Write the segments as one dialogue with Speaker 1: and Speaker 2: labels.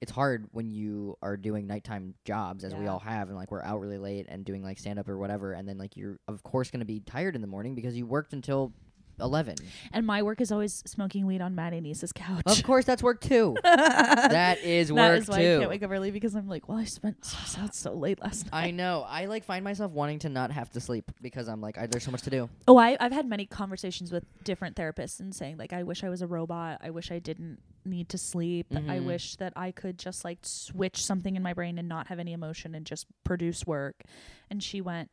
Speaker 1: it's hard when you are doing nighttime jobs as we
Speaker 2: Yeah.
Speaker 1: all have and like we're out really late and doing like stand up or whatever and then like you're of course going to be tired in the morning because you worked until 11.
Speaker 2: And my work is always smoking weed on Matt and Issa's couch.
Speaker 1: of course that's work too. that is work
Speaker 2: that is
Speaker 1: too.
Speaker 2: why I can't wake up early because I'm like, well, I spent s- out so late last night.
Speaker 1: I know. I like find myself wanting to not have to sleep because I'm like I, there's so much to do.
Speaker 2: Oh, I, I've had many conversations with different therapists and saying like, I wish I was a robot. I wish I didn't need to sleep. I
Speaker 1: Mhm.
Speaker 2: wish that I could just like switch something in my brain and not have any emotion and just produce work. And she went,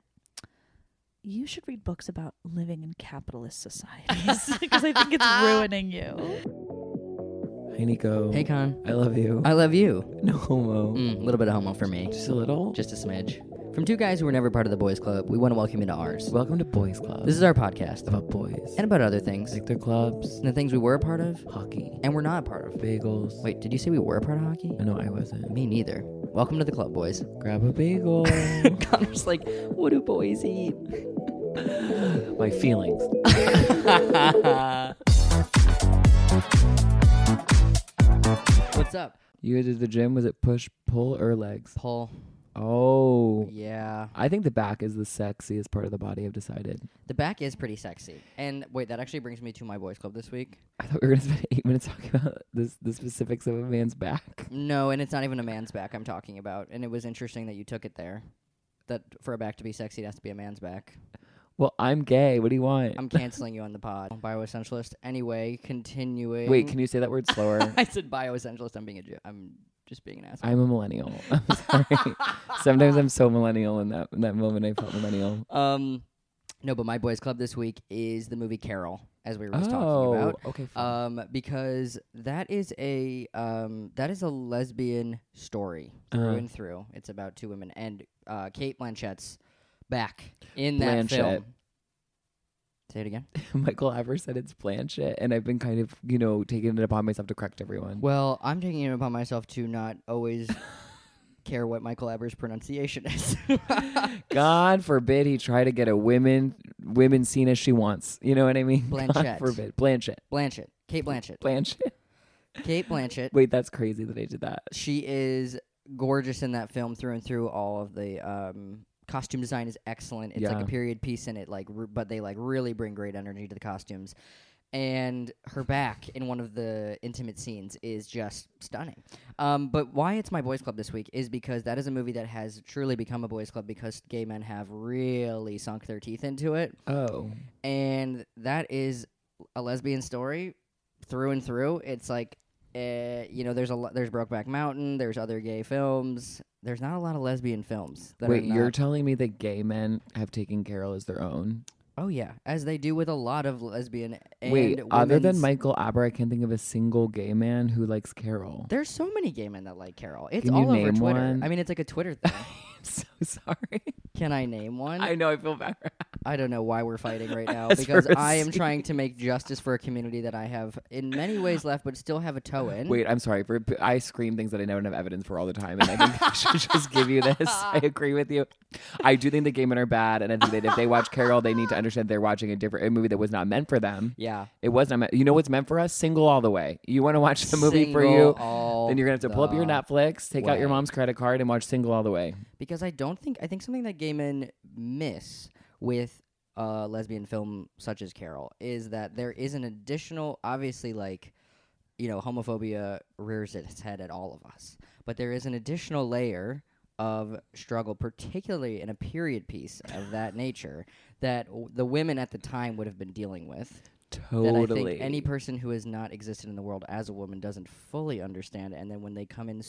Speaker 2: you should read books about living in capitalist societies because I think it's ruining you.
Speaker 3: Hey Nico.
Speaker 1: Hey Con,
Speaker 3: I love you.
Speaker 1: I love you. Mm,
Speaker 3: no homo.
Speaker 1: A little bit of homo for me.
Speaker 3: Just a little.
Speaker 1: Just a smidge. From two guys who were never part of the boys club, we want to welcome you to ours.
Speaker 3: welcome to Boys Club.
Speaker 1: This is our podcast
Speaker 3: about boys.
Speaker 1: and about other things,
Speaker 3: like their clubs,
Speaker 1: and the things we were a part of
Speaker 3: hockey,
Speaker 1: and we're not a part of.
Speaker 3: bagels.
Speaker 1: Wait, did you say we were a part of hockey? Uh,
Speaker 3: no, I wasn't.
Speaker 1: Me neither. Welcome to the club, boys.
Speaker 3: Grab a bagel.
Speaker 1: Connor's like, what do boys eat?
Speaker 3: My feelings.
Speaker 1: What's up?
Speaker 3: You guys at the gym? Was it push, pull, or legs?
Speaker 1: Paul.
Speaker 3: Oh.
Speaker 1: Yeah.
Speaker 3: I think the back is the sexiest part of the body. I've decided.
Speaker 1: The back is pretty sexy. And wait, that actually brings me to my boys club this week.
Speaker 3: I thought we were gonna spend eight minutes talking about this the specifics of a man's back.
Speaker 1: No, and it's not even a man's back I'm talking about. And it was interesting that you took it there. That for a back to be sexy, it has to be a man's back.
Speaker 3: Well, I'm gay. What do you want?
Speaker 1: I'm canceling you on the pod. Bioessentialist. Anyway, continuing.
Speaker 3: Wait, can you say that word slower?
Speaker 1: I said bioessentialist. I'm being a Jew. I'm just being an asshole.
Speaker 3: I'm a millennial. I'm sorry. Sometimes I'm so millennial in that in that moment I felt millennial.
Speaker 1: um, no, but my boys club this week is the movie Carol, as we were just
Speaker 3: Oh,
Speaker 1: talking about.
Speaker 3: okay. fine.
Speaker 1: Um, because that is a um that is a lesbian story through
Speaker 3: Uh-huh.
Speaker 1: and through. It's about two women and uh, Kate Blanchett's back in that
Speaker 3: Blanchett.
Speaker 1: film. Say it again.
Speaker 3: Michael Aver said it's Blanchett, and I've been kind of, you know, taking it upon myself to correct everyone.
Speaker 1: Well, I'm taking it upon myself to not always care what Michael Aber's pronunciation is.
Speaker 3: God forbid he try to get a women women seen as she wants. You know what I mean?
Speaker 1: Blanchett.
Speaker 3: God forbid. Blanchett.
Speaker 1: Blanchett. Kate Blanchett.
Speaker 3: Blanchett.
Speaker 1: Kate Blanchett.
Speaker 3: Wait, that's crazy that I did that.
Speaker 1: She is gorgeous in that film through and through. All of the um, costume design is excellent. It's like
Speaker 3: Yeah.
Speaker 1: a period piece, and it like, re- but they like really bring great energy to the costumes. And her back in one of the intimate scenes is just stunning. Um, but why it's my boys' club this week is because that is a movie that has truly become a boys' club because gay men have really sunk their teeth into it
Speaker 3: Oh.
Speaker 1: and that is a lesbian story through and through. It's like, uh, you know, there's a lo- there's Brokeback Mountain, there's other gay films. There's not a lot of lesbian films. That
Speaker 3: Wait,
Speaker 1: are not-
Speaker 3: you're telling me that gay men have taken Carol as their own?
Speaker 1: oh yeah, as they do with a lot of lesbian. And
Speaker 3: Wait, other than
Speaker 1: women's-
Speaker 3: Michael Aber, I can't think of a single gay man who likes Carol.
Speaker 1: there's so many gay men that like Carol. It's
Speaker 3: Can you
Speaker 1: all over
Speaker 3: name
Speaker 1: Twitter.
Speaker 3: one?
Speaker 1: I mean, it's like a Twitter thing.
Speaker 3: I'm so sorry.
Speaker 1: Can I name one?
Speaker 3: I
Speaker 1: I,
Speaker 3: know. I feel bad.
Speaker 1: don't know why we're fighting right now
Speaker 3: As
Speaker 1: because
Speaker 3: for a
Speaker 1: I am
Speaker 3: scene.
Speaker 1: trying to make justice for a community that I have in many ways left, but still have a toe in.
Speaker 3: Wait, I'm sorry. For, I scream things that I don't have evidence for all the time, and I think I should just give you this. I agree with you. I do think the gay men are bad, and I think that if they watch Carol, they need to understand they're watching a different a movie that was not meant for them.
Speaker 1: Yeah.
Speaker 3: It was not meant. You know what's meant for us? Single all the way. You want to watch the movie for you?
Speaker 1: Single all
Speaker 3: Then you're gonna have to pull up your
Speaker 1: the
Speaker 3: Netflix, take out your
Speaker 1: way.
Speaker 3: mom's credit card, and watch Single all the way.
Speaker 1: because I don't think I think something that gay men miss with a lesbian film such as Carol is that there is an additional, obviously, like you know, homophobia rears its head at all of us, but there is an additional layer of struggle, particularly in a period piece of that nature, that w- the women at the time would have been dealing with.
Speaker 3: Totally.
Speaker 1: That I think any person who has not existed in the world as a woman doesn't fully understand. And then when they come in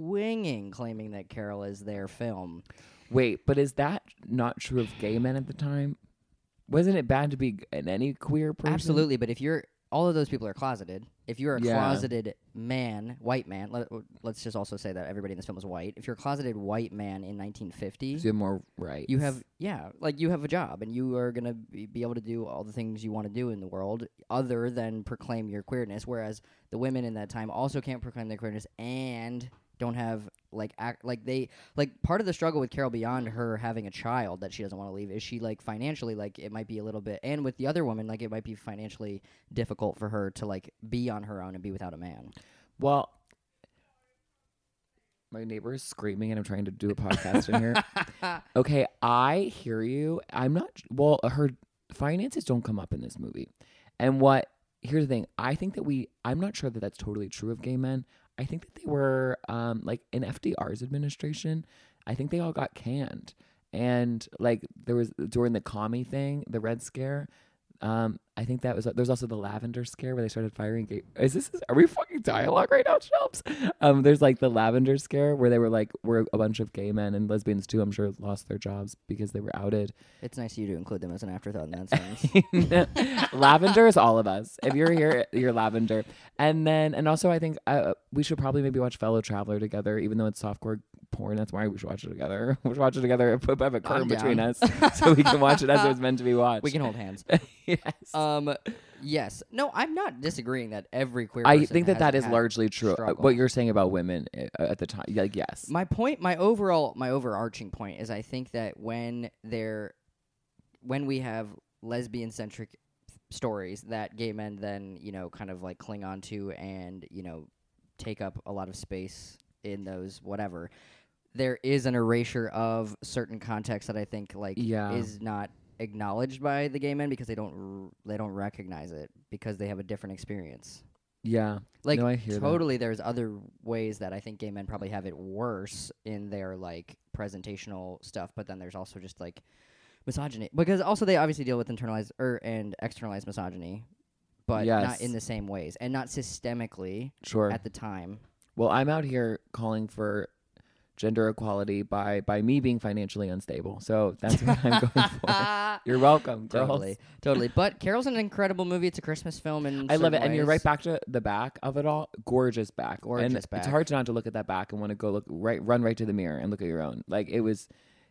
Speaker 1: swinging, claiming that Carol is their film,
Speaker 3: Wait, but is that not true of gay men at the time? Wasn't it bad to be g- in any queer person?
Speaker 1: Absolutely, but if you're all of those people are closeted. If you're a
Speaker 3: Yeah.
Speaker 1: closeted man, white man, let, us just also say that everybody in this film is white. If you're a closeted white man in 1950,
Speaker 3: You have more rights.
Speaker 1: you have yeah, like you have a job and you are gonna be, be able to do all the things you want to do in the world other than proclaim your queerness. Whereas the women in that time also can't proclaim their queerness and don't have like act like they like part of the struggle with Carol beyond her having a child that she doesn't want to leave is she like financially like it might be a little bit and with the other woman like it might be financially difficult for her to like be on her own and be without a man.
Speaker 3: Well, My neighbor is screaming, and I'm trying to do a podcast in here. Okay, I hear you. I'm not. Well, her finances don't come up in this movie, and what? Here's the thing. I think that we. I'm not sure that that's totally true of gay men. I think that they were um, like in FDR's administration. I think they all got canned, and like there was during the commie thing, the Red Scare. Um, I think that was there's also the lavender scare where they started firing. Gay, is this are we fucking dialogue right now, Shelps? Um, there's like the lavender scare where they were like were a bunch of gay men and lesbians too. I'm sure lost their jobs because they were outed.
Speaker 1: It's nice of you to include them as an afterthought in that sentence.
Speaker 3: lavender is all of us. If you're here, you're lavender. And then and also I think uh, we should probably maybe watch Fellow Traveler together, even though it's softcore porn. That's why we should watch it together. We should watch it together and put up a curtain
Speaker 1: down.
Speaker 3: between us so we can watch it as it was meant to be watched.
Speaker 1: we can hold hands.
Speaker 3: yes.
Speaker 1: Um, yes. No, I'm not disagreeing that every queer.
Speaker 3: I
Speaker 1: person
Speaker 3: think that
Speaker 1: has
Speaker 3: that is
Speaker 1: had-
Speaker 3: largely true. Uh,
Speaker 1: struggle.
Speaker 3: What you're saying about women uh, at the time, like yes,
Speaker 1: My point, my overall, my overarching point is, I think that when there, when we have lesbian centric stories that gay men then you know kind of like cling on to and you know take up a lot of space in those whatever, there is an erasure of certain context that I think like
Speaker 3: Yeah.
Speaker 1: is not acknowledged by the gay men because they don't r- they don't recognize it because they have a different experience.
Speaker 3: yeah,
Speaker 1: Like
Speaker 3: No, I hear that.
Speaker 1: totally, there's other ways that I think gay men probably have it worse in their like presentational stuff, but then there's also just like misogyny because also they obviously deal with internalized or and externalized misogyny, but
Speaker 3: Yes.
Speaker 1: not in the same ways and not systemically
Speaker 3: sure.
Speaker 1: at the time.
Speaker 3: well, I'm out here calling for gender equality by by me being financially unstable. So that's what I'm going for. You're welcome, girls.
Speaker 1: totally, totally. But Carol's an incredible movie. It's a Christmas film, and
Speaker 3: I love it, and you're right back to the back of it all. Gorgeous back, and
Speaker 1: Gorgeous back.
Speaker 3: it's hard to not to look at that back and want to go look right, run right to the mirror and look at your own. Like it was,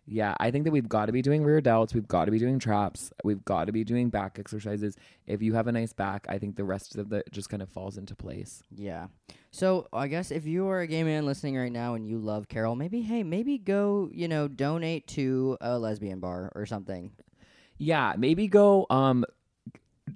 Speaker 3: yeah. I think that we've got to be doing rear delts, we've got to be doing traps, we've got to be doing back exercises. If you have a nice back, I think the rest of the just kind of falls into place.
Speaker 1: Yeah. So I guess if you are a gay man listening right now and you love Carol, maybe hey, maybe go you know donate to a lesbian bar or something.
Speaker 3: Yeah, maybe go um,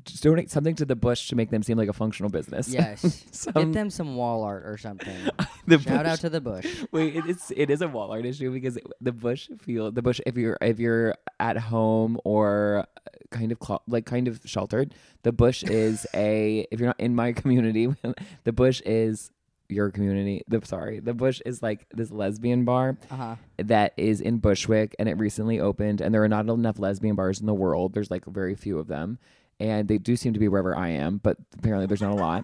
Speaker 3: just donate something to the bush to make them seem like a functional business.
Speaker 1: Yes. Um,
Speaker 3: Some-
Speaker 1: Get them some wall art or something.
Speaker 3: the
Speaker 1: Shout
Speaker 3: bush-
Speaker 1: out to the bush.
Speaker 3: Wait, it is it is a wall art issue because the bush feel the bush if you're if you're at home or kind of clo- like kind of sheltered, the bush is a if you're not in my community, the bush is your community. The sorry, the bush is like this lesbian bar
Speaker 1: Uh huh.
Speaker 3: that is in Bushwick and it recently opened and there are not enough lesbian bars in the world. There's like very few of them. And they do seem to be wherever I am, but apparently there's not a lot.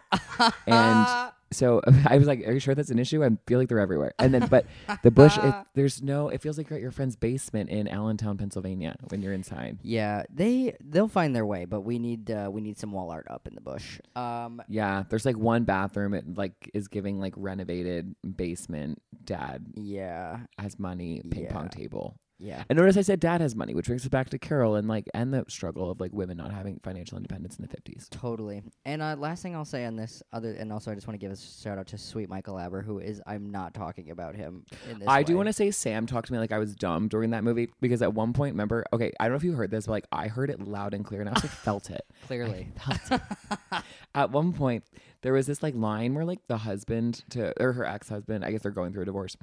Speaker 3: and so I was like, "Are you sure that's an issue?" I feel like they're everywhere. And then, but the bush, it, there's no. It feels like you're at your friend's basement in Allentown, Pennsylvania, when you're inside.
Speaker 1: Yeah, they they'll find their way, but we need uh, we need some wall art up in the bush. Um,
Speaker 3: Yeah, there's like one bathroom. It like is giving like renovated basement. Dad
Speaker 1: yeah,
Speaker 3: has money. Ping
Speaker 1: Yeah.
Speaker 3: pong table.
Speaker 1: yeah,
Speaker 3: And notice I said dad has money, which brings us back to Carol and like and the struggle of like women not having financial independence in the fifties.
Speaker 1: totally. And uh, last thing I'll say on this, other and also I just want to give a shout out to Sweet Michael Aber, who is I'm not talking about him. In this
Speaker 3: I do want to say Sam talked to me like I was dumb during that movie because at one point, remember? Okay, I don't know if you heard this, but like I heard it loud and clear, and I also felt it.
Speaker 1: to clearly.
Speaker 3: At one point, there was this like line where like the husband to or her ex husband, I guess they're going through a divorce.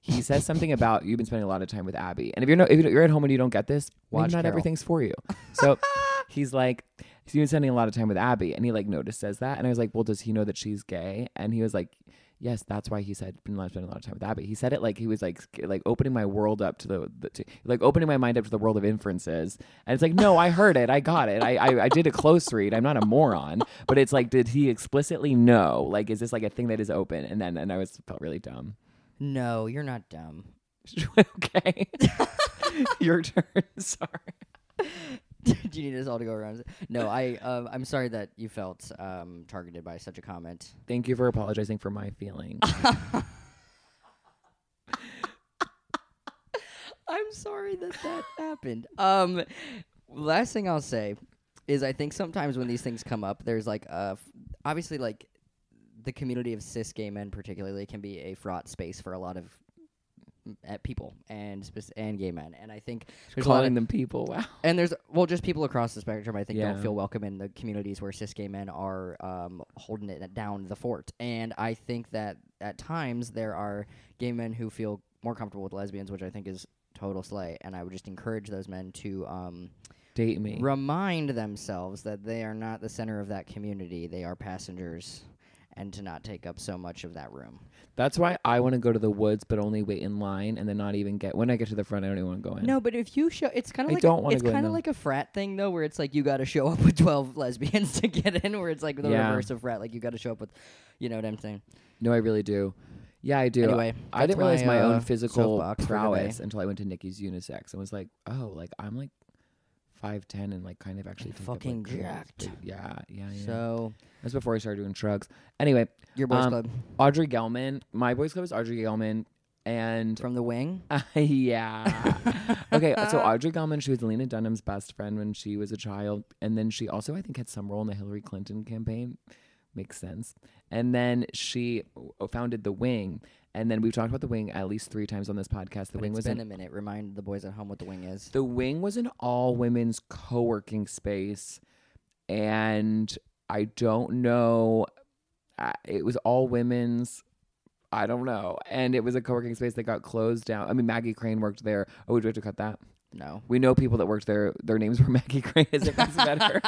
Speaker 3: He says something about you've been spending a lot of time with Abby, and if you're no, if you're at home and you don't get this, maybe
Speaker 1: Watch
Speaker 3: not
Speaker 1: Carol.
Speaker 3: everything's for you. So he's like, so you've been spending a lot of time with Abby, and he like noticed says that, and I was like, well, does he know that she's gay? And he was like. Yes, that's why he said been a lot- spending a lot of time with Abby. He said it like he was like sc- like opening my world up to the, the to, like opening my mind up to the world of inferences. And it's like, no, I heard it, I got it, I, I I did a close read. I'm not a moron, but it's like, did he explicitly know? Like, is this like a thing that is open? And then and I was felt really dumb.
Speaker 1: No, you're not dumb.
Speaker 3: okay, your turn. Sorry.
Speaker 1: Do you need us all to go around? No, I um, I'm sorry that you felt um, targeted by such a comment.
Speaker 3: Thank you for apologizing for my feeling.
Speaker 1: Ah, I'm sorry that that happened. Um, last thing I'll say is I think sometimes when these things come up, there's like uh, f- obviously like the community of cis gay men particularly can be a fraught space for a lot of at people and spec- and gay men. And I think there's a lot
Speaker 3: calling
Speaker 1: of,
Speaker 3: them people. Wow.
Speaker 1: and there's well just people across the spectrum I think don't
Speaker 3: Yeah.
Speaker 1: feel welcome in the communities where cis gay men are um, holding it down the fort. And I think that at times there are gay men who feel more comfortable with lesbians, which I think is total slay. And I would just encourage those men to um,
Speaker 3: Date me.
Speaker 1: remind themselves that they are not the center of that community; they are passengers, and to not take up so much of that room.
Speaker 3: That's why I want to go to the woods, but only wait in line and then not even get. When I get to the front, I don't even want to go in.
Speaker 1: No, but if you show, it's kind of
Speaker 3: I
Speaker 1: like
Speaker 3: don't
Speaker 1: a,
Speaker 3: wanna
Speaker 1: it's
Speaker 3: go in,
Speaker 1: kind of
Speaker 3: though.
Speaker 1: like a frat thing though, where it's like you got to show up with twelve lesbians to get in, where it's like the
Speaker 3: Yeah.
Speaker 1: reverse of frat, like you got to show up with, you know what I'm saying?
Speaker 3: No, I really do. Yeah, I do.
Speaker 1: Anyway,
Speaker 3: I
Speaker 1: that's
Speaker 3: didn't realize my,
Speaker 1: uh,
Speaker 3: own physical
Speaker 1: soapbox for today.
Speaker 3: prowess until I went to Nikki's unisex and was like, oh, like I'm like five ten and like kind of actually think I'm, like,
Speaker 1: fucking
Speaker 3: cool.
Speaker 1: jacked.
Speaker 3: Yeah, yeah, yeah.
Speaker 1: So
Speaker 3: That's before I started doing drugs. Anyway,
Speaker 1: your boys
Speaker 3: Um,
Speaker 1: club
Speaker 3: Audrey Gelman. My boys club is Audrey Gelman, and
Speaker 1: from the wing.
Speaker 3: yeah. okay, so Audrey Gelman, she was Lena Dunham's best friend when she was a child, and then she also, I think, had some role in the Hillary Clinton campaign. Makes sense. And then she w- founded The Wing, and then we've talked about The Wing at least three times on this podcast. The
Speaker 1: But
Speaker 3: Wing
Speaker 1: it's
Speaker 3: was
Speaker 1: been
Speaker 3: an
Speaker 1: a minute. Remind the boys at home what the wing is.
Speaker 3: the Wing was an all women's co working space. And I don't know. I, it was all women's. I don't know. And it was a co working space that got closed down. I mean, Maggie Crane worked there. Oh, would you have to cut that?
Speaker 1: No,
Speaker 3: We know people that worked there. Their names were Maggie Crane. As if it's better.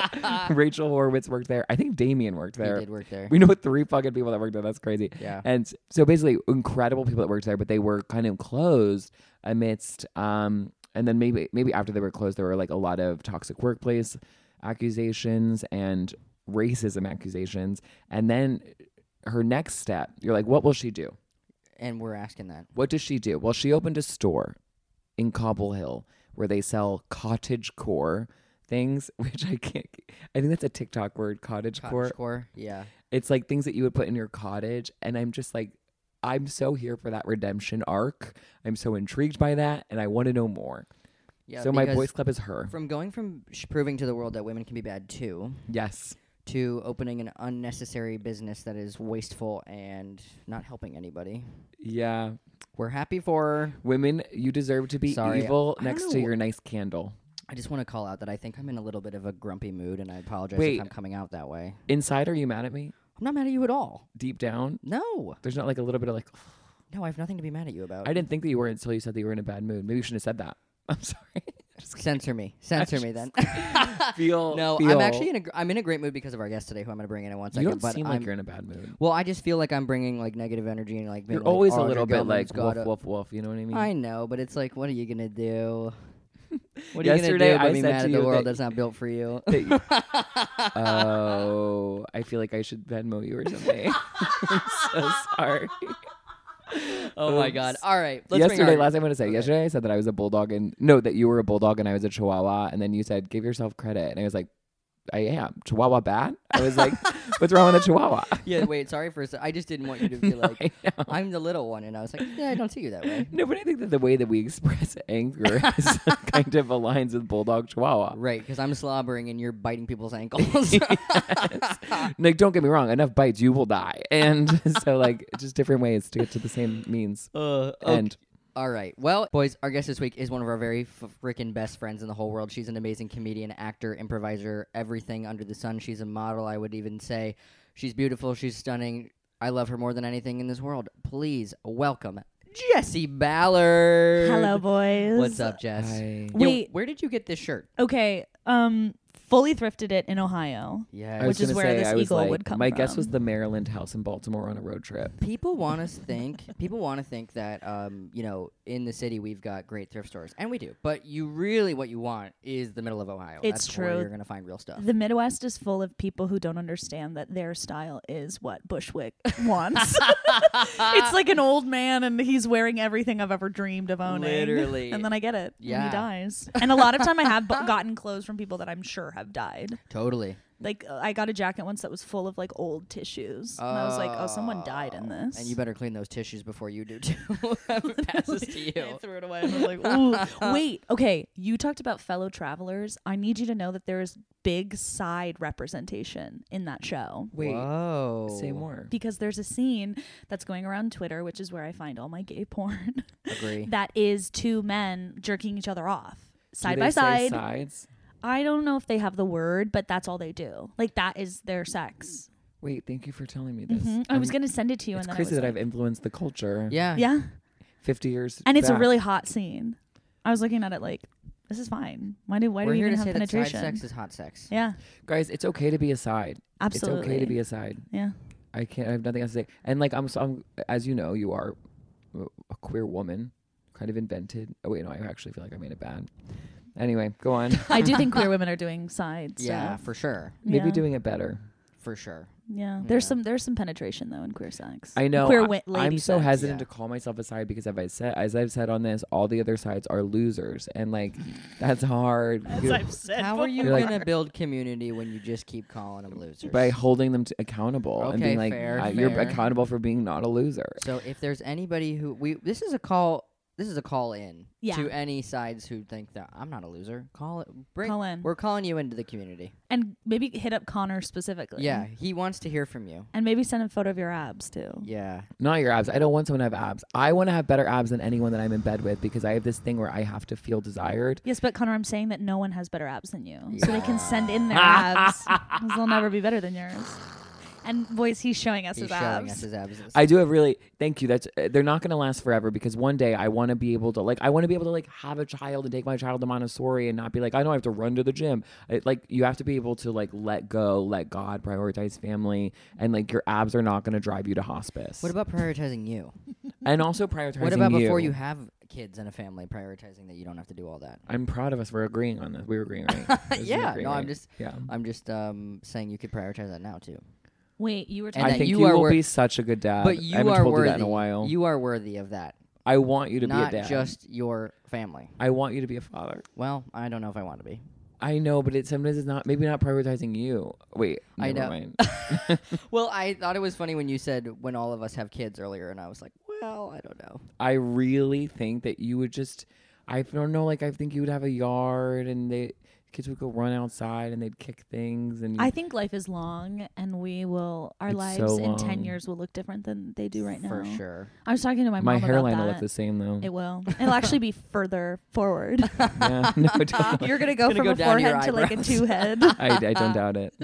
Speaker 3: Rachel Horowitz worked there. I think Damien worked
Speaker 1: he
Speaker 3: there.
Speaker 1: did work there.
Speaker 3: We know three fucking people that worked there. That's crazy.
Speaker 1: yeah,
Speaker 3: And s- so basically, incredible people that worked there, but they were kind of closed amidst. Um, and then maybe maybe after they were closed, there were like a lot of toxic workplace accusations and racism accusations. And then her next step, you're like, what will she do?
Speaker 1: and we're asking that.
Speaker 3: What does she do? Well, she opened a store in Cobble Hill where they sell cottage core things, which I can't. I think that's a TikTok word, cottage core.
Speaker 1: Cottage core. Yeah,
Speaker 3: It's like things that you would put in your cottage. And I'm just like, I'm so here for that redemption arc. I'm so intrigued by that. And I want to know more.
Speaker 1: yeah.
Speaker 3: so my
Speaker 1: because
Speaker 3: voice club is her.
Speaker 1: from going from sh- proving to the world that women can be bad too.
Speaker 3: Yes.
Speaker 1: to opening an unnecessary business that is wasteful and not helping anybody.
Speaker 3: Yeah.
Speaker 1: We're happy for.
Speaker 3: Women, you deserve to be
Speaker 1: Sorry,
Speaker 3: evil
Speaker 1: I don't
Speaker 3: next
Speaker 1: know
Speaker 3: to your nice candle.
Speaker 1: I just want to call out that I think I'm in a little bit of a grumpy mood, and I apologize
Speaker 3: Wait.
Speaker 1: if I'm coming out that way.
Speaker 3: Inside, are you mad at me?
Speaker 1: I'm not mad at you at all.
Speaker 3: Deep down?
Speaker 1: No,
Speaker 3: There's not like a little bit of like,
Speaker 1: no, I have nothing to be mad at you about.
Speaker 3: I didn't think that you were until you said that you were in a bad mood. Maybe you shouldn't have said that. I'm sorry.
Speaker 1: censor me, censor me then.
Speaker 3: feel
Speaker 1: no, I'm
Speaker 3: feel-
Speaker 1: actually in a gr- I'm in a great mood because of our guest today, who I'm going to bring in in one
Speaker 3: You
Speaker 1: second.
Speaker 3: don't
Speaker 1: but
Speaker 3: seem
Speaker 1: I'm,
Speaker 3: like you're in a bad mood.
Speaker 1: well, I just feel like I'm bringing like negative energy and like being
Speaker 3: You're
Speaker 1: like,
Speaker 3: always a
Speaker 1: "Audra
Speaker 3: little bit
Speaker 1: Gelman's
Speaker 3: like woof
Speaker 1: gotta-"
Speaker 3: woof woof. You know what I mean?
Speaker 1: I know, but it's like, what are you gonna do? What are
Speaker 3: Yesterday,
Speaker 1: you gonna do but
Speaker 3: I
Speaker 1: be
Speaker 3: said
Speaker 1: mad
Speaker 3: to
Speaker 1: at the
Speaker 3: you
Speaker 1: world
Speaker 3: that-
Speaker 1: that's not built for you?
Speaker 3: that you- oh, I feel like I should Venmo you or something. I'm so sorry.
Speaker 1: Oh my god!
Speaker 3: Oops.
Speaker 1: All right, let's bring
Speaker 3: yesterday,
Speaker 1: our-
Speaker 3: last time I want to say,
Speaker 1: Okay.
Speaker 3: yesterday I said that I was a bulldog and no, that you were a bulldog and I was a chihuahua. And then you said, give yourself credit. And I was like, I am. Chihuahua bad? I was like, what's wrong with a chihuahua?
Speaker 1: Yeah, wait. Sorry for. a se- I just didn't want you to be like,
Speaker 3: I know.
Speaker 1: I'm the little one, and I was like, yeah, I don't see you that way.
Speaker 3: No, but I think that the way that we express anger is kind of aligns with bulldog chihuahua.
Speaker 1: Right, because I'm slobbering and you're biting people's ankles.
Speaker 3: Like, don't get me wrong, enough bites, you will die. And so, like, just different ways to get to the same means.
Speaker 1: Uh,
Speaker 3: And
Speaker 1: All right. Well, boys, our guest this week is one of our very f- freaking best friends in the whole world. She's an amazing comedian, actor, improviser, everything under the sun. She's a model, I would even say. She's beautiful. She's stunning. I love her more than anything in this world. Please welcome Jesse Ballard.
Speaker 2: Hello, boys.
Speaker 1: What's up, Jess?
Speaker 3: I,
Speaker 1: Yo,
Speaker 2: Wait.
Speaker 1: where did you get this shirt?
Speaker 2: Okay. Um, fully thrifted it in Ohio.
Speaker 1: Yeah,
Speaker 3: I was
Speaker 2: Which is
Speaker 3: gonna
Speaker 2: where
Speaker 3: say,
Speaker 2: this
Speaker 3: I was
Speaker 2: eagle
Speaker 3: like,
Speaker 2: would come
Speaker 3: My guess
Speaker 2: from.
Speaker 3: was the Maryland house in Baltimore on a road trip.
Speaker 1: people want us think people want to think that um, you know in the city we've got great thrift stores and we do but you really what you want is the middle of ohio
Speaker 2: It's
Speaker 1: That's where
Speaker 2: true.
Speaker 1: you're gonna find real stuff
Speaker 2: The Midwest is full of people who don't understand that their style is what Bushwick wants. it's like an old man and he's wearing everything I've ever dreamed of owning.
Speaker 1: Literally.
Speaker 2: And then I get it. when
Speaker 1: Yeah.
Speaker 2: he dies. And a lot of time I have bu- gotten clothes from people that I'm sure have died.
Speaker 1: totally
Speaker 2: Like uh, I got a jacket once that was full of like old tissues, and I was like, "Oh, someone died in this."
Speaker 1: And you better clean those tissues before you do too. it passes to
Speaker 2: And I
Speaker 1: you.
Speaker 2: threw it away. And I was like, "Ooh, wait, okay." You talked about fellow travelers. I need you to know that there is big side representation in that show
Speaker 3: Wait,
Speaker 1: Whoa.
Speaker 3: say more.
Speaker 2: because there's a scene that's going around Twitter, which is where I find all my gay porn.
Speaker 1: Agree.
Speaker 2: that is two men jerking each other off side
Speaker 3: Do
Speaker 2: by
Speaker 3: they say
Speaker 2: side.
Speaker 3: Sides?
Speaker 2: I don't know if they have the word, but that's all they do. Like that is their sex.
Speaker 3: Wait, thank you for telling me this.
Speaker 2: Mhm. I was
Speaker 3: I'm-
Speaker 2: gonna send it to you,
Speaker 3: It's
Speaker 2: and then I
Speaker 3: crazy
Speaker 2: was
Speaker 3: that
Speaker 2: like,
Speaker 3: I've influenced the culture.
Speaker 1: Yeah.
Speaker 2: yeah,
Speaker 3: fifty years.
Speaker 2: and it's a
Speaker 3: back.
Speaker 2: really hot scene. I was looking at it like, this is fine. Why do why
Speaker 1: We're
Speaker 2: do we
Speaker 1: here
Speaker 2: even
Speaker 1: to
Speaker 2: have
Speaker 1: say that side
Speaker 2: penetration?
Speaker 1: sex is hot sex.
Speaker 2: yeah,
Speaker 3: guys. It's okay to be a side.
Speaker 2: absolutely.
Speaker 3: It's okay to be a side.
Speaker 2: yeah,
Speaker 3: I can't. I have nothing else to say. And like I'm, so I'm as you know, you are a a queer woman, kind of invented. Oh wait, no, I actually feel like I made it bad. Anyway, go on.
Speaker 2: I do think queer women are doing side
Speaker 1: Yeah,
Speaker 2: stuff.
Speaker 1: for sure.
Speaker 3: Maybe
Speaker 2: Yeah.
Speaker 3: doing it better.
Speaker 1: For sure.
Speaker 2: Yeah, there's
Speaker 1: Yeah.
Speaker 2: some there's some penetration though in queer sex.
Speaker 3: I know.
Speaker 2: queer
Speaker 3: I-
Speaker 2: wi- lady
Speaker 3: I'm so
Speaker 2: sex.
Speaker 3: hesitant
Speaker 1: Yeah.
Speaker 3: to call myself a side because, as I said, as I've said on this, all the other sides are losers, and like that's hard you-
Speaker 1: How are you
Speaker 3: You're like-
Speaker 1: going to build community when you just keep calling them losers?
Speaker 3: by holding them to accountable and
Speaker 1: Okay,
Speaker 3: being like,
Speaker 1: fair,
Speaker 3: uh, "You're
Speaker 1: fair.
Speaker 3: accountable for being not a loser."
Speaker 1: So if there's anybody who we this is a call this is a call in
Speaker 2: Yeah.
Speaker 1: to any sides who think that I'm not a loser. Call it bring
Speaker 2: Call in.
Speaker 1: We're calling you into the community.
Speaker 2: and maybe hit up Connor specifically.
Speaker 1: Yeah, he wants to hear from you.
Speaker 2: and maybe send a photo of your abs too.
Speaker 1: Yeah.
Speaker 3: Not your abs. I don't want someone to have abs. I want to have better abs than anyone that I'm in bed with because I have this thing where I have to feel desired.
Speaker 2: Yes, but Connor, I'm saying that no one has better abs than you, so they can send in their abs. 'cause They'll never be better than yours. And boys, he's showing us
Speaker 1: He's
Speaker 2: his
Speaker 1: showing
Speaker 2: abs.
Speaker 1: us his abs.
Speaker 3: I do have really thank you. That's uh, they're not going to last forever because one day I want to be able to like I want to be able to like have a child and take my child to Montessori and not be like I know I have to run to the gym. It, like you have to be able to like let go, let God prioritize family, and like your abs are not going to drive you to hospice.
Speaker 1: what about prioritizing you?
Speaker 3: and also prioritizing.
Speaker 1: What about before you have kids and a family, prioritizing that you don't have to do all that?
Speaker 3: I'm proud of us. We're agreeing on this. We were agreeing, right? This is
Speaker 1: Yeah,
Speaker 3: agreeing,
Speaker 1: no, I'm
Speaker 3: right?
Speaker 1: just-
Speaker 3: yeah.
Speaker 1: I'm just um, saying you could prioritize that now too.
Speaker 2: Wait, you were
Speaker 1: And
Speaker 3: I
Speaker 2: talking.
Speaker 1: that
Speaker 3: think
Speaker 1: you
Speaker 3: you,
Speaker 1: are
Speaker 3: will
Speaker 1: wor-
Speaker 3: be such a good dad.
Speaker 1: but you
Speaker 3: Uh, I haven't
Speaker 1: are
Speaker 3: told
Speaker 1: worthy.
Speaker 3: you that in a while.
Speaker 1: You are worthy of that,
Speaker 3: I want you to
Speaker 1: not
Speaker 3: be a dad.
Speaker 1: just your family.
Speaker 3: I want you to be a father.
Speaker 1: Well, I don't know if I want to be.
Speaker 3: I know, but it sometimes it's not maybe not prioritizing you. Wait,
Speaker 1: I
Speaker 3: never
Speaker 1: know.
Speaker 3: mind.
Speaker 1: Well, I thought it was funny when you said when all of us have kids earlier, and I was like, well, I don't know.
Speaker 3: I really think that you would just I don't know, like I think you would have a yard and they kids would go run outside and they'd kick things and
Speaker 2: I think life is long, and we will. Our
Speaker 3: It's
Speaker 2: lives
Speaker 3: so
Speaker 2: in ten
Speaker 3: long.
Speaker 2: years will look different than they do right now.
Speaker 1: For sure.
Speaker 2: I was talking to my,
Speaker 3: my
Speaker 2: mom
Speaker 3: hairline
Speaker 2: about
Speaker 3: will
Speaker 2: that.
Speaker 3: look the same though.
Speaker 2: It will. It'll actually be further forward.
Speaker 3: yeah, no, I don't,
Speaker 2: You're gonna go
Speaker 1: gonna
Speaker 2: from
Speaker 1: go
Speaker 2: a
Speaker 1: down to your
Speaker 2: forehead to like a
Speaker 1: eyebrows.
Speaker 2: two head.
Speaker 3: I, I don't doubt it.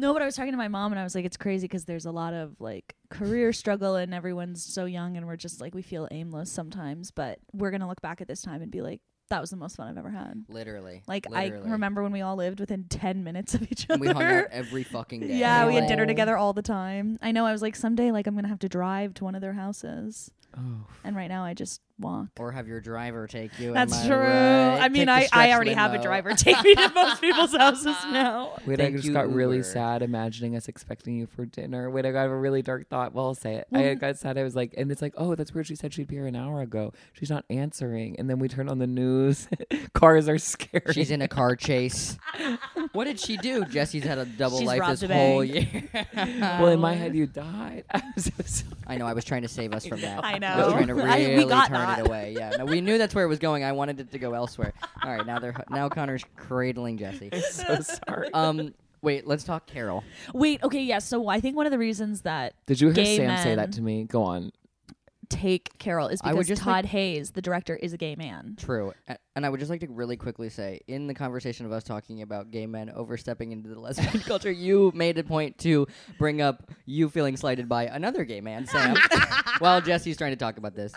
Speaker 2: No, but I was talking to my mom and I was like, it's crazy because there's a lot of like career struggle and everyone's so young and we're just like, we feel aimless sometimes. But we're going to look back at this time and be like, that was the most fun I've ever had.
Speaker 1: Literally.
Speaker 2: Like,
Speaker 1: Literally.
Speaker 2: I remember when we all lived within 10 minutes of each
Speaker 1: And
Speaker 2: other.
Speaker 1: we hung out every fucking day.
Speaker 2: yeah, we had
Speaker 1: Like,
Speaker 2: dinner
Speaker 3: Aw.
Speaker 2: together all the time. I know I was like, someday, like, I'm going to have to drive to one of their houses.
Speaker 3: Oh,
Speaker 2: And right now I just walk.
Speaker 1: Or have your driver take you.
Speaker 2: That's
Speaker 1: am
Speaker 2: true.
Speaker 1: right?
Speaker 2: I
Speaker 1: Take
Speaker 2: mean,
Speaker 1: the
Speaker 2: I, I
Speaker 1: stretch
Speaker 2: already have a
Speaker 1: limo.
Speaker 2: driver take me to most people's houses now.
Speaker 3: wait, I
Speaker 1: Thank
Speaker 3: just
Speaker 1: you,
Speaker 3: got really
Speaker 1: Uber.
Speaker 3: sad imagining us expecting you for dinner. Wait, I got a really dark thought. Well, I'll say it. I
Speaker 2: Well,
Speaker 1: Mm-hmm.
Speaker 3: got sad. I was like, and it's like, oh, that's weird. She said she'd be here an hour ago. She's not answering. And then we turn on the news. Cars are scary.
Speaker 1: She's in a car chase. what did she do? Jesse's had a double
Speaker 2: She's
Speaker 1: life
Speaker 2: robbed
Speaker 1: this
Speaker 2: a
Speaker 1: whole
Speaker 2: bank.
Speaker 1: year.
Speaker 3: well, in my head, you died. I'm so sorry.
Speaker 1: I know. I was trying to save us from that.
Speaker 2: I
Speaker 1: I was trying to
Speaker 2: know.
Speaker 1: really
Speaker 2: I- we got
Speaker 1: turn
Speaker 2: that.
Speaker 1: it away. Yeah. No, we knew that's where it was going. I wanted it to go elsewhere. All right. Now they're now Connor's cradling Jesse.
Speaker 3: so sorry.
Speaker 1: Um. Wait. Let's talk Carol.
Speaker 2: Wait, okay, yes. so I think one of the reasons that
Speaker 3: Did you hear
Speaker 2: Gay
Speaker 3: Sam say
Speaker 2: men.
Speaker 3: that to me? Go on.
Speaker 2: take Carol is
Speaker 1: I
Speaker 2: because
Speaker 1: would just
Speaker 2: Todd Hayes, the director, is a gay man.
Speaker 1: True. A- And I would just like to really quickly say, in the conversation of us talking about gay men overstepping into the lesbian culture, you made a point to bring up you feeling slighted by another gay man, Sam, while Jesse's trying to talk about this.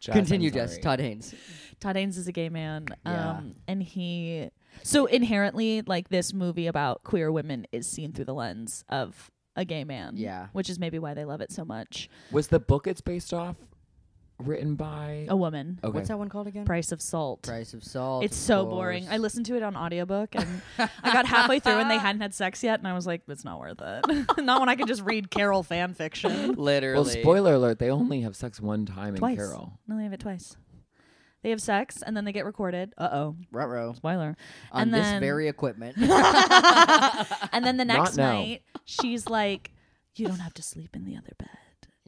Speaker 3: Jess,
Speaker 1: Continue,
Speaker 3: I'm sorry.
Speaker 1: Jess. Todd Haynes.
Speaker 2: Todd Haynes is a gay man.
Speaker 1: Yeah.
Speaker 2: Um and he so inherently like this movie about queer women is seen through the lens of a gay man.
Speaker 1: Yeah.
Speaker 2: Which is maybe why they love it so much.
Speaker 3: Was the book it's based off written by?
Speaker 2: A woman.
Speaker 3: okay.
Speaker 1: Oh, What's that one called again?
Speaker 2: Price of salt.
Speaker 1: Price of Salt.
Speaker 2: It's
Speaker 1: of
Speaker 2: so boring.
Speaker 1: course.
Speaker 2: I listened to it on audiobook and I got halfway through and they hadn't had sex yet and I was like, it's not worth it. not when I could just read Carol fan fiction.
Speaker 1: Literally.
Speaker 3: Well, spoiler alert. They only have sex one time
Speaker 2: Twice.
Speaker 3: in Carol.
Speaker 2: No, they have it twice. They have sex and then they get recorded. Uh oh,
Speaker 1: Rut row.
Speaker 2: spoiler.
Speaker 1: On
Speaker 2: And
Speaker 1: this
Speaker 2: then-
Speaker 1: very equipment.
Speaker 2: and then the
Speaker 3: Not
Speaker 2: next
Speaker 3: now.
Speaker 2: night, she's like, "You don't have to sleep in the other bed."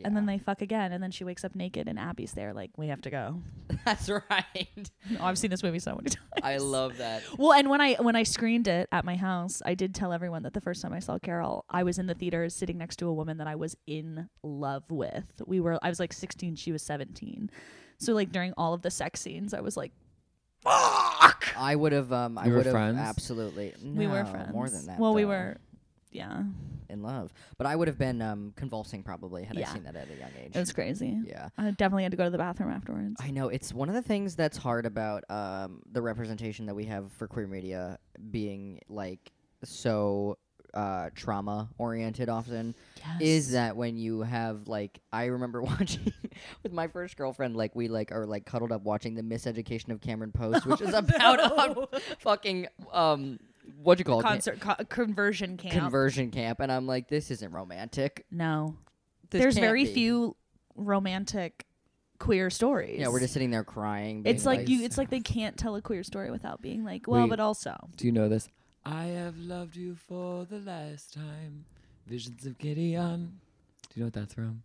Speaker 2: And then
Speaker 1: Yeah.
Speaker 2: they fuck again, and then she wakes up naked, and Abby's there, like, "We have to go."
Speaker 1: That's right.
Speaker 2: Oh, I've seen this movie so many times.
Speaker 1: I love that.
Speaker 2: Well, and when I when I screened it at my house, I did tell everyone that the first time I saw Carol, I was in the theater sitting next to a woman that I was in love with. We were I was like 16, she was 17. So like during all of the sex scenes, I was like fuck.
Speaker 1: I would have. Um, I
Speaker 3: You were
Speaker 1: would have
Speaker 3: friends?
Speaker 1: absolutely.
Speaker 2: we were
Speaker 1: No,
Speaker 2: friends.
Speaker 1: More than that.
Speaker 2: Well, we
Speaker 1: though.
Speaker 2: were yeah.
Speaker 1: in love, but I would have been um, convulsing probably had I
Speaker 2: Yeah.
Speaker 1: seen that at a young age.
Speaker 2: It was crazy.
Speaker 1: yeah.
Speaker 2: I definitely had to go to the bathroom afterwards.
Speaker 1: I know it's one of the things that's hard about um, the representation that we have for queer media being like so uh, trauma oriented often
Speaker 2: Yes.
Speaker 1: is that when you have like I remember watching with my first girlfriend like we like are like cuddled up watching the miseducation of Cameron Post which
Speaker 2: Oh,
Speaker 1: is about um, fucking um what you call it Ca-
Speaker 2: concert co- uh, conversion camp.
Speaker 1: conversion camp and I'm like this isn't romantic
Speaker 2: no.
Speaker 1: This
Speaker 2: There's
Speaker 1: can't
Speaker 2: very
Speaker 1: be.
Speaker 2: few romantic queer stories.
Speaker 1: yeah we're just sitting there crying being
Speaker 2: It's like you.
Speaker 3: like-
Speaker 2: It's like they can't tell a queer story without being like, well,
Speaker 3: Wait.
Speaker 2: but also.
Speaker 3: Do you know this? I have loved you for the last time. Visions of Gideon. Do you know what that's from?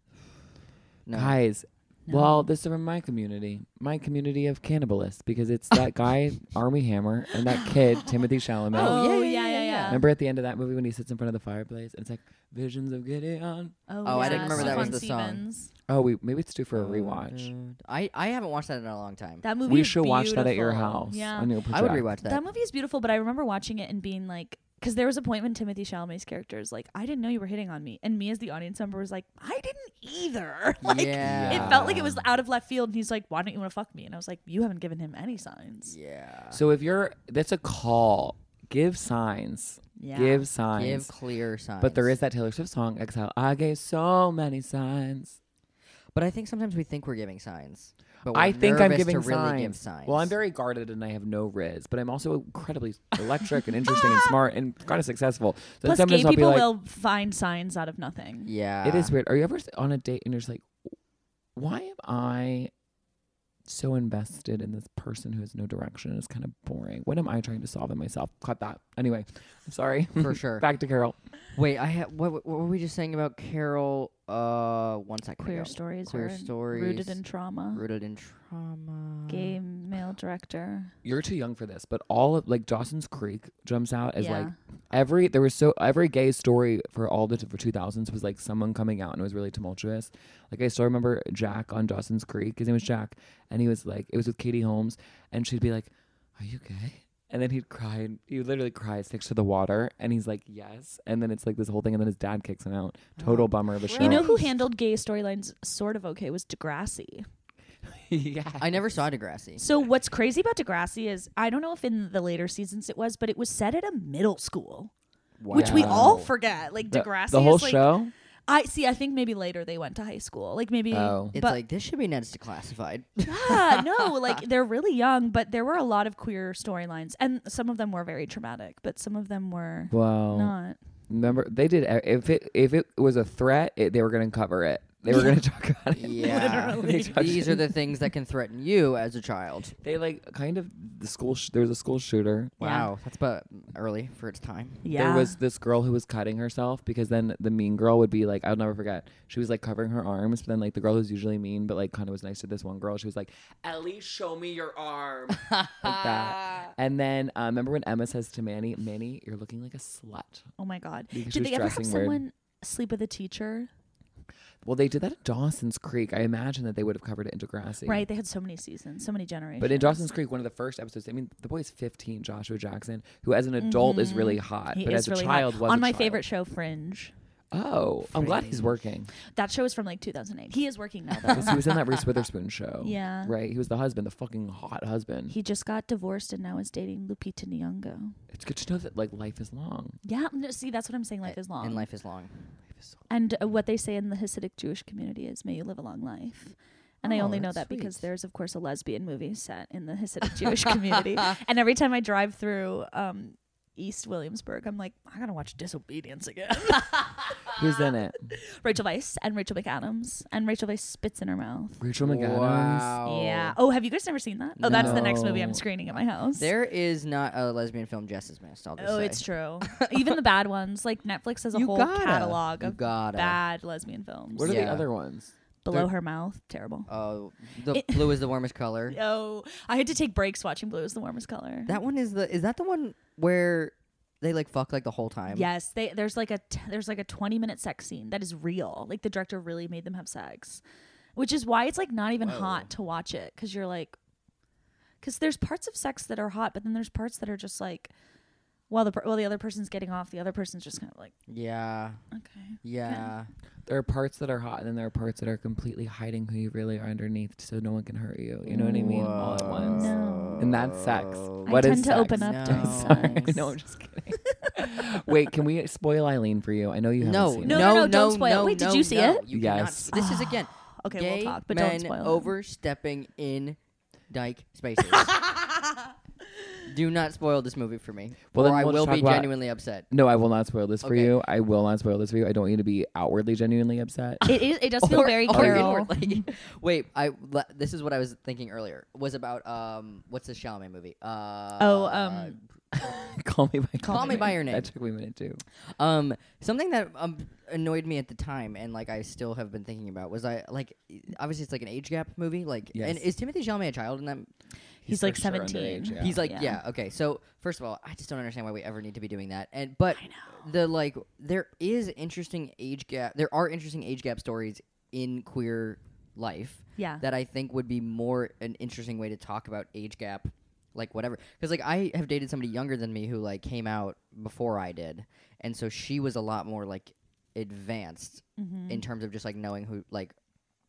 Speaker 1: no.
Speaker 3: Guys, well, this is from my community, my community of cannibalists, because it's that guy, Army Hammer, and that kid, Timothy Chalamet.
Speaker 2: Oh, yeah, yeah, yeah, yeah.
Speaker 3: Remember at the end of that movie when he sits in front of the fireplace and it's like, Visions of Gideon?
Speaker 1: Oh, I didn't remember that was the song.
Speaker 3: Oh, we maybe it's due for a rewatch.
Speaker 1: I, I haven't watched that in a long time.
Speaker 2: That movie.
Speaker 3: We
Speaker 2: is
Speaker 3: should watch that at your
Speaker 2: beautiful.
Speaker 3: house.
Speaker 2: Yeah,
Speaker 3: on your
Speaker 1: I would
Speaker 3: project.
Speaker 1: rewatch that.
Speaker 2: that movie is beautiful. But I remember watching it and being like, because there was a point when Timothy Chalamet's character is like, I didn't know you were hitting on me, and me as the audience member was like, I didn't either. Like,
Speaker 1: yeah.
Speaker 2: it felt like it was out of left field, and he's like, Why don't you want to fuck me? And I was like, You haven't given him any signs.
Speaker 1: yeah.
Speaker 3: So if you're, that's a call. Give signs.
Speaker 2: Yeah.
Speaker 3: Give signs.
Speaker 1: Give clear signs.
Speaker 3: But there is that Taylor Swift song, Exile. I gave so many signs.
Speaker 1: But I think sometimes we think we're giving signs. But we're
Speaker 3: I think I'm
Speaker 1: nervous
Speaker 3: giving
Speaker 1: to really
Speaker 3: signs.
Speaker 1: give signs.
Speaker 3: Well, I'm very guarded and I have no riz, but I'm also incredibly electric and interesting and smart and kind of successful. So
Speaker 2: Plus,
Speaker 3: sometimes
Speaker 2: gay
Speaker 3: I'll
Speaker 2: people
Speaker 3: be like,
Speaker 2: will find signs out of nothing.
Speaker 1: Yeah.
Speaker 3: it is weird. Are you ever on a date and you're just like, why am I so invested in this person who has no direction? It's kind of boring. What am I trying to solve in myself? Cut that. Anyway, I'm sorry.
Speaker 1: for sure.
Speaker 3: Back to Carol.
Speaker 1: Wait, I ha- what, what were we just saying about Carol? Uh, one second.
Speaker 2: Queer
Speaker 1: ago.
Speaker 2: stories.
Speaker 1: Queer
Speaker 2: are
Speaker 1: stories.
Speaker 2: Rooted in trauma.
Speaker 1: rooted in trauma.
Speaker 2: Gay male director.
Speaker 3: You're too young for this, but all of like Dawson's Creek jumps out as
Speaker 2: yeah.
Speaker 3: like every there was so every gay story for all the for 2000s was like someone coming out and it was really tumultuous like i still remember jack on dawson's creek his name was jack and he was like it was with katie holmes and she'd be like are you gay and then he'd cry and he literally cries next to the water and he's like yes and then it's like this whole thing and then his dad kicks him out total bummer of a show
Speaker 2: Oh, You know who
Speaker 1: Christ.
Speaker 2: handled gay storylines sort of okay was Degrassi.
Speaker 3: yeah
Speaker 1: I never saw Degrassi.
Speaker 2: So what's crazy about Degrassi is I don't know if in the later seasons it was, but it was set at a middle school, which we all
Speaker 1: Wow.
Speaker 2: forget. Like
Speaker 3: the,
Speaker 2: Degrassi,
Speaker 3: the whole
Speaker 2: is like,
Speaker 3: show
Speaker 2: I see. I think maybe later they went to high school. Like maybe.
Speaker 3: Oh.
Speaker 1: It's
Speaker 2: but-
Speaker 1: like this should be Ned's Declassified.
Speaker 2: yeah, no, like they're really young, but there were a lot of queer storylines, and some of them were very traumatic, but some of them were
Speaker 3: wow
Speaker 2: not.
Speaker 3: remember they did e, if it if it was a threat it, they were gonna cover it they were gonna talk about it
Speaker 1: yeah.
Speaker 3: They talked-
Speaker 1: These are the things that can threaten you as a child.
Speaker 3: They like kind of the school. Sh- there was a school shooter.
Speaker 2: Yeah.
Speaker 1: Wow, that's but early for its time.
Speaker 2: Yeah,
Speaker 3: There was this girl who was cutting herself because then the mean girl would be like, I'll never forget. She was like covering her arms, but then like the girl who's usually mean but like kind of was nice to this one girl. She was like, Ellie, show me your arm, like that. And then uh, remember when Emma says to Manny, Manny, you're looking like a slut.
Speaker 2: Oh my god!
Speaker 3: Because she
Speaker 2: Did
Speaker 3: was
Speaker 2: they ever have
Speaker 3: dressing weird.
Speaker 2: someone sleep with a teacher?
Speaker 3: Well, they did that at Dawson's Creek. I imagine that they would have covered it in Degrassi.
Speaker 2: Right, they had so many seasons, so many generations.
Speaker 3: But in Dawson's Creek, one of the first episodes, I mean, the boy's 15, Joshua Jackson, who as an adult is really hot,
Speaker 2: Mm-hmm. He
Speaker 3: but
Speaker 2: is
Speaker 3: as a
Speaker 2: really hot.
Speaker 3: child was
Speaker 2: on
Speaker 3: a
Speaker 2: my
Speaker 3: child.
Speaker 2: favorite show, Fringe.
Speaker 3: Oh, I'm glad he's working
Speaker 2: That show is from like 2008. He is working now though.
Speaker 3: because he was in that Reese Witherspoon show.
Speaker 2: Yeah.
Speaker 3: right. He was the husband, the fucking hot husband.
Speaker 2: he just got divorced and now is dating Lupita Nyong'o.
Speaker 3: it's good to know that like life is long.
Speaker 2: Yeah, no, see, that's what I'm saying. Life
Speaker 1: A-
Speaker 2: is long,
Speaker 1: And life is long.
Speaker 2: And, uh, what they say in the Hasidic Jewish community is, "May you live a long life." And I
Speaker 3: Oh,
Speaker 2: only know
Speaker 3: that's
Speaker 2: that because
Speaker 3: sweet.
Speaker 2: there's, of course, a lesbian movie set in the Hasidic Jewish community. And every time I drive through um, East Williamsburg, I'm like, I gotta watch Disobedience again.
Speaker 3: Who's in it?
Speaker 2: Rachel Weisz and Rachel McAdams, and Rachel Weisz spits in her mouth.
Speaker 1: Oh
Speaker 3: Rachel McAdams.
Speaker 1: Wow.
Speaker 2: Yeah. Oh, have you guys never seen that? Oh, that's the next movie I'm
Speaker 3: No.
Speaker 2: screening at my house.
Speaker 1: There is not a lesbian film just as missed. I'll just
Speaker 2: oh,
Speaker 1: say.
Speaker 2: it's true. Even the bad ones, like Netflix has a
Speaker 3: You
Speaker 2: whole
Speaker 3: gotta.
Speaker 2: catalog
Speaker 1: You
Speaker 2: of
Speaker 1: gotta.
Speaker 2: bad lesbian films.
Speaker 3: What are the
Speaker 1: Yeah.
Speaker 3: other ones?
Speaker 2: Below
Speaker 3: they're-
Speaker 2: her mouth, terrible.
Speaker 1: Oh, the
Speaker 2: It-
Speaker 1: blue is the warmest color.
Speaker 2: Oh, I had to take breaks watching Blue is the Warmest Color.
Speaker 1: That one is the. Is that the one where they like fuck like the whole time?
Speaker 2: yes, they there's like a t- there's like a 20 minute sex scene that is real. Like the director really made them have sex, which is why it's like not even
Speaker 1: Whoa.
Speaker 2: hot to watch it because you're like, because there's parts of sex that are hot, but then there's parts that are just like, while the per- while the other person's getting off, the other person's just kind of like,
Speaker 1: Yeah.
Speaker 2: okay,
Speaker 1: Yeah.
Speaker 3: There are parts that are hot, and then there are parts that are completely hiding who you really are underneath, so no one can hurt you. You know what I mean? All at once.
Speaker 2: No.
Speaker 3: And that's sex.
Speaker 1: Whoa.
Speaker 3: What
Speaker 2: I
Speaker 3: is
Speaker 2: tend to
Speaker 3: sex?
Speaker 2: open up during
Speaker 1: No.
Speaker 2: sex.
Speaker 3: no, I'm just kidding. Wait, can we spoil Eileen for you? I know you haven't
Speaker 1: No,
Speaker 3: seen
Speaker 1: no,
Speaker 2: No,
Speaker 3: it.
Speaker 2: no,
Speaker 1: no,
Speaker 2: no, don't spoil.
Speaker 1: no,
Speaker 2: Wait, did
Speaker 1: no,
Speaker 2: you see
Speaker 1: no.
Speaker 2: it?
Speaker 1: You cannot
Speaker 3: Yes.
Speaker 1: see- This is again.
Speaker 2: okay,
Speaker 1: gay
Speaker 2: we'll talk, but
Speaker 1: men
Speaker 2: don't spoil it.
Speaker 1: overstepping in dyke spaces. Do not spoil this movie for me,
Speaker 3: Well,
Speaker 1: or
Speaker 3: then
Speaker 1: I
Speaker 3: we'll
Speaker 1: will
Speaker 3: talk
Speaker 1: be
Speaker 3: about-
Speaker 1: genuinely upset.
Speaker 3: No, I will not spoil this for
Speaker 1: Okay.
Speaker 3: you. I will not spoil this for you. I don't want you to be outwardly genuinely upset.
Speaker 2: It is. It does feel
Speaker 1: Or-
Speaker 2: very
Speaker 1: or
Speaker 2: Carol.
Speaker 1: inwardly. Wait, I le- this is what I was thinking earlier. Was about um, what's the Chalamet movie? Uh,
Speaker 2: Oh, um,
Speaker 3: Call me by
Speaker 1: Call Me By Your Name.
Speaker 3: That took me a minute too.
Speaker 1: Um, something that um, annoyed me at the time, and like I still have been thinking about, was I like obviously it's like an age gap movie. Like, and
Speaker 3: Yes.
Speaker 1: is Timothy Chalamet a child in that?
Speaker 2: He's, like 17.
Speaker 3: yeah.
Speaker 1: He's like,
Speaker 2: Yeah.
Speaker 1: yeah. okay. So first of all, I just don't understand why we ever need to be doing that. And but the like, there is interesting age gap. There are interesting age gap stories in queer life
Speaker 2: Yeah.
Speaker 1: that I think would be more an interesting way to talk about age gap, like whatever. Because like I have dated somebody younger than me who like came out before I did, and so she was a lot more like advanced in terms of just like knowing who like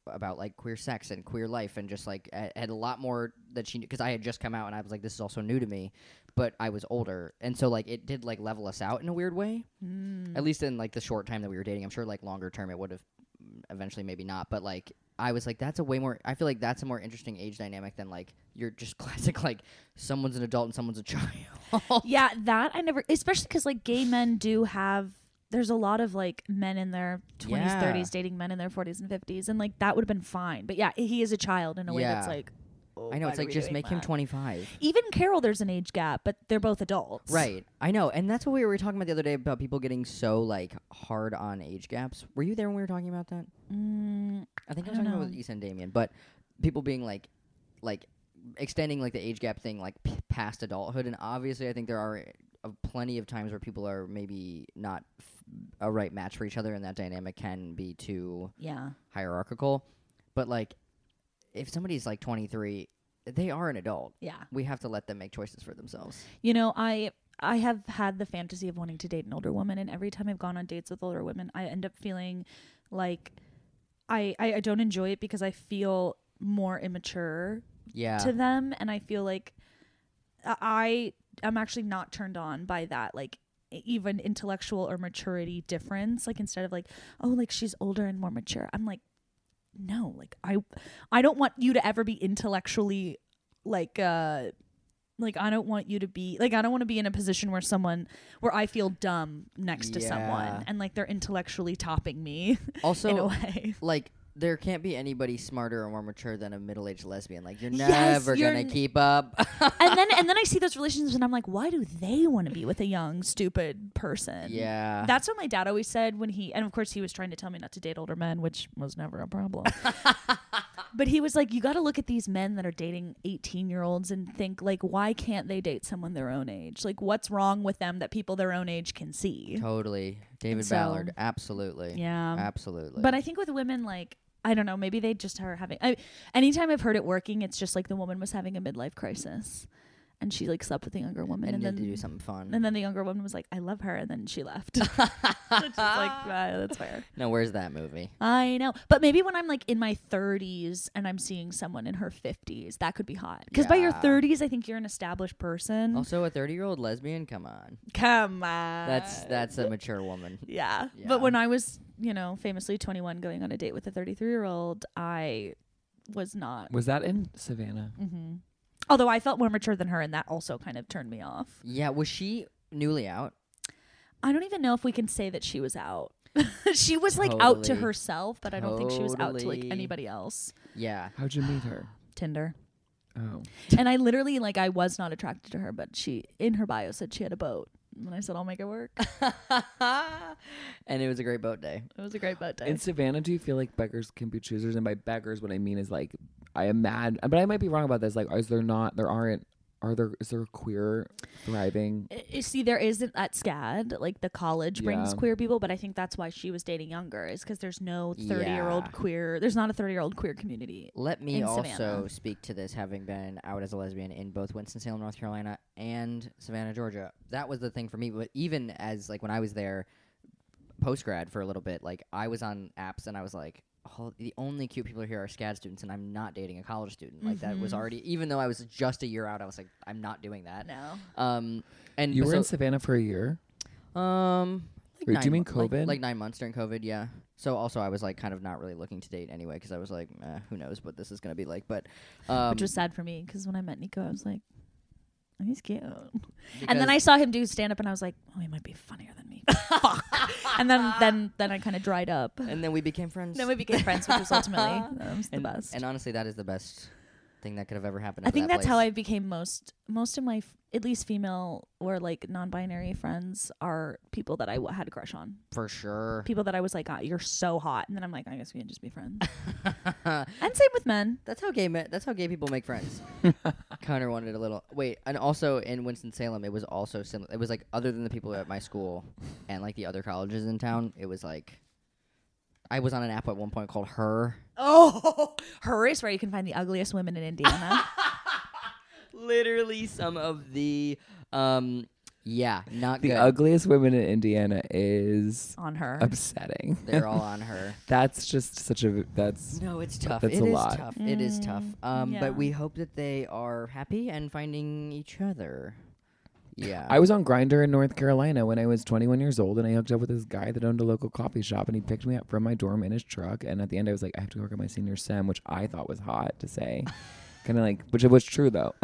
Speaker 1: about like queer sex and queer life and just like a- had a lot more that she because I had just come out and I was like this is also new to me, but I was older and so like it did like level us out in a weird way.
Speaker 2: Mm.
Speaker 1: At
Speaker 2: Mm-hmm.
Speaker 1: least in like the short time that we were dating, I'm sure like longer term it would have mm, eventually maybe not, but like I was like that's a way more. I feel like that's a more interesting age dynamic than like you're just classic like someone's an adult and someone's a child.
Speaker 2: yeah, that I never, especially because like gay men do have. There's a lot of like men in their 20s,
Speaker 1: Yeah.
Speaker 2: 30s dating men in their 40s and 50s, and like that would have been fine. But yeah, he is a child in a way that's
Speaker 1: Yeah.
Speaker 2: like. oh,
Speaker 1: I know
Speaker 2: why
Speaker 1: it's
Speaker 2: are
Speaker 1: like
Speaker 2: we
Speaker 1: just
Speaker 2: doing
Speaker 1: make him
Speaker 2: that?
Speaker 1: 25.
Speaker 2: Even Carol, there's an age gap, but they're both adults.
Speaker 1: Right. I know. And that's what we were talking about the other day about people getting so like hard on age gaps. Were you there when we were talking about that?
Speaker 2: Mm,
Speaker 1: I think I
Speaker 2: I
Speaker 1: was
Speaker 2: don't
Speaker 1: talking about
Speaker 2: know.
Speaker 1: with Issa and Damien, but people being like like extending like the age gap thing like p- past adulthood and obviously I think there are uh, plenty of times where people are maybe not f- a right match for each other and that dynamic can be too
Speaker 2: yeah.
Speaker 1: hierarchical. But like if somebody's like 23, they are an adult.
Speaker 2: Yeah.
Speaker 1: We have to let them make choices for themselves.
Speaker 2: You know, I I have had the fantasy of wanting to date an older woman, and every time I've gone on dates with older women, I end up feeling like I I, I don't enjoy it because I feel more immature
Speaker 1: Yeah.
Speaker 2: to them, and I feel like uh, I am actually not turned on by that, like e, even intellectual or maturity difference. Like instead of like, oh, like she's older and more mature, I'm like, no, like I, I don't want you to ever be intellectually, like, uh, like I don't want you to be like I don't want to be in a position where someone where I feel dumb next to
Speaker 1: Yeah.
Speaker 2: someone and like they're intellectually topping me
Speaker 1: also
Speaker 2: in a way.
Speaker 1: like there can't be anybody smarter or more mature than a middle-aged lesbian. Like you're
Speaker 2: Yes,
Speaker 1: never
Speaker 2: you're
Speaker 1: gonna
Speaker 2: n-
Speaker 1: keep up.
Speaker 2: and then and then I see those relationships and I'm like, why do they want to be with a young stupid person?
Speaker 1: yeah.
Speaker 2: That's what my dad always said when he, and of course, he was trying to tell me not to date older men, which was never a problem. but he was like, you got to look at these men that are dating 18 year olds and think, like, why can't they date someone their own age? Like, what's wrong with them that people their own age can see?
Speaker 1: totally. David
Speaker 2: so-
Speaker 1: Ballard. Absolutely.
Speaker 2: Yeah. um,
Speaker 1: Absolutely.
Speaker 2: But I think with women, like, I don't know, maybe they just are having. I, anytime I've heard it working, it's just like the woman was having a midlife crisis and she, like, slept with the younger woman.
Speaker 1: and,
Speaker 2: And,
Speaker 1: need
Speaker 2: then.
Speaker 1: to do something fun.
Speaker 2: and then the younger woman was like, "I love her," and then she left. Which is like, uh, that's fair.
Speaker 1: now where's that movie?
Speaker 2: I know. But maybe when I'm like in my 30s and I'm seeing someone in her 50s, that could be hot. Because by your
Speaker 1: Yeah.
Speaker 2: 30s, I think you're an established person.
Speaker 1: Also a 30-year-old lesbian? Come on.
Speaker 2: Oh, Come on.
Speaker 1: That's that's a mature woman.
Speaker 2: Yeah.
Speaker 1: Yeah.
Speaker 2: But when I was, you know, famously 21 going on a date with a 33 year old, I was not.
Speaker 3: Was that in Savannah?
Speaker 2: hmm Although I felt more mature than her, and that also kind of turned me off.
Speaker 1: Yeah, was she newly out?
Speaker 2: I don't even know if we can say that she was out. she was like out to
Speaker 1: Totally.
Speaker 2: herself, but I don't think she was out to like
Speaker 1: Totally.
Speaker 2: anybody else.
Speaker 1: Yeah.
Speaker 3: How'd you meet her?
Speaker 2: Tinder.
Speaker 3: Oh.
Speaker 2: And I literally like I was not attracted to her, but she in her bio said she had a boat. And I said, I'll make it work.
Speaker 1: and it was a great boat day.
Speaker 2: It was a great boat day.
Speaker 3: In Savannah, do you feel like beggars can be choosers? And by beggars, what I mean is like, I am mad, but I might be wrong about this. Like, is there not, there aren't, are there, is there queer thriving?
Speaker 2: I- I see there isn't at SCAD like the college brings
Speaker 3: Yeah.
Speaker 2: queer people, but I think that's why she was dating younger is because there's no thirty year
Speaker 1: Yeah.
Speaker 2: old queer. There's not a thirty year old queer community.
Speaker 1: Let me
Speaker 2: In
Speaker 1: also
Speaker 2: Savannah.
Speaker 1: speak to this, having been out as a lesbian in both Winston-Salem, North Carolina, and Savannah, Georgia. That was the thing for me. But even as like when I was there, post grad for a little bit, like I was on apps and I was like, oh, the only cute people here are SCAD students, and I'm not dating a college student. Like that was
Speaker 2: Mhm.
Speaker 1: already, even though I was just a year out, I was like, I'm not doing that.
Speaker 2: No,
Speaker 1: Um, and
Speaker 3: You
Speaker 1: but
Speaker 3: were
Speaker 1: so-
Speaker 3: in Savannah for a year.
Speaker 1: Um, like
Speaker 3: Wait, do you
Speaker 1: nine
Speaker 3: mean
Speaker 1: mo- like-
Speaker 3: COVID?
Speaker 1: Like, nine months during COVID, yeah. So also, I was like kind of not really looking to date anyway because I was like, eh, who knows what this is gonna be like. But um,
Speaker 2: which was sad for me because when I met Nico, I was like, "Oh, he's cute. And
Speaker 1: because-
Speaker 2: then I saw him do stand up, and I was like, oh, he might be funnier than me. Fuck. And then then then I kind of dried up.
Speaker 1: and then we became friends.
Speaker 2: Then we became friends, which was ultimately that was the
Speaker 1: and,
Speaker 2: best.
Speaker 1: and honestly, that is the best thing that could have ever happened.
Speaker 2: I
Speaker 1: out of
Speaker 2: think
Speaker 1: that
Speaker 2: that's how
Speaker 1: place.
Speaker 2: I became most most of my f- at least female or like non-binary friends are people that I w- had a crush on.
Speaker 1: for sure.
Speaker 2: People that I was like, oh, "You're so hot," and then I'm like, "I guess we can just be friends." and same with men.
Speaker 1: That's how gay men, that's how gay people make friends. Connor wanted a little wait, and also in Winston Salem, it was also similar. It was like other than the people at my school and like the other colleges in town, it was like I was on an app at one point called Her.
Speaker 2: Oh, her is where you can find the ugliest women in Indiana.
Speaker 1: Literally some of the um yeah not
Speaker 3: The
Speaker 1: good.
Speaker 3: ugliest women in Indiana is
Speaker 2: on her.
Speaker 3: upsetting.
Speaker 1: They're all on her.
Speaker 3: That's just such a, that's,
Speaker 1: No, it's tough.
Speaker 3: That's
Speaker 1: It
Speaker 3: a
Speaker 1: is
Speaker 3: lot.
Speaker 1: tough. It is tough. Um,
Speaker 2: yeah.
Speaker 1: But we hope that they are happy and finding each other. Yeah.
Speaker 3: I was on Grinder in North Carolina when I was 21 years old, and I hooked up with this guy that owned a local coffee shop, and he picked me up from my dorm in his truck. And at the end, I was like, I have to work on my senior sem, which I thought was hot to say, kind of like, which it was true though.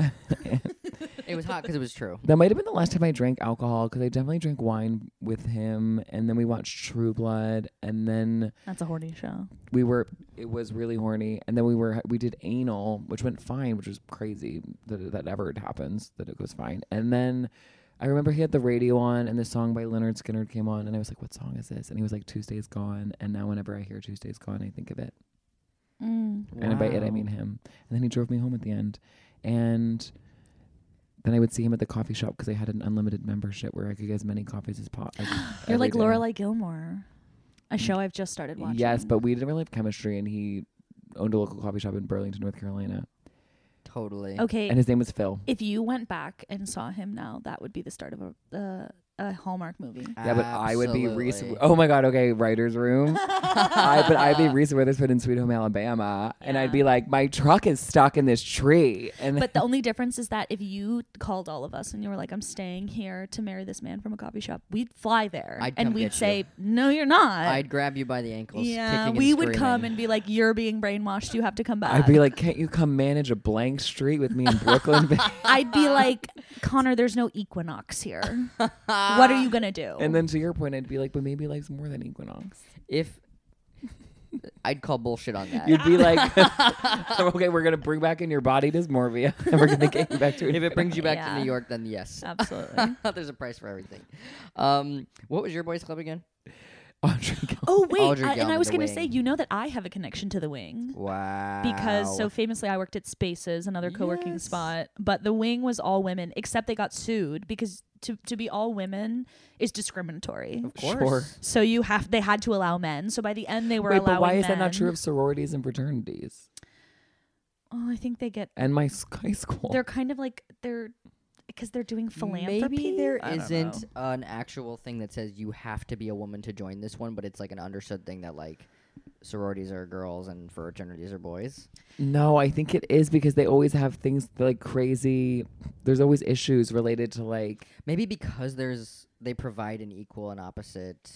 Speaker 1: it was hot because it was true.
Speaker 3: that might have been the last time I drank alcohol because I definitely drank wine with him, and then we watched True Blood, and then
Speaker 2: That's a horny show.
Speaker 3: we were, it was really horny, and then we were, we did anal, which went fine, which was crazy that that ever happens that it goes fine, and then. I remember he had the radio on and the song by Leonard Skinner came on and I was like, What song is this? And he was like, Tuesday's Gone and now whenever I hear Tuesday's Gone I think of it. And by it I
Speaker 1: Wow.
Speaker 3: mean him. And then he drove me home at the end. And then I would see him at the coffee shop because I had an unlimited membership where I could get as many coffees as possible.
Speaker 2: You're like Lorelai Gilmore, a show I've just started watching.
Speaker 3: Yes, but we didn't really have chemistry and he owned a local coffee shop in Burlington, North Carolina.
Speaker 1: Totally.
Speaker 2: okay.
Speaker 3: And his name was Phil.
Speaker 2: if you went back and saw him now, that would be the start of a uh, a Hallmark movie.
Speaker 3: Yeah, but I would be Reese.
Speaker 1: Absolutely.
Speaker 3: Oh my God! Okay, writers' room. I, but I'd be Reese Witherspoon in Sweet Home Alabama, and I'd
Speaker 2: Yeah.
Speaker 3: be like, my truck is stuck in this tree, and
Speaker 2: But the only difference is that if you called all of us and you were like, "I'm staying here to marry this man from a coffee shop," we'd fly there
Speaker 1: I'd
Speaker 2: and
Speaker 1: come
Speaker 2: we'd
Speaker 1: get you.
Speaker 2: say, "No, you're not."
Speaker 1: I'd grab you by the ankles.
Speaker 2: yeah,
Speaker 1: kicking
Speaker 2: we
Speaker 1: and
Speaker 2: would come
Speaker 1: screaming.
Speaker 2: and be like, "You're being brainwashed. You have to come back."
Speaker 3: I'd be like, can't you come manage a blank street with me in Brooklyn?
Speaker 2: I'd be like, Connor, there's no equinox here. what are you gonna do?
Speaker 3: and then to your point, I'd be like, but maybe life's more than equinox.
Speaker 1: if I'd call bullshit on that.
Speaker 3: You'd be like, okay, we're gonna bring back in your body dysmorphia, and we're gonna get you back to
Speaker 1: if it brings you back to
Speaker 2: Yeah.
Speaker 1: New York, then yes.
Speaker 2: Absolutely.
Speaker 1: There's a price for everything. Um, what was your boys' club again?
Speaker 3: Audrey Gil-
Speaker 2: oh wait,
Speaker 1: Audrey
Speaker 2: I, and
Speaker 1: Gelman,
Speaker 2: I was
Speaker 1: The
Speaker 2: gonna say,
Speaker 1: Wing.
Speaker 2: you know that I have a connection to the wing.
Speaker 1: Wow.
Speaker 2: because so famously I worked at Spaces, another co-working
Speaker 1: Yes.
Speaker 2: spot, but the wing was all women except they got sued because to to be all women is discriminatory.
Speaker 1: of course.
Speaker 3: Sure.
Speaker 2: So you have they had to allow men. So by the end they were
Speaker 3: Wait,
Speaker 2: allowing
Speaker 3: but why is that not
Speaker 2: men.
Speaker 3: true of sororities and fraternities
Speaker 2: Oh, I think they get
Speaker 3: and my s- high school?
Speaker 2: they're kind of like they're because they're doing philanthropy.
Speaker 1: Maybe there
Speaker 2: I don't
Speaker 1: isn't
Speaker 2: know.
Speaker 1: an actual thing that says you have to be a woman to join this one, but it's like an understood thing that like sororities are girls and fraternities are boys.
Speaker 3: No, I think it is because they always have things like crazy. There's always issues related to like
Speaker 1: Maybe because there's they provide an equal and opposite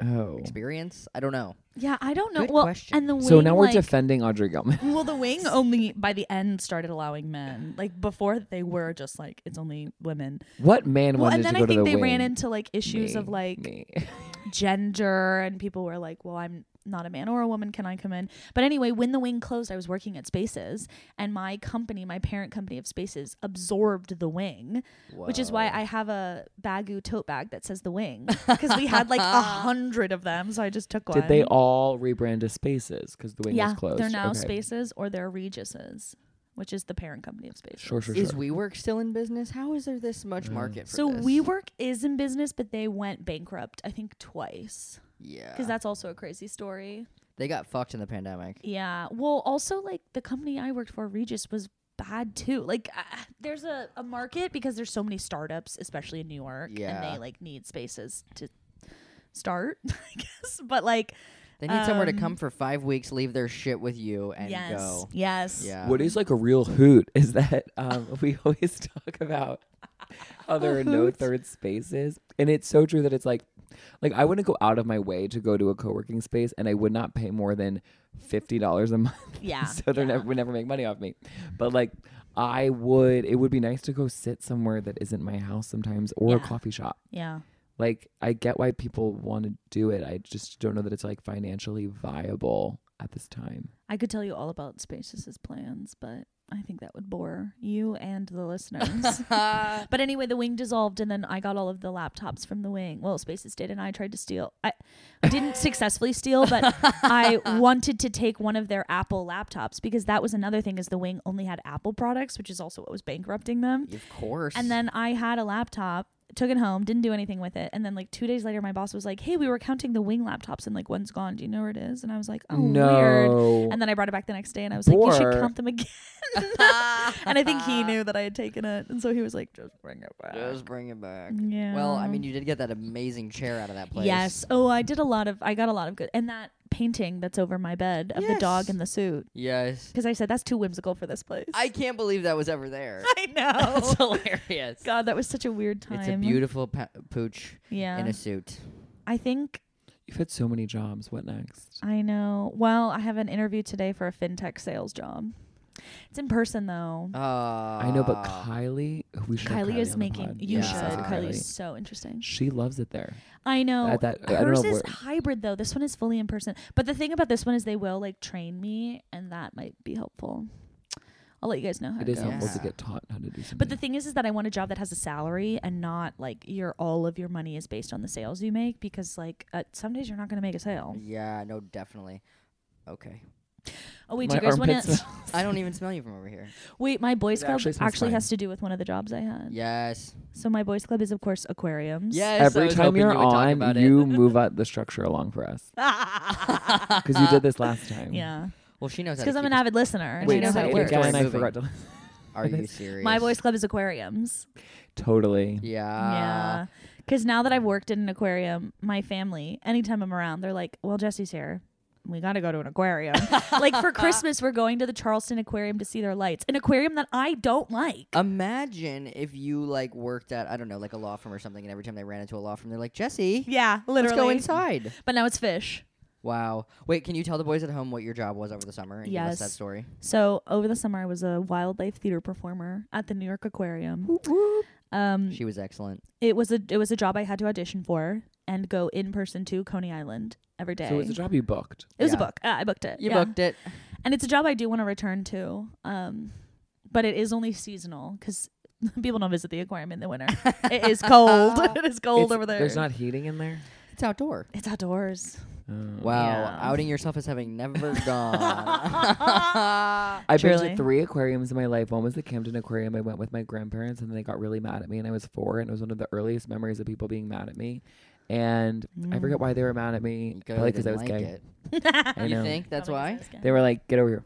Speaker 3: Oh.
Speaker 1: experience. I don't know.
Speaker 2: Yeah, I don't know.
Speaker 1: Good
Speaker 2: well,
Speaker 1: question.
Speaker 2: and the wing.
Speaker 3: So now we're
Speaker 2: like,
Speaker 3: defending Audrey Gilman.
Speaker 2: Well, the wing only by the end started allowing men. Like before, they were just like it's only women.
Speaker 3: What man
Speaker 2: well,
Speaker 3: wanted
Speaker 2: and then
Speaker 3: to
Speaker 2: I
Speaker 3: go to
Speaker 2: think
Speaker 3: the
Speaker 2: they
Speaker 3: wing?
Speaker 2: ran into like issues
Speaker 3: Me,
Speaker 2: of like
Speaker 3: me.
Speaker 2: gender, and people were like, "Well, I'm not a man or a woman. Can I come in?" But anyway, when the wing closed, I was working at Spaces, and my company, my parent company of Spaces, absorbed the wing, which is why
Speaker 1: Whoa.
Speaker 2: I have a bagu tote bag that says the wing because we had like a hundred of them, so I just took one.
Speaker 3: Did they all rebrand as Spaces because the wing
Speaker 2: yeah,
Speaker 3: was closed?
Speaker 2: they're now
Speaker 3: Okay.
Speaker 2: Spaces or they're Regis's, which is the parent company of Spaces.
Speaker 3: Sure, sure,
Speaker 1: Is
Speaker 3: sure.
Speaker 1: WeWork still in business? How is there this much
Speaker 3: Mm.
Speaker 1: market for
Speaker 2: So
Speaker 1: this?
Speaker 2: WeWork is in business, but they went bankrupt, I think, twice.
Speaker 1: yeah,
Speaker 2: Because that's also a crazy story.
Speaker 1: they got fucked in the pandemic.
Speaker 2: Yeah. Well, also, like, the company I worked for, Regis, was bad too. Like, uh, there's a, a market because there's so many startups, especially in New York, and
Speaker 1: Yeah.
Speaker 2: they, like, need spaces to start, I guess. But, like,
Speaker 1: They need somewhere to
Speaker 2: Um,
Speaker 1: come for five weeks, leave their shit with you, and
Speaker 2: yes.
Speaker 1: go.
Speaker 2: Yes.
Speaker 1: Yeah.
Speaker 3: What
Speaker 2: Um,
Speaker 3: is like a real hoot is that um, we always talk about how there
Speaker 2: A
Speaker 3: are no
Speaker 2: hoot.
Speaker 3: third spaces, and it's so true that it's like, like I wouldn't go out of my way to go to a co-working space, and I would not pay more than fifty dollars a month,
Speaker 2: Yeah.
Speaker 3: so they
Speaker 2: yeah.
Speaker 3: never would never make money off me. But like, I would. It would be nice to go sit somewhere that isn't my house sometimes, or a
Speaker 2: Yeah.
Speaker 3: coffee shop.
Speaker 2: Yeah.
Speaker 3: Like, I get why people want to do it. I just don't know that it's like financially viable at this time.
Speaker 2: I could tell you all about Spaces' plans, but I think that would bore you and the listeners. but anyway, the wing dissolved, and then I got all of the laptops from the wing. Well, Spaces did, and I tried to steal. I didn't successfully steal, but I wanted to take one of their Apple laptops because that was another thing. Is the wing only had Apple products, which is also what was bankrupting them.
Speaker 1: Of course.
Speaker 2: And then I had a laptop, took it home, didn't do anything with it, and then like two days later, my boss was like, "Hey, we were counting the wing laptops, and like one's gone. Do you know where it is?" And I was like, "Oh, weird."
Speaker 3: no.
Speaker 2: And then I brought it back the next day and I was like, you
Speaker 3: Or-
Speaker 2: should count them again. and I think he knew that I had taken it. And so he was like, just bring it back.
Speaker 1: just bring it back.
Speaker 2: yeah.
Speaker 1: Well, I mean, you did get that amazing chair out of that place.
Speaker 2: Yes. Oh, I did a lot of, I got a lot of good. And that painting that's over my bed of the dog
Speaker 1: Yes.
Speaker 2: in the suit.
Speaker 1: Yes.
Speaker 2: Because I said, that's too whimsical for this place.
Speaker 1: I can't believe that was ever there.
Speaker 2: I know.
Speaker 1: That's hilarious.
Speaker 2: God, that was such a weird time.
Speaker 1: It's a beautiful pa- pooch
Speaker 2: Yeah.
Speaker 1: in a suit.
Speaker 2: I think
Speaker 3: You've had so many jobs. What next?
Speaker 2: I know. Well, I have an interview today for a fintech sales job. It's in person though.
Speaker 1: Uh,
Speaker 3: I know, but Kylie, we Oh, should have
Speaker 2: Kylie,
Speaker 3: Kylie
Speaker 2: is
Speaker 3: on the
Speaker 2: making.
Speaker 3: pod.
Speaker 2: You
Speaker 1: Yeah.
Speaker 2: should.
Speaker 1: Kylie.
Speaker 2: Kylie is so interesting.
Speaker 3: She loves it there.
Speaker 2: I know.
Speaker 3: At that- I don't
Speaker 2: Hers
Speaker 3: know
Speaker 2: is
Speaker 3: where-
Speaker 2: hybrid though. This one is fully in person. But the thing about this one is they will like train me, and that might be helpful. I'll let you guys know how
Speaker 3: It
Speaker 2: it
Speaker 3: is
Speaker 2: goes.
Speaker 3: helpful to
Speaker 1: Yeah.
Speaker 3: get taught how to do something.
Speaker 2: Oh, But the thing is, is that I want a job that has a salary and not like your all of your money is based on the sales you make because like uh, some days you're not going to make a sale.
Speaker 1: Yeah, no, definitely. Okay.
Speaker 2: Oh wait,
Speaker 3: My
Speaker 2: do you guys want
Speaker 3: armpit
Speaker 2: to?
Speaker 1: I don't even smell you from over here.
Speaker 2: Wait, my boys
Speaker 3: It
Speaker 2: club
Speaker 3: actually
Speaker 2: actually,
Speaker 3: smells fine.
Speaker 2: has to do with one of the jobs I had.
Speaker 1: Yes.
Speaker 2: So my boys club is of course aquariums.
Speaker 1: Yes. I
Speaker 3: every
Speaker 1: was
Speaker 3: time
Speaker 1: hoping
Speaker 3: you're
Speaker 1: you would talk
Speaker 3: on,
Speaker 1: about it.
Speaker 3: you move up the structure along for us because you did this last time.
Speaker 2: Uh, Yeah.
Speaker 1: Well, she knows
Speaker 2: It's
Speaker 1: how
Speaker 2: because
Speaker 1: to
Speaker 2: I'm
Speaker 1: keep
Speaker 2: an avid listener. and I
Speaker 3: Wait,
Speaker 2: know
Speaker 1: knows
Speaker 3: say
Speaker 2: how
Speaker 1: it
Speaker 2: it
Speaker 3: it
Speaker 1: works.
Speaker 3: again.
Speaker 1: Keep
Speaker 3: I
Speaker 1: moving.
Speaker 3: forgot to.
Speaker 1: Are you
Speaker 3: Yes.
Speaker 1: serious?
Speaker 2: My boys club is aquariums.
Speaker 3: Totally.
Speaker 1: Yeah.
Speaker 2: Yeah. Because now that I've worked in an aquarium, my family, anytime I'm around, they're like, well, Jesse's here. We got to go to an aquarium. like for Christmas, we're going to the Charleston Aquarium to see their lights. An aquarium that I don't like.
Speaker 1: Um, Imagine if you like worked at I don't know like a law firm or something, and every time they ran into a law firm, they're like Jesse,
Speaker 2: Yeah,
Speaker 1: let's
Speaker 2: literally.
Speaker 1: go inside.
Speaker 2: But now it's fish.
Speaker 1: Wow. Wait, can you tell the boys at home what your job was over the summer and give us that
Speaker 2: Yes.
Speaker 1: story?
Speaker 2: So over the summer, I was a wildlife theater performer at the New York Aquarium. Um,
Speaker 1: She was excellent.
Speaker 2: it was a it was a job I had to audition for and go in person to Coney Island every day.
Speaker 3: So it was a job you booked.
Speaker 2: It was a
Speaker 1: Yeah.
Speaker 2: book. Uh, I booked it.
Speaker 1: You
Speaker 2: Yeah.
Speaker 1: booked it.
Speaker 2: and it's a job I do want to return to. Um, but it is only seasonal because people don't visit the aquarium in the winter. it is cold. it is cold
Speaker 3: It's-
Speaker 2: over there.
Speaker 3: There's not heating in there.
Speaker 1: It's outdoor.
Speaker 2: It's outdoors.
Speaker 3: Oh.
Speaker 1: Wow,
Speaker 2: Yeah.
Speaker 1: outing yourself as having never gone.
Speaker 3: I've been
Speaker 2: Truly.
Speaker 3: to three aquariums in my life. One was the Camden Aquarium. I went with my grandparents, and they got really mad at me. And I was four, and it was one of the earliest memories of people being mad at me. And I
Speaker 2: Mm.
Speaker 3: forget why they were mad at
Speaker 1: Mm.
Speaker 3: me. Probably because I was gay.
Speaker 1: It.
Speaker 3: I
Speaker 1: you
Speaker 3: know.
Speaker 1: think that's why?
Speaker 2: Probably 'cause I was gay.
Speaker 3: They were like, "Get over here."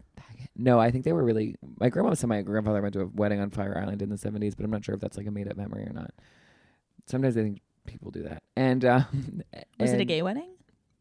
Speaker 3: No, I think they were really. My grandma said my grandfather went to a wedding on Fire Island in the '70s, but I'm not sure if that's like a made-up memory or not. Sometimes I think people do that. And um,
Speaker 2: Was it a
Speaker 3: and-
Speaker 2: gay wedding?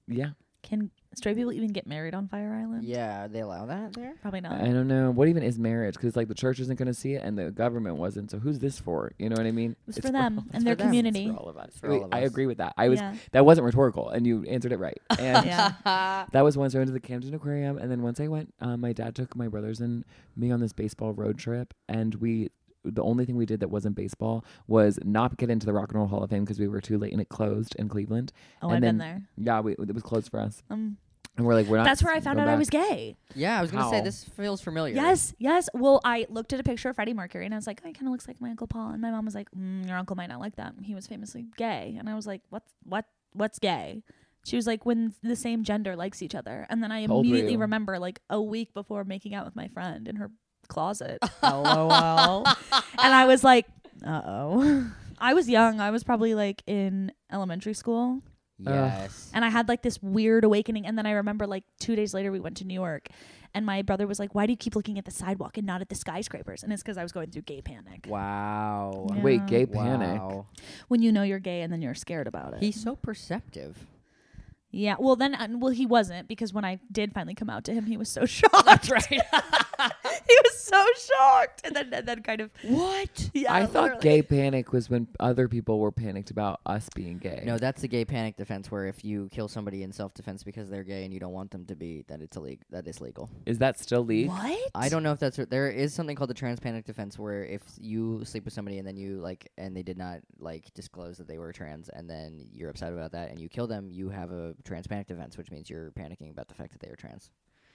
Speaker 3: Yeah,
Speaker 2: Can Straight people even get married on Fire Island?
Speaker 1: Yeah, they allow that there.
Speaker 2: Probably not.
Speaker 3: I don't know. What even is marriage? Because like the church isn't going to see it, and the government wasn't. So who's this for? You know what I mean?
Speaker 2: it was
Speaker 3: It's
Speaker 2: for them
Speaker 1: for
Speaker 2: and their
Speaker 1: them. It's
Speaker 2: community.
Speaker 3: It's for all of us.
Speaker 1: for all
Speaker 3: Wait,
Speaker 1: of
Speaker 3: I
Speaker 1: us.
Speaker 3: agree with that. I was
Speaker 2: Yeah.
Speaker 3: that wasn't rhetorical, and you answered it right. And
Speaker 2: Yeah.
Speaker 3: that was once I went to the Camden Aquarium, and then once I went, um, my dad took my brothers and me on this baseball road trip, and we. The only thing we did that wasn't baseball was not get into the Rock and Roll Hall of Fame because we were too late and it closed in Cleveland.
Speaker 2: Oh,
Speaker 3: And
Speaker 2: I've been
Speaker 3: then-
Speaker 2: there.
Speaker 3: Yeah, we, it was closed for us,
Speaker 2: Um,
Speaker 3: and we're like, we're not.
Speaker 2: that's where I found
Speaker 3: going
Speaker 2: out I
Speaker 3: back.
Speaker 2: was gay.
Speaker 1: Yeah, I was gonna say
Speaker 3: How?
Speaker 1: this feels familiar.
Speaker 2: Yes, yes. Well, I looked at a picture of Freddie Mercury and I was like, oh, he kind of looks like my uncle Paul. And my mom was like, mm, your uncle might not like that. He was famously gay. And I was like, what's what? What's gay? She was like, when the same gender likes each other. And then I
Speaker 3: How old were
Speaker 2: immediately
Speaker 3: you?
Speaker 2: remember, like a week before making out with my friend in her closet,
Speaker 1: LOL.
Speaker 2: and I was like, uh oh. I was young. I was probably like in elementary school.
Speaker 1: yes.
Speaker 2: And I had like this weird awakening. And then I remember like two days later, we went to New York and my brother was like, Why do you keep looking at the sidewalk and not at the skyscrapers? And it's because I was going through gay panic.
Speaker 1: Wow.
Speaker 2: Yeah.
Speaker 3: Wait, gay panic.
Speaker 1: Wow.
Speaker 2: When you know you're gay and then you're scared about it.
Speaker 1: He's so perceptive.
Speaker 2: yeah. Well, then, uh, well, he wasn't because when I did finally come out to him, he was so shocked. That's right. he was so shocked. And then, and then kind of.
Speaker 1: What?
Speaker 2: Yeah,
Speaker 3: I thought
Speaker 2: literally.
Speaker 3: gay panic was when other people were panicked about us being gay.
Speaker 1: No, that's the gay panic defense where if you kill somebody in self defense because they're gay and you don't want them to be, that it's illegal. That is legal.
Speaker 3: is that still legal?
Speaker 2: What?
Speaker 1: I don't know if that's there is something called the trans panic defense where if you sleep with somebody and then you like and they did not like disclose that they were trans and then you're upset about that and you kill them, you have a trans panic defense, which means you're panicking about the fact that they are trans.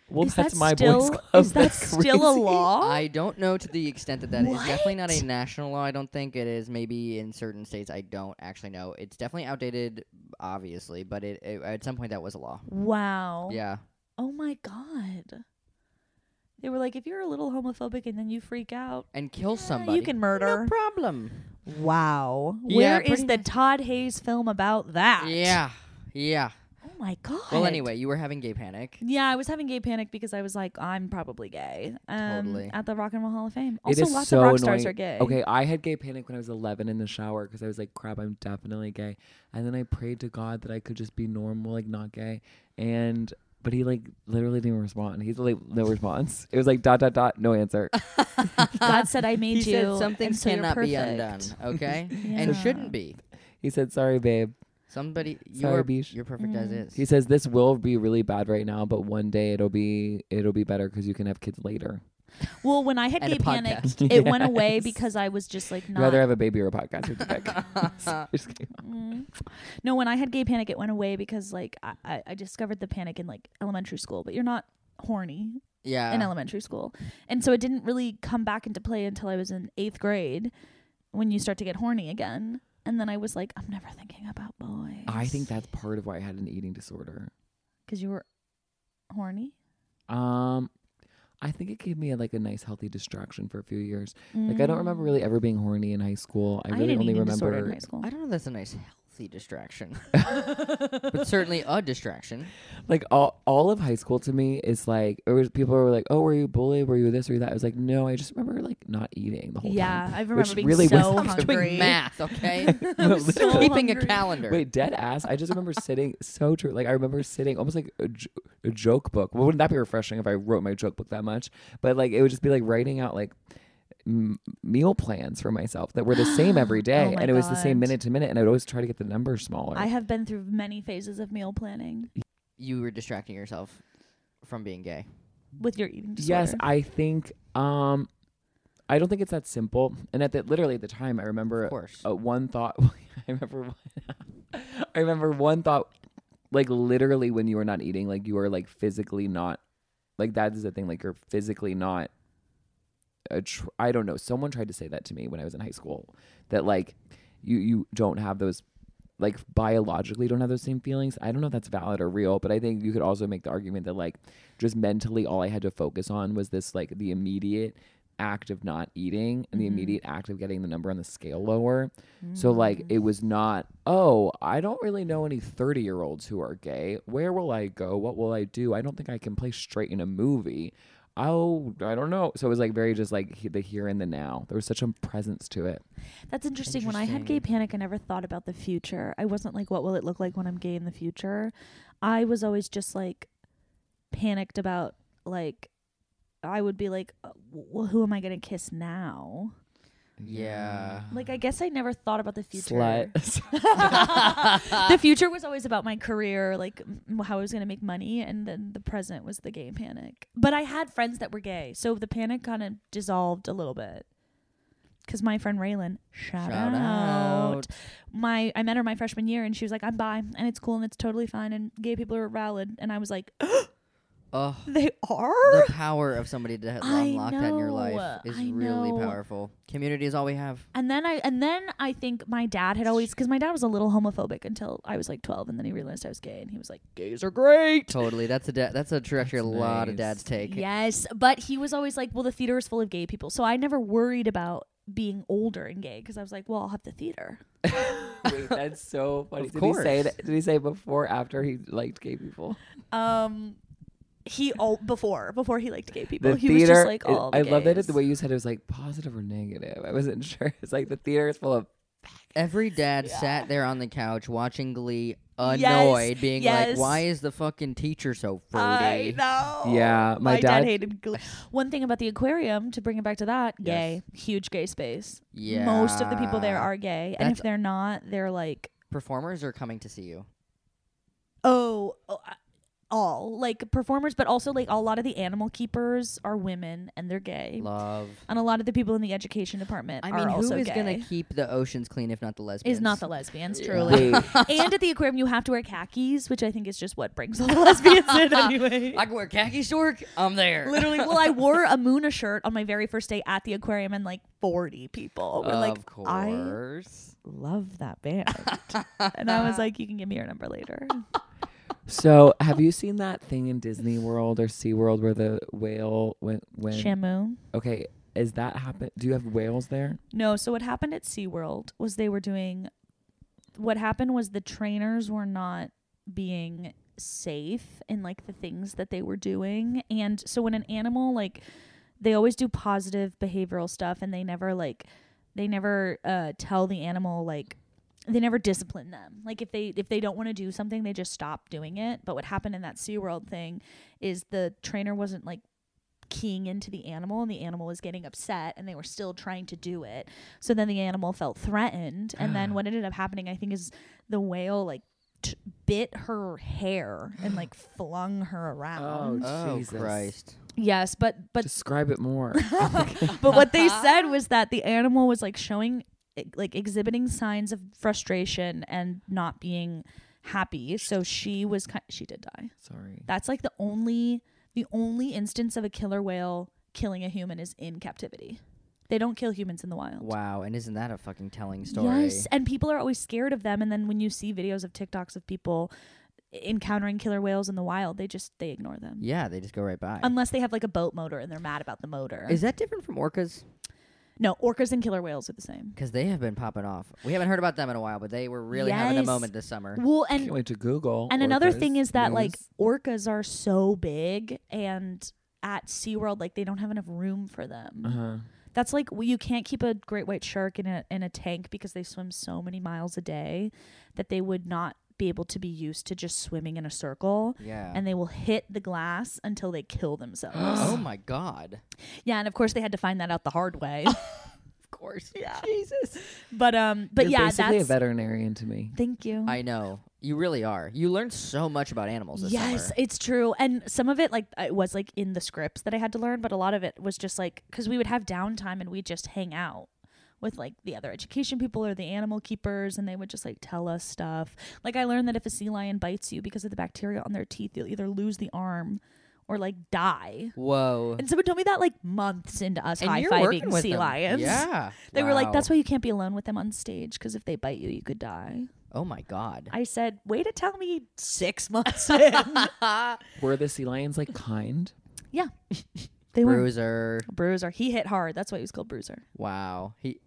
Speaker 3: Well,
Speaker 2: Is
Speaker 3: that's
Speaker 2: that
Speaker 3: my
Speaker 2: still,
Speaker 3: boys club.
Speaker 2: Is that
Speaker 3: That's
Speaker 2: still a
Speaker 3: crazy.
Speaker 2: law?
Speaker 1: I don't know to the extent that that is definitely not
Speaker 2: Oh! What?
Speaker 1: a national law. I don't think it is. Maybe in certain states, I don't actually know. It's definitely outdated, obviously, but it, it at some point that was a law.
Speaker 2: wow.
Speaker 1: Yeah.
Speaker 2: Oh my god. They were like, if you're a little homophobic and then you freak out,
Speaker 1: And kill
Speaker 2: eh,
Speaker 1: somebody.
Speaker 2: you can murder.
Speaker 1: No problem.
Speaker 2: wow.
Speaker 1: Yeah,
Speaker 2: Where is
Speaker 1: pretty
Speaker 2: the
Speaker 1: much.
Speaker 2: Todd Hayes film about that?
Speaker 1: Yeah. Yeah.
Speaker 2: Oh my god.
Speaker 1: Well, anyway, you were having gay panic.
Speaker 2: Yeah, I was having gay panic because I was like, I'm probably gay. Um,
Speaker 1: Totally.
Speaker 2: At the Rock and Roll Hall of Fame.
Speaker 3: It
Speaker 2: Also,
Speaker 3: is
Speaker 2: lots
Speaker 3: so
Speaker 2: of rock stars
Speaker 3: annoying.
Speaker 2: are gay.
Speaker 3: Okay, I had gay panic when I was 11 in the shower because I was like, crap, I'm definitely gay. And then I prayed to God that I could just be normal, like not gay. And, but he like literally didn't respond. He's like, no response. It was like, dot, dot, dot, no answer.
Speaker 2: God said I made
Speaker 1: He
Speaker 2: you.
Speaker 1: said some
Speaker 2: and
Speaker 1: things
Speaker 2: so you're
Speaker 1: cannot be
Speaker 2: perfect."
Speaker 1: undone, okay?
Speaker 2: Yeah.
Speaker 1: And shouldn't be.
Speaker 3: He said, sorry, babe.
Speaker 1: Somebody, you
Speaker 3: Sorry,
Speaker 1: are
Speaker 3: Beesh.
Speaker 1: you're perfect as
Speaker 2: Mm.
Speaker 1: is.
Speaker 3: He says, this will be really bad right now, but one day it'll be, it'll be better because you can have kids later.
Speaker 2: Well, when I had
Speaker 1: And
Speaker 2: gay
Speaker 1: a
Speaker 2: panic,
Speaker 1: podcast.
Speaker 2: it went away because I was just like
Speaker 3: You'd
Speaker 2: not
Speaker 3: rather have a baby or a podcast. Who'd you pick? Just kidding.
Speaker 2: Mm. No, when I had gay panic, it went away because like I, I, I discovered the panic in like elementary school, but you're not horny
Speaker 1: yeah.
Speaker 2: in elementary school, and so it didn't really come back into play until I was in eighth grade, when you start to get horny again, and then I was like, I'm never thinking about boys.
Speaker 3: I think that's part of why I had an eating disorder.
Speaker 2: because you were horny.
Speaker 3: Um, I think it gave me like a nice healthy distraction for a few years. Like I don't remember really ever being horny in high school.
Speaker 2: Mm.
Speaker 3: I
Speaker 2: I,
Speaker 3: really
Speaker 2: had an
Speaker 3: only
Speaker 2: eating disorder in
Speaker 3: remember.
Speaker 2: high school.
Speaker 1: I don't know if that's a nice, healthy distraction, but certainly a distraction.
Speaker 3: Like all all of high school to me is like it was people were like, oh, were you bullied? Were you this? Were you that? I was like, no, I just remember like not eating the whole
Speaker 2: yeah,
Speaker 3: time.
Speaker 2: I remember being
Speaker 3: really
Speaker 2: so
Speaker 3: wasn't
Speaker 1: Doing
Speaker 2: hungry.
Speaker 1: math, okay?
Speaker 3: No,
Speaker 2: so
Speaker 3: literally.
Speaker 1: Keeping a
Speaker 2: hungry.
Speaker 1: calendar.
Speaker 3: Wait, dead ass. I just remember sitting so true. Like I remember sitting almost like a, j- a joke book. Well, wouldn't that be refreshing if I wrote my joke book that much? But like it would just be like writing out like m- meal plans for myself that were the same every day,
Speaker 2: Oh my
Speaker 3: and it was the same
Speaker 2: God.
Speaker 3: minute to minute, and I would always try to get the numbers smaller.
Speaker 2: I have been through many phases of meal planning
Speaker 1: You were distracting yourself from being gay.
Speaker 2: with your eating disorder.
Speaker 3: Yes, I think. um I don't think it's that simple. And at the literally at the time, I remember
Speaker 1: Of course.
Speaker 3: uh, one thought. I remember. One, I remember one thought. Like literally, when you are not eating, like you are like physically not. Like that is the thing. Like you're physically not. A tr- I don't know. Someone tried to say that to me when I was in high school. That like, you you don't have those. Like biologically, don't have those same feelings. I don't know if that's valid or real, but I think you could also make the argument that like, just mentally, all I had to focus on was this like the immediate act of not eating and the
Speaker 2: Mhm.
Speaker 3: immediate act of getting the number on the scale lower. So like it was not, oh, I don't really know any 30 year olds who are gay. Where will I go? What will I do? I don't think I can play straight in a movie. oh, I don't know. So it was like very just like he, the here and the now. There was such a presence to it.
Speaker 2: That's interesting. When I had gay
Speaker 1: Interesting.
Speaker 2: panic, I never thought about the future. I wasn't like, what will it look like when I'm gay in the future? I was always just like panicked about, like, I would be like, uh, well, who am I going to kiss now?
Speaker 1: Yeah.
Speaker 2: Like, I guess I never thought about the future.
Speaker 3: Slut.
Speaker 2: the future was always about my career, like m- how I was going to make money, and then the present was the gay panic. But I had friends that were gay, so the panic kind of dissolved a little bit. Because my friend Raylan, shout,
Speaker 1: Shout
Speaker 2: out.
Speaker 1: out.
Speaker 2: my I met her my freshman year, and she was like, "I'm bi, and it's cool, and it's totally fine, and gay people are valid." And I was like,
Speaker 1: Oh,
Speaker 2: "They are."
Speaker 1: the power of somebody to ha-
Speaker 2: I
Speaker 1: unlock that in your
Speaker 2: know,
Speaker 1: life is
Speaker 2: I
Speaker 1: really
Speaker 2: know.
Speaker 1: powerful. Community is all we have.
Speaker 2: And then I and then I think my dad had always because my dad was a little homophobic until I was like twelve, and then he realized I was gay, and he was like, "Gays are great."
Speaker 1: Totally. That's a da- that's a trajectory
Speaker 3: That's
Speaker 1: a lot of
Speaker 3: nice.
Speaker 1: dads take.
Speaker 2: Yes, but he was always like, "Well, the theater is full of gay people," so I never worried about being older and gay because I was like, "Well, I'll have the theater."
Speaker 3: Wait, that's so funny.
Speaker 1: Of
Speaker 3: did he say
Speaker 1: course.
Speaker 3: that? Did he say before, after he liked gay people?
Speaker 2: Um, he oh before before he liked gay people,
Speaker 3: The
Speaker 2: he
Speaker 3: theater.
Speaker 2: was just like,
Speaker 3: is-
Speaker 2: "All the
Speaker 3: I love that it,
Speaker 2: gays."
Speaker 3: the way you said it was like positive or negative. I wasn't sure. It's like the theater is full of
Speaker 1: Every dad
Speaker 2: Yeah.
Speaker 1: sat there on the couch watching Glee,
Speaker 2: Yes,
Speaker 1: annoyed, being
Speaker 2: yes.
Speaker 1: like, "Why is the fucking teacher so
Speaker 2: I
Speaker 1: fruity?"
Speaker 2: know.
Speaker 3: Yeah, my
Speaker 2: my, dad,
Speaker 3: dad-
Speaker 2: hated Glee. One thing about the aquarium, to bring it back to that, gay, huge gay space.
Speaker 1: Yeah.
Speaker 2: Most of the people there are gay, and if
Speaker 1: That's-
Speaker 2: they're not, they're like,
Speaker 1: performers are coming to see you.
Speaker 2: oh, oh, I- all like performers, but also like a lot of the animal keepers are women and they're gay,
Speaker 1: Love.
Speaker 2: and a lot of the people in the education department
Speaker 1: I
Speaker 2: are
Speaker 1: mean, who
Speaker 2: also
Speaker 1: is
Speaker 2: gay.
Speaker 1: gonna keep the oceans clean if not the lesbians?
Speaker 2: is not the lesbians, truly.
Speaker 3: Wait,
Speaker 2: and at the aquarium, you have to wear khakis, which I think is just what brings all the lesbians in anyway.
Speaker 1: I can wear khaki short. I'm there.
Speaker 2: Literally, well, I wore a Muna shirt on my very first day at the aquarium, and like 40 people were
Speaker 1: of
Speaker 2: like, I
Speaker 1: course.
Speaker 2: love that band. and I was like, you can give me your number later.
Speaker 3: So, have you seen that thing in Disney World or SeaWorld where the whale went when
Speaker 2: Shamu.
Speaker 3: Okay, is that happen? Do you have whales there?
Speaker 2: No, so what happened at SeaWorld was they were doing what happened was the trainers were not being safe in like the things that they were doing. And so when an animal like they always do positive behavioral stuff and they never like they never uh, tell the animal like they never discipline them. Like if they if they don't want to do something, they just stop doing it. But what happened in that SeaWorld thing is the trainer wasn't like keying into the animal and the animal was getting upset and they were still trying to do it. So then the animal felt threatened and then what ended up happening I think is the whale like t- bit her hair and like flung her around.
Speaker 1: Oh
Speaker 3: Jesus.
Speaker 1: Christ.
Speaker 2: Yes, but but
Speaker 3: Describe it more.
Speaker 2: but what they said was that the animal was like showing e, like exhibiting signs of frustration and not being happy so she was ki- she did die
Speaker 3: Sorry.
Speaker 2: that's like the only the only instance of a killer whale killing a human is in captivity they don't kill humans in the wild
Speaker 1: Wow. And isn't that a fucking telling story?
Speaker 2: Yes, and people are always scared of them. And then when you see videos of TikToks of people e, encountering killer whales in the wild, they just they ignore them
Speaker 1: Yeah, they just go right by.
Speaker 2: unless they have like a boat motor and they're mad about the motor.
Speaker 1: is that different from orcas?
Speaker 2: no, orcas and killer whales are the same.
Speaker 1: Because they have been popping off. We haven't heard about them in a while, but they were really having a
Speaker 2: Yes.
Speaker 1: moment this summer.
Speaker 2: Well, and
Speaker 3: Can't wait to Google.
Speaker 2: And another
Speaker 3: orcas
Speaker 2: thing is that like
Speaker 3: news.
Speaker 2: orcas are so big and at SeaWorld like they don't have enough room for them.
Speaker 3: Uh-huh.
Speaker 2: That's like well, you can't keep a great white shark in a in a tank because they swim so many miles a day that they would not be able to be used to just swimming in a circle.
Speaker 1: Yeah.
Speaker 2: And they will hit the glass until they kill themselves.
Speaker 1: oh my god.
Speaker 2: yeah, and of course they had to find that out the hard way.
Speaker 1: Of course.
Speaker 2: Yeah.
Speaker 1: Jesus.
Speaker 2: but um, but
Speaker 3: You're
Speaker 2: yeah,
Speaker 3: basically
Speaker 2: that's.
Speaker 3: a veterinarian to me.
Speaker 2: Thank you.
Speaker 1: I know. You really are. You learn so much about animals this
Speaker 2: yes
Speaker 1: summer.
Speaker 2: it's true and some of it like it was like in the scripts that i had to learn but a lot of it was just like because we would have downtime and we'd just hang out with like the other education people or the animal keepers and they would just like tell us stuff like i learned that if a sea lion bites you because of the bacteria on their teeth you'll either lose the arm or like die
Speaker 1: Whoa.
Speaker 2: and someone told me that like months into us
Speaker 1: And
Speaker 2: high
Speaker 1: you're working
Speaker 2: fiving
Speaker 1: with
Speaker 2: sea
Speaker 1: them.
Speaker 2: lions.
Speaker 1: Yeah.
Speaker 2: They were like,
Speaker 1: Wow.
Speaker 2: that's why you can't be alone with them on stage because if they bite you, you could die.
Speaker 1: Oh my god.
Speaker 2: I said, way to tell me six months in.
Speaker 3: Were the sea lions like kind?
Speaker 2: they were
Speaker 1: Bruiser.
Speaker 2: Bruiser. He hit hard. That's why he was called Bruiser.
Speaker 1: Wow. He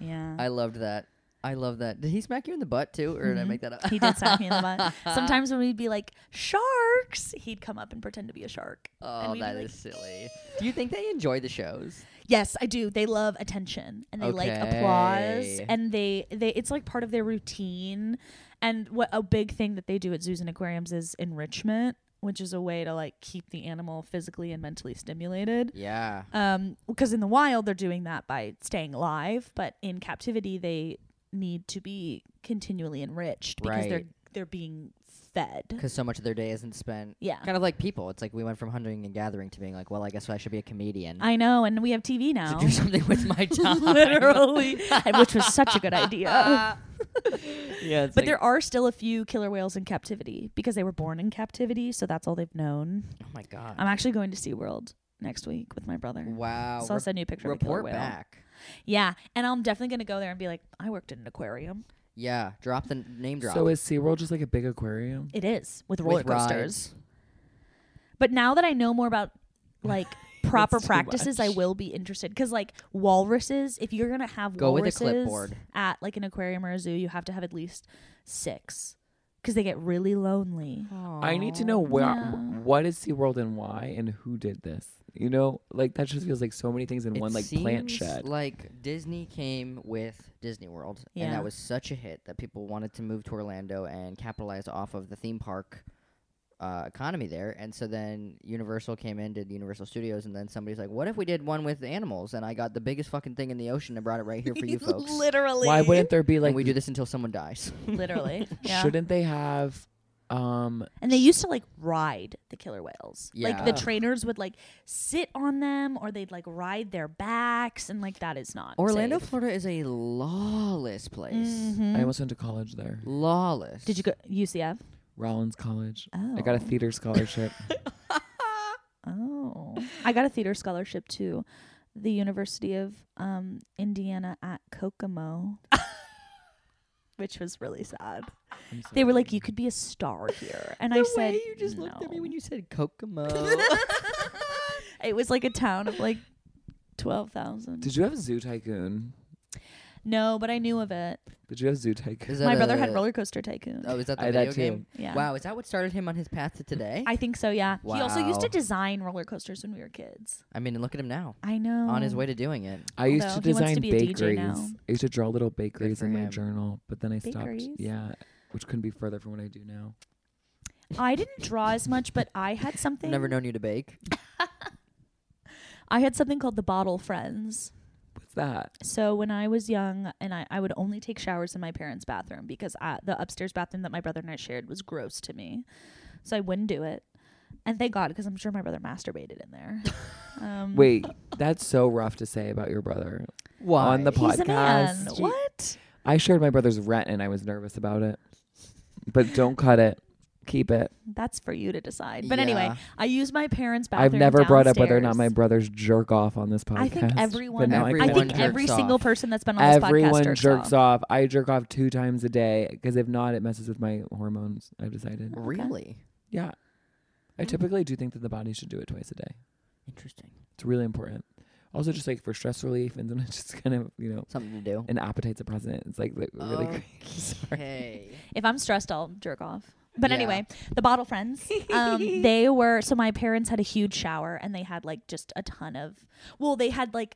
Speaker 2: Yeah.
Speaker 1: I loved that. I love that. Did he smack you in the butt too, or did I
Speaker 2: Mhm.
Speaker 1: make that up?
Speaker 2: He did smack me in the butt. Sometimes when we'd be like sharks, he'd come up and pretend to be a shark. and
Speaker 1: Oh,
Speaker 2: we'd be
Speaker 1: that
Speaker 2: like,
Speaker 1: is silly. Do you think they enjoy the shows?
Speaker 2: Yes, I do. They love attention and they like applause
Speaker 1: Okay.
Speaker 2: and they they it's like part of their routine. And what a big thing that they do at zoos and aquariums is enrichment, which is a way to like keep the animal physically and mentally stimulated.
Speaker 1: Yeah.
Speaker 2: Um, because in the wild they're doing that by staying alive, but in captivity they need to be continually enriched because they're
Speaker 1: Right.
Speaker 2: they're being fed.
Speaker 1: Because so much of their day isn't spent.
Speaker 2: Yeah.
Speaker 1: Kind of like people. It's like we went from hunting and gathering to being like, well, I guess I should be a comedian.
Speaker 2: I know, and we have TV
Speaker 1: to
Speaker 2: now.
Speaker 1: do something with my time.
Speaker 2: Literally, and which was such a good idea.
Speaker 1: yeah.
Speaker 2: But there are still a few killer whales in captivity because they were born in captivity, so that's all they've known.
Speaker 1: Oh my god.
Speaker 2: I'm actually going to SeaWorld next week with my brother.
Speaker 1: wow.
Speaker 2: so I'll send you a picture of a killer
Speaker 1: report
Speaker 2: whale.
Speaker 1: back.
Speaker 2: Yeah, and I'm definitely going to go there and be like, I worked in an aquarium.
Speaker 1: Yeah. Drop the n- name drop.
Speaker 3: So is SeaWorld just like a big aquarium?
Speaker 2: It is with
Speaker 1: With
Speaker 2: roller coasters.
Speaker 1: rides.
Speaker 2: But now that I know more about like proper
Speaker 3: too
Speaker 2: practices, I
Speaker 3: much.
Speaker 2: will be interested because like walruses, if you're going to have
Speaker 1: Go with a
Speaker 2: walruses
Speaker 1: clipboard.
Speaker 2: at like an aquarium or a zoo, you have to have at least six because they get really lonely.
Speaker 3: I need to know where
Speaker 2: Yeah.
Speaker 3: what is SeaWorld and why and who did this. You know, like that just feels like so many things in
Speaker 1: It
Speaker 3: one like plant
Speaker 1: seems
Speaker 3: shed.
Speaker 1: Like Disney came with Disney World, and
Speaker 2: Yeah.
Speaker 1: that was such a hit that people wanted to move to Orlando and capitalize off of the theme park uh, economy there. And so then Universal came in, did Universal Studios, and then somebody's like, "What if we did one with animals?" And I got the biggest fucking thing in the ocean and brought it right here for you folks.
Speaker 2: Literally.
Speaker 3: Why wouldn't there be like
Speaker 1: and we do this until someone dies.
Speaker 2: Literally. yeah.
Speaker 3: Shouldn't they have um
Speaker 2: And they used to like ride the killer whales. Like the
Speaker 1: Yeah.
Speaker 2: trainers would like sit on them or they'd like ride their backs and like that is not
Speaker 1: Orlando,
Speaker 2: safe.
Speaker 1: Florida is a lawless place.
Speaker 2: Mhm.
Speaker 3: I almost went to college there.
Speaker 1: Lawless.
Speaker 2: Did you go UCF?
Speaker 3: Rollins College.
Speaker 2: Oh.
Speaker 3: I got a theater scholarship.
Speaker 2: Oh. I got a theater scholarship to the University of um, Indiana at Kokomo. Which was really sad.
Speaker 3: I'm
Speaker 2: They were
Speaker 3: sorry.
Speaker 2: like, "You could be a star here," and I said,
Speaker 1: you just looked at me
Speaker 2: "No."
Speaker 1: when you said Kokomo.
Speaker 2: it was like a town of like twelve thousand.
Speaker 3: Did you have Zoo Tycoon?
Speaker 2: No, but I knew of it.
Speaker 3: Did you have Zoo Tycoon?
Speaker 1: Is
Speaker 2: My
Speaker 1: that
Speaker 2: brother
Speaker 1: a-
Speaker 2: had Roller Coaster Tycoon.
Speaker 1: Oh, is that the
Speaker 3: I had
Speaker 1: video
Speaker 3: that too.
Speaker 1: game?
Speaker 2: yeah.
Speaker 1: Wow, is that what started him on his path to today? I,
Speaker 2: I think so, yeah. He also used to
Speaker 1: Wow.
Speaker 2: design roller coasters when we were kids.
Speaker 1: mean, look at him now.
Speaker 2: I know.
Speaker 1: On his way to doing it.
Speaker 3: I used
Speaker 2: No,
Speaker 3: to
Speaker 2: he wants to
Speaker 3: design
Speaker 2: be a DJ
Speaker 3: bakeries.
Speaker 2: now.
Speaker 3: I used to draw little bakeries
Speaker 1: for
Speaker 3: in my
Speaker 1: him.
Speaker 3: journal, but then I
Speaker 2: Bakeries?
Speaker 3: stopped. Yeah, which couldn't be further from what I do now.
Speaker 2: I didn't draw as much, but I had something.
Speaker 1: I've never known you to bake.
Speaker 2: I had something called the bottle friends.
Speaker 3: What's that?
Speaker 2: So when I was young, and I, I would only take showers in my parents' bathroom because I, the upstairs bathroom that my brother and I shared was gross to me, so I wouldn't do it. And thank God, because I'm sure my brother masturbated in there. Um,
Speaker 3: Wait, that's so rough to say about your brother.
Speaker 1: Why?
Speaker 3: On the
Speaker 2: he's a man.
Speaker 3: podcast.
Speaker 2: What?
Speaker 3: I shared my brother's rent and I was nervous about it. But don't cut it. Keep it.
Speaker 2: That's for you to decide. But anyway,
Speaker 1: Yeah.
Speaker 2: I use my parents' bathroom.
Speaker 3: I've never brought up whether or not
Speaker 2: downstairs.
Speaker 3: my brother's jerk off on this podcast.
Speaker 2: I think
Speaker 3: but
Speaker 2: everyone.
Speaker 3: now
Speaker 2: I
Speaker 3: I,
Speaker 1: everyone
Speaker 2: think
Speaker 3: can.
Speaker 1: jerks
Speaker 2: every single
Speaker 1: off.
Speaker 2: person that's been on
Speaker 3: everyone
Speaker 2: this podcast jerks,
Speaker 3: jerks
Speaker 2: off.
Speaker 3: off. I jerk off two times a day because if not, it messes with my hormones. I've decided.
Speaker 1: Really?
Speaker 3: Yeah.
Speaker 2: Mm.
Speaker 3: I typically do think that the body should do it twice a day.
Speaker 1: Interesting.
Speaker 3: It's really important. Also, just like for stress relief and then it's just kind of, you know,
Speaker 1: Something to do.
Speaker 3: an appetite's a present. It's like li- really great. Sorry.
Speaker 1: Okay.
Speaker 2: If I'm stressed, I'll jerk off. But
Speaker 1: Yeah.
Speaker 2: anyway, the bottle friends. Um, they were so my parents had a huge shower and they had like just a ton of. Well, they had like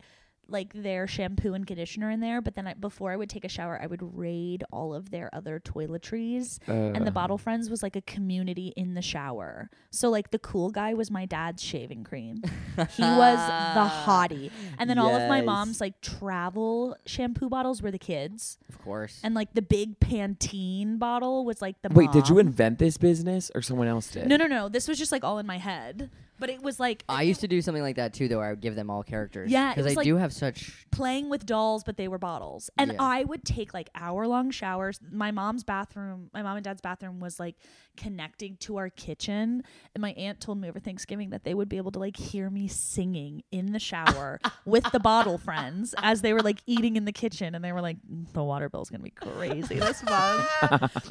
Speaker 2: like their shampoo and conditioner in there, but then I, before I would take a shower, I would raid all of their other toiletries and the
Speaker 3: Uh,
Speaker 2: bottle friends was like a community in the shower so like the cool guy was my dad's shaving cream he was the hottie and then all of my
Speaker 3: Yes.
Speaker 2: mom's like travel shampoo bottles were the kids
Speaker 1: Of course.
Speaker 2: and like the big pantene bottle was like the
Speaker 3: Wait, did you
Speaker 2: mom.
Speaker 3: invent this business or someone else did?
Speaker 2: no no no this was just like all in my head but it was like
Speaker 1: I used to do something like that too, though. I would give them all characters.
Speaker 2: Yeah, it
Speaker 1: Because
Speaker 2: was
Speaker 1: I
Speaker 2: like-
Speaker 1: do have such.
Speaker 2: playing with dolls, but they were bottles. And
Speaker 1: Yeah.
Speaker 2: I would take like hour long showers. My mom's bathroom, my mom and dad's bathroom was like connecting to our kitchen. And my aunt told me over Thanksgiving that they would be able to like hear me singing in the shower with the bottle friends as they were like eating in the kitchen. And they were like, "Mm, the water bill's going to be crazy this month.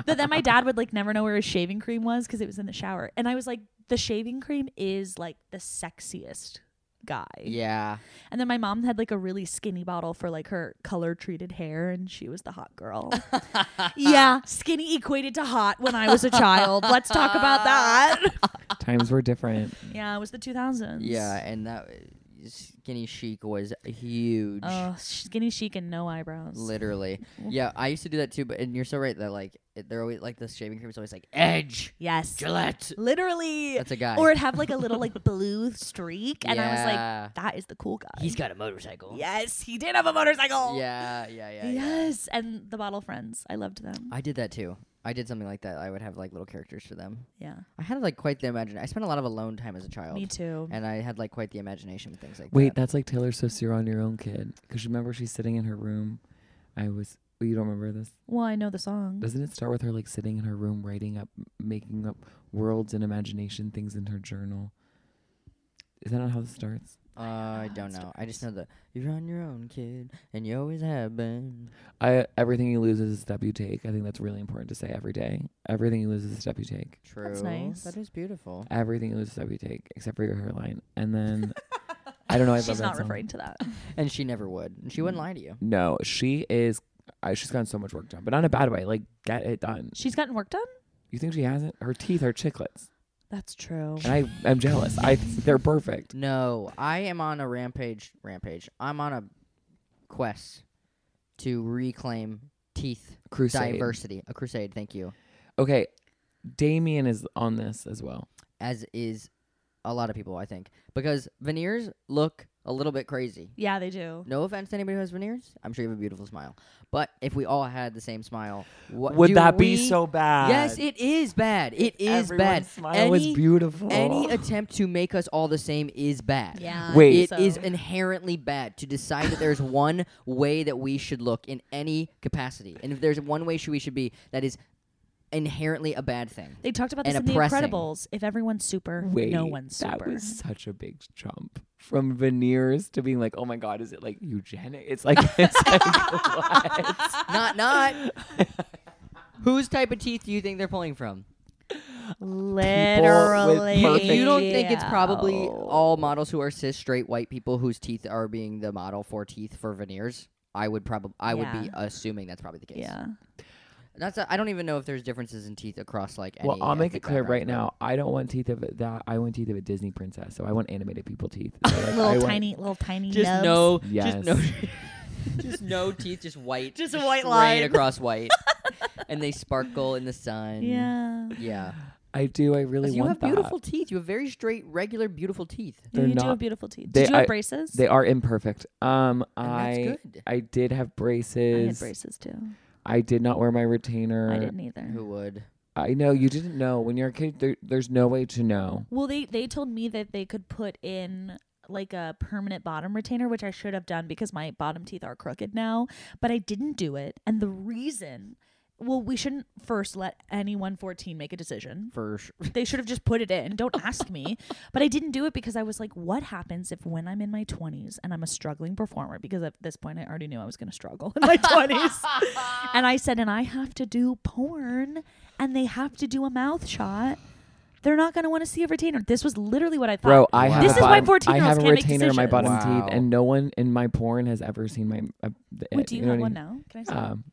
Speaker 2: but then my dad would like never know where his shaving cream was because it was in the shower. And I was like, the shaving cream is like the sexiest guy.
Speaker 1: Yeah.
Speaker 2: And then my mom had like a really skinny bottle for like her color treated hair, and she was the hot girl. yeah, skinny equated to hot when I was a child. Let's talk about that.
Speaker 3: Times were different.
Speaker 2: yeah, it was the 2000s.
Speaker 1: Yeah, and that uh, skinny chic was huge.
Speaker 2: Oh, skinny chic and no eyebrows.
Speaker 1: Literally. Yeah, I used to do that too, but and you're so right that like it, they're always like the shaving cream is always like Edge
Speaker 2: yes.
Speaker 1: Gillette.
Speaker 2: Literally.
Speaker 1: That's a guy.
Speaker 2: Or it'd have like a little like blue streak, and I was like,
Speaker 1: Yeah.
Speaker 2: that is the cool guy.
Speaker 1: he's got a motorcycle.
Speaker 2: Yes, he did have a motorcycle.
Speaker 1: Yeah, yeah, yeah. yeah.
Speaker 2: Yes, and the bottle friends. I loved them.
Speaker 1: I did that too. I did something like that. I would have like little characters for them.
Speaker 2: yeah.
Speaker 1: I had like quite the imagination. I spent a lot of alone time as a child.
Speaker 2: Me too.
Speaker 1: And I had like quite the imagination with things like
Speaker 3: Wait,
Speaker 1: that.
Speaker 3: that's like Taylor Swift's "You're on Your Own, Kid." Because remember, she's sitting in her room. I was. oh, You don't remember this?
Speaker 2: Well, I know the song.
Speaker 3: Doesn't it start with her like sitting in her room, writing up, making up worlds and imagination things in her journal? Is that not how this starts?
Speaker 1: Uh, I don't know. I just know that you're on your own, kid, and you always have been.
Speaker 3: I everything you lose is a step you take. I think that's really important to say every day. Everything you lose is a step you take.
Speaker 1: True.
Speaker 2: nice.
Speaker 1: That is beautiful.
Speaker 3: Everything you lose is a step you take, except for your hairline. And then I don't know. I love
Speaker 2: She's
Speaker 3: that
Speaker 2: not
Speaker 3: song.
Speaker 2: referring to that.
Speaker 1: And she never would. And she
Speaker 2: Mm.
Speaker 1: wouldn't lie to you.
Speaker 3: No, she is. I, she's gotten so much work done, but not in a bad way. Like get it done.
Speaker 2: She's gotten work done?
Speaker 3: You think she hasn't? Her teeth are chiclets,
Speaker 2: That's true.
Speaker 3: and I am jealous. I they're perfect.
Speaker 1: No, I am on a rampage. Rampage. I'm on a quest to reclaim teeth
Speaker 3: Crusade.
Speaker 1: diversity. A crusade. Thank you.
Speaker 3: Okay, Damien is on this as well.
Speaker 1: As is a lot of people, I think, because veneers look a little bit crazy.
Speaker 2: Yeah, they do.
Speaker 1: No offense to anybody who has veneers. I'm sure you have a beautiful smile. But if we all had the same smile, what
Speaker 3: Would
Speaker 1: do
Speaker 3: that be
Speaker 1: we-
Speaker 3: so bad?
Speaker 1: Yes, it is bad. It is
Speaker 3: Everyone's
Speaker 1: bad.
Speaker 3: Smile is beautiful.
Speaker 1: any attempt to make us all the same is bad.
Speaker 2: Yeah.
Speaker 3: Wait.
Speaker 1: It is
Speaker 2: so-
Speaker 1: inherently bad to decide that there's one way that we should look in any capacity. And if there's one way should we should be, that is inherently a bad thing.
Speaker 2: They talked about
Speaker 1: and
Speaker 2: this in The
Speaker 1: oppressing.
Speaker 2: Incredibles. If everyone's super,
Speaker 3: Wait,
Speaker 2: no one's
Speaker 3: that
Speaker 2: super.
Speaker 3: was such a big jump from veneers to being like, oh my god, is it like eugenic? It's like it's like what?
Speaker 1: not not Whose type of teeth do you think they're pulling from?
Speaker 2: Literally.
Speaker 3: perfect- Oh,
Speaker 1: If you don't think it's probably all models who are cis straight white people whose teeth are being the model for teeth for veneers, I would probably I would be
Speaker 2: Yeah.
Speaker 1: assuming that's probably the case.
Speaker 2: Yeah.
Speaker 1: That's I I don't even know if there's differences in teeth across like.
Speaker 3: Well,
Speaker 1: any
Speaker 3: I'll make it
Speaker 1: ethnic
Speaker 3: clear
Speaker 1: background.
Speaker 3: right now. I don't want teeth of that. I want teeth of a Disney princess. So I want animated people teeth. So, like, I
Speaker 2: Little
Speaker 3: want-
Speaker 2: tiny, little tiny
Speaker 1: Just
Speaker 2: nubs.
Speaker 1: no,
Speaker 3: Yes.
Speaker 1: just no, just no teeth, just white,
Speaker 2: Just a white
Speaker 1: straight
Speaker 2: line.
Speaker 1: across white, and they sparkle in the sun.
Speaker 2: Yeah.
Speaker 1: yeah.
Speaker 3: I do. I really
Speaker 1: you
Speaker 3: want
Speaker 1: have
Speaker 3: that.
Speaker 1: beautiful teeth. You have very straight, regular, beautiful teeth.
Speaker 2: You
Speaker 3: They're
Speaker 2: do
Speaker 3: not-
Speaker 2: have beautiful teeth.
Speaker 3: they-
Speaker 2: Did you have
Speaker 3: I-
Speaker 2: braces?
Speaker 3: They are imperfect. Um,
Speaker 1: And that's
Speaker 3: I
Speaker 1: good.
Speaker 3: I did have
Speaker 2: I had
Speaker 3: braces.
Speaker 2: braces too.
Speaker 3: I did not wear my retainer.
Speaker 2: I didn't either.
Speaker 1: Who would?
Speaker 3: I know you didn't know when you're a kid. There, there's no way to know.
Speaker 2: Well, they they told me that they could put in like a permanent bottom retainer, which I should have done because my bottom teeth are crooked now, but I didn't do it. And the reason well, we shouldn't first let anyone 14 make a decision.
Speaker 1: For sure.
Speaker 2: They should have just put it in. Don't ask me. But I didn't do it because I was like, what happens if when I'm in my 20s and I'm a struggling performer? Because at this point, I already knew I was going to struggle in my 20s. and I said, and I have to do porn and they have to do a mouth shot. They're not going to want to see a retainer. This was literally what I thought.
Speaker 3: Bro, I have
Speaker 1: This
Speaker 3: a
Speaker 1: is why
Speaker 2: 14-year-olds
Speaker 3: bottom- I have a
Speaker 2: can't make
Speaker 3: retainer in my bottom
Speaker 1: decisions. Wow.
Speaker 3: teeth, and no one in my porn has ever seen my. Uh, th-
Speaker 2: Wait, do you,
Speaker 3: know
Speaker 2: have
Speaker 3: what
Speaker 2: one
Speaker 3: I
Speaker 2: now?
Speaker 1: Uh,
Speaker 2: Can I see?
Speaker 3: mean? Um,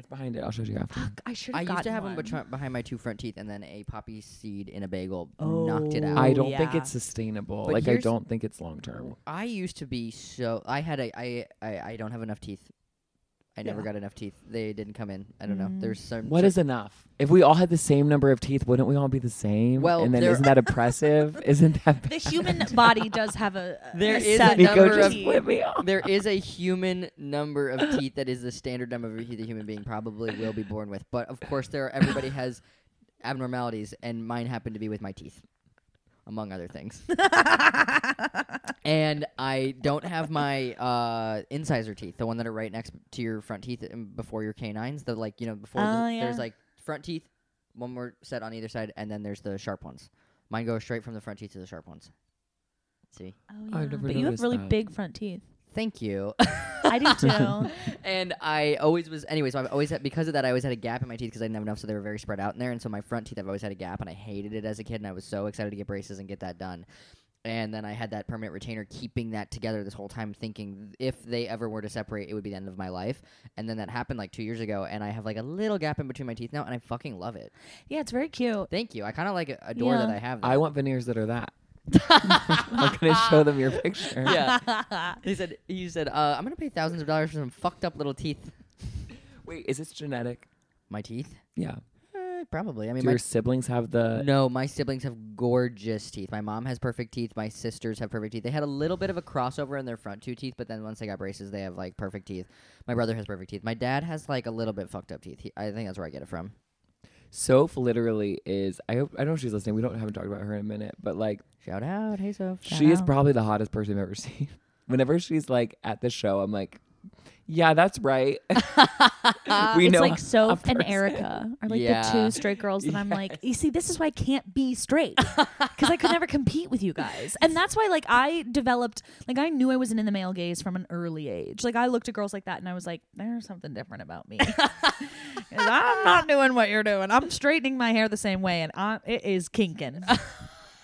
Speaker 3: it's behind it. I'll show you after.
Speaker 2: Fuck, I should
Speaker 1: I
Speaker 2: have
Speaker 1: used to have
Speaker 2: one.
Speaker 1: them betwi- behind my two front teeth, and then a poppy seed in a bagel knocked it
Speaker 2: Oh.
Speaker 1: out.
Speaker 3: I
Speaker 2: Oh,
Speaker 3: don't think
Speaker 2: yeah.
Speaker 3: it's sustainable.
Speaker 1: But
Speaker 3: like I
Speaker 1: here's-
Speaker 3: don't think it's long term.
Speaker 1: I used to be so. I had a. I. I. I don't have enough teeth. I never
Speaker 2: Yeah.
Speaker 1: got enough teeth. They didn't come in. I don't know.
Speaker 2: Mm.
Speaker 1: There's some.
Speaker 3: What is enough? If we all had the same number of teeth, wouldn't we all be the same?
Speaker 1: Well,
Speaker 3: and then
Speaker 1: there-
Speaker 3: isn't that oppressive? isn't that
Speaker 2: The human body does have a, a
Speaker 1: There
Speaker 2: a
Speaker 1: is a
Speaker 2: set
Speaker 1: Nico
Speaker 2: number
Speaker 1: just
Speaker 2: of teeth.
Speaker 3: split me off.
Speaker 1: there is a human number of teeth that is the standard number of teeth a human being probably will be born with. But of course, there are, everybody has abnormalities, and mine happened to be with my teeth, among other things.
Speaker 2: Oh,
Speaker 1: and I don't have my uh, incisor teeth, the one that are right next to your front teeth and before your canines. The like you know before
Speaker 2: Oh,
Speaker 1: the,
Speaker 2: yeah.
Speaker 1: there's like front teeth, one more set on either side, and then there's the sharp ones. Mine go straight from the front teeth to the sharp ones. See,
Speaker 2: Oh, yeah.
Speaker 3: I've never
Speaker 2: but you have
Speaker 3: noticed
Speaker 2: really
Speaker 3: that.
Speaker 2: big front teeth.
Speaker 1: thank you.
Speaker 2: I do too.
Speaker 1: and I always was anyway. So I've always had because of that I always had a gap in my teeth because I didn't have enough, so they were very spread out in there. And so my front teeth I've always had a gap, and I hated it as a kid, and I was so excited to get braces and get that done. and then I had that permanent retainer keeping that together this whole time, thinking if they ever were to separate, it would be the end of my life. And then that happened like two years ago, and I have like a little gap in between my teeth now, and I fucking love it.
Speaker 2: Yeah, it's very cute.
Speaker 1: Thank you. I kind of like adore that
Speaker 2: Yeah.
Speaker 1: I have. That.
Speaker 3: I want veneers that are that. I'm gonna show them your picture.
Speaker 1: yeah. he said. He said. Uh, I'm gonna pay thousands of dollars for some fucked up little teeth.
Speaker 3: Wait, is this genetic?
Speaker 1: My teeth?
Speaker 3: Yeah.
Speaker 1: Eh, probably. I mean,
Speaker 3: Do
Speaker 1: my
Speaker 3: your uh, siblings have the?
Speaker 1: No, my siblings have gorgeous teeth. My mom has perfect teeth. My sisters have perfect teeth. They had a little bit of a crossover in their front two teeth, but then once they got braces, they have like perfect teeth. My brother has perfect teeth. My dad has like a little bit fucked up teeth. He, I think that's where I get it from.
Speaker 3: Soph literally is. I hope I know she's listening. We don't haven't talked about her in a minute, but like
Speaker 1: Shout out, Oh, hey Soph.
Speaker 3: she is
Speaker 2: out.
Speaker 3: probably the hottest person I've ever seen. Whenever she's like at the show, I'm like, yeah, that's right. we
Speaker 2: it's
Speaker 3: know.
Speaker 2: like Soph and
Speaker 3: person.
Speaker 2: Erica are like
Speaker 1: Yeah.
Speaker 2: the two straight girls that I'm like, you see, this is why I can't be straight because I could never compete with you guys. And that's why, like, I developed, like, I knew I wasn't in the male gaze from an early age. Like, I looked at girls like that and I was like, there's something different about me. 'Cause I'm not doing what you're doing. I'm straightening my hair the same way and I, it is kinking.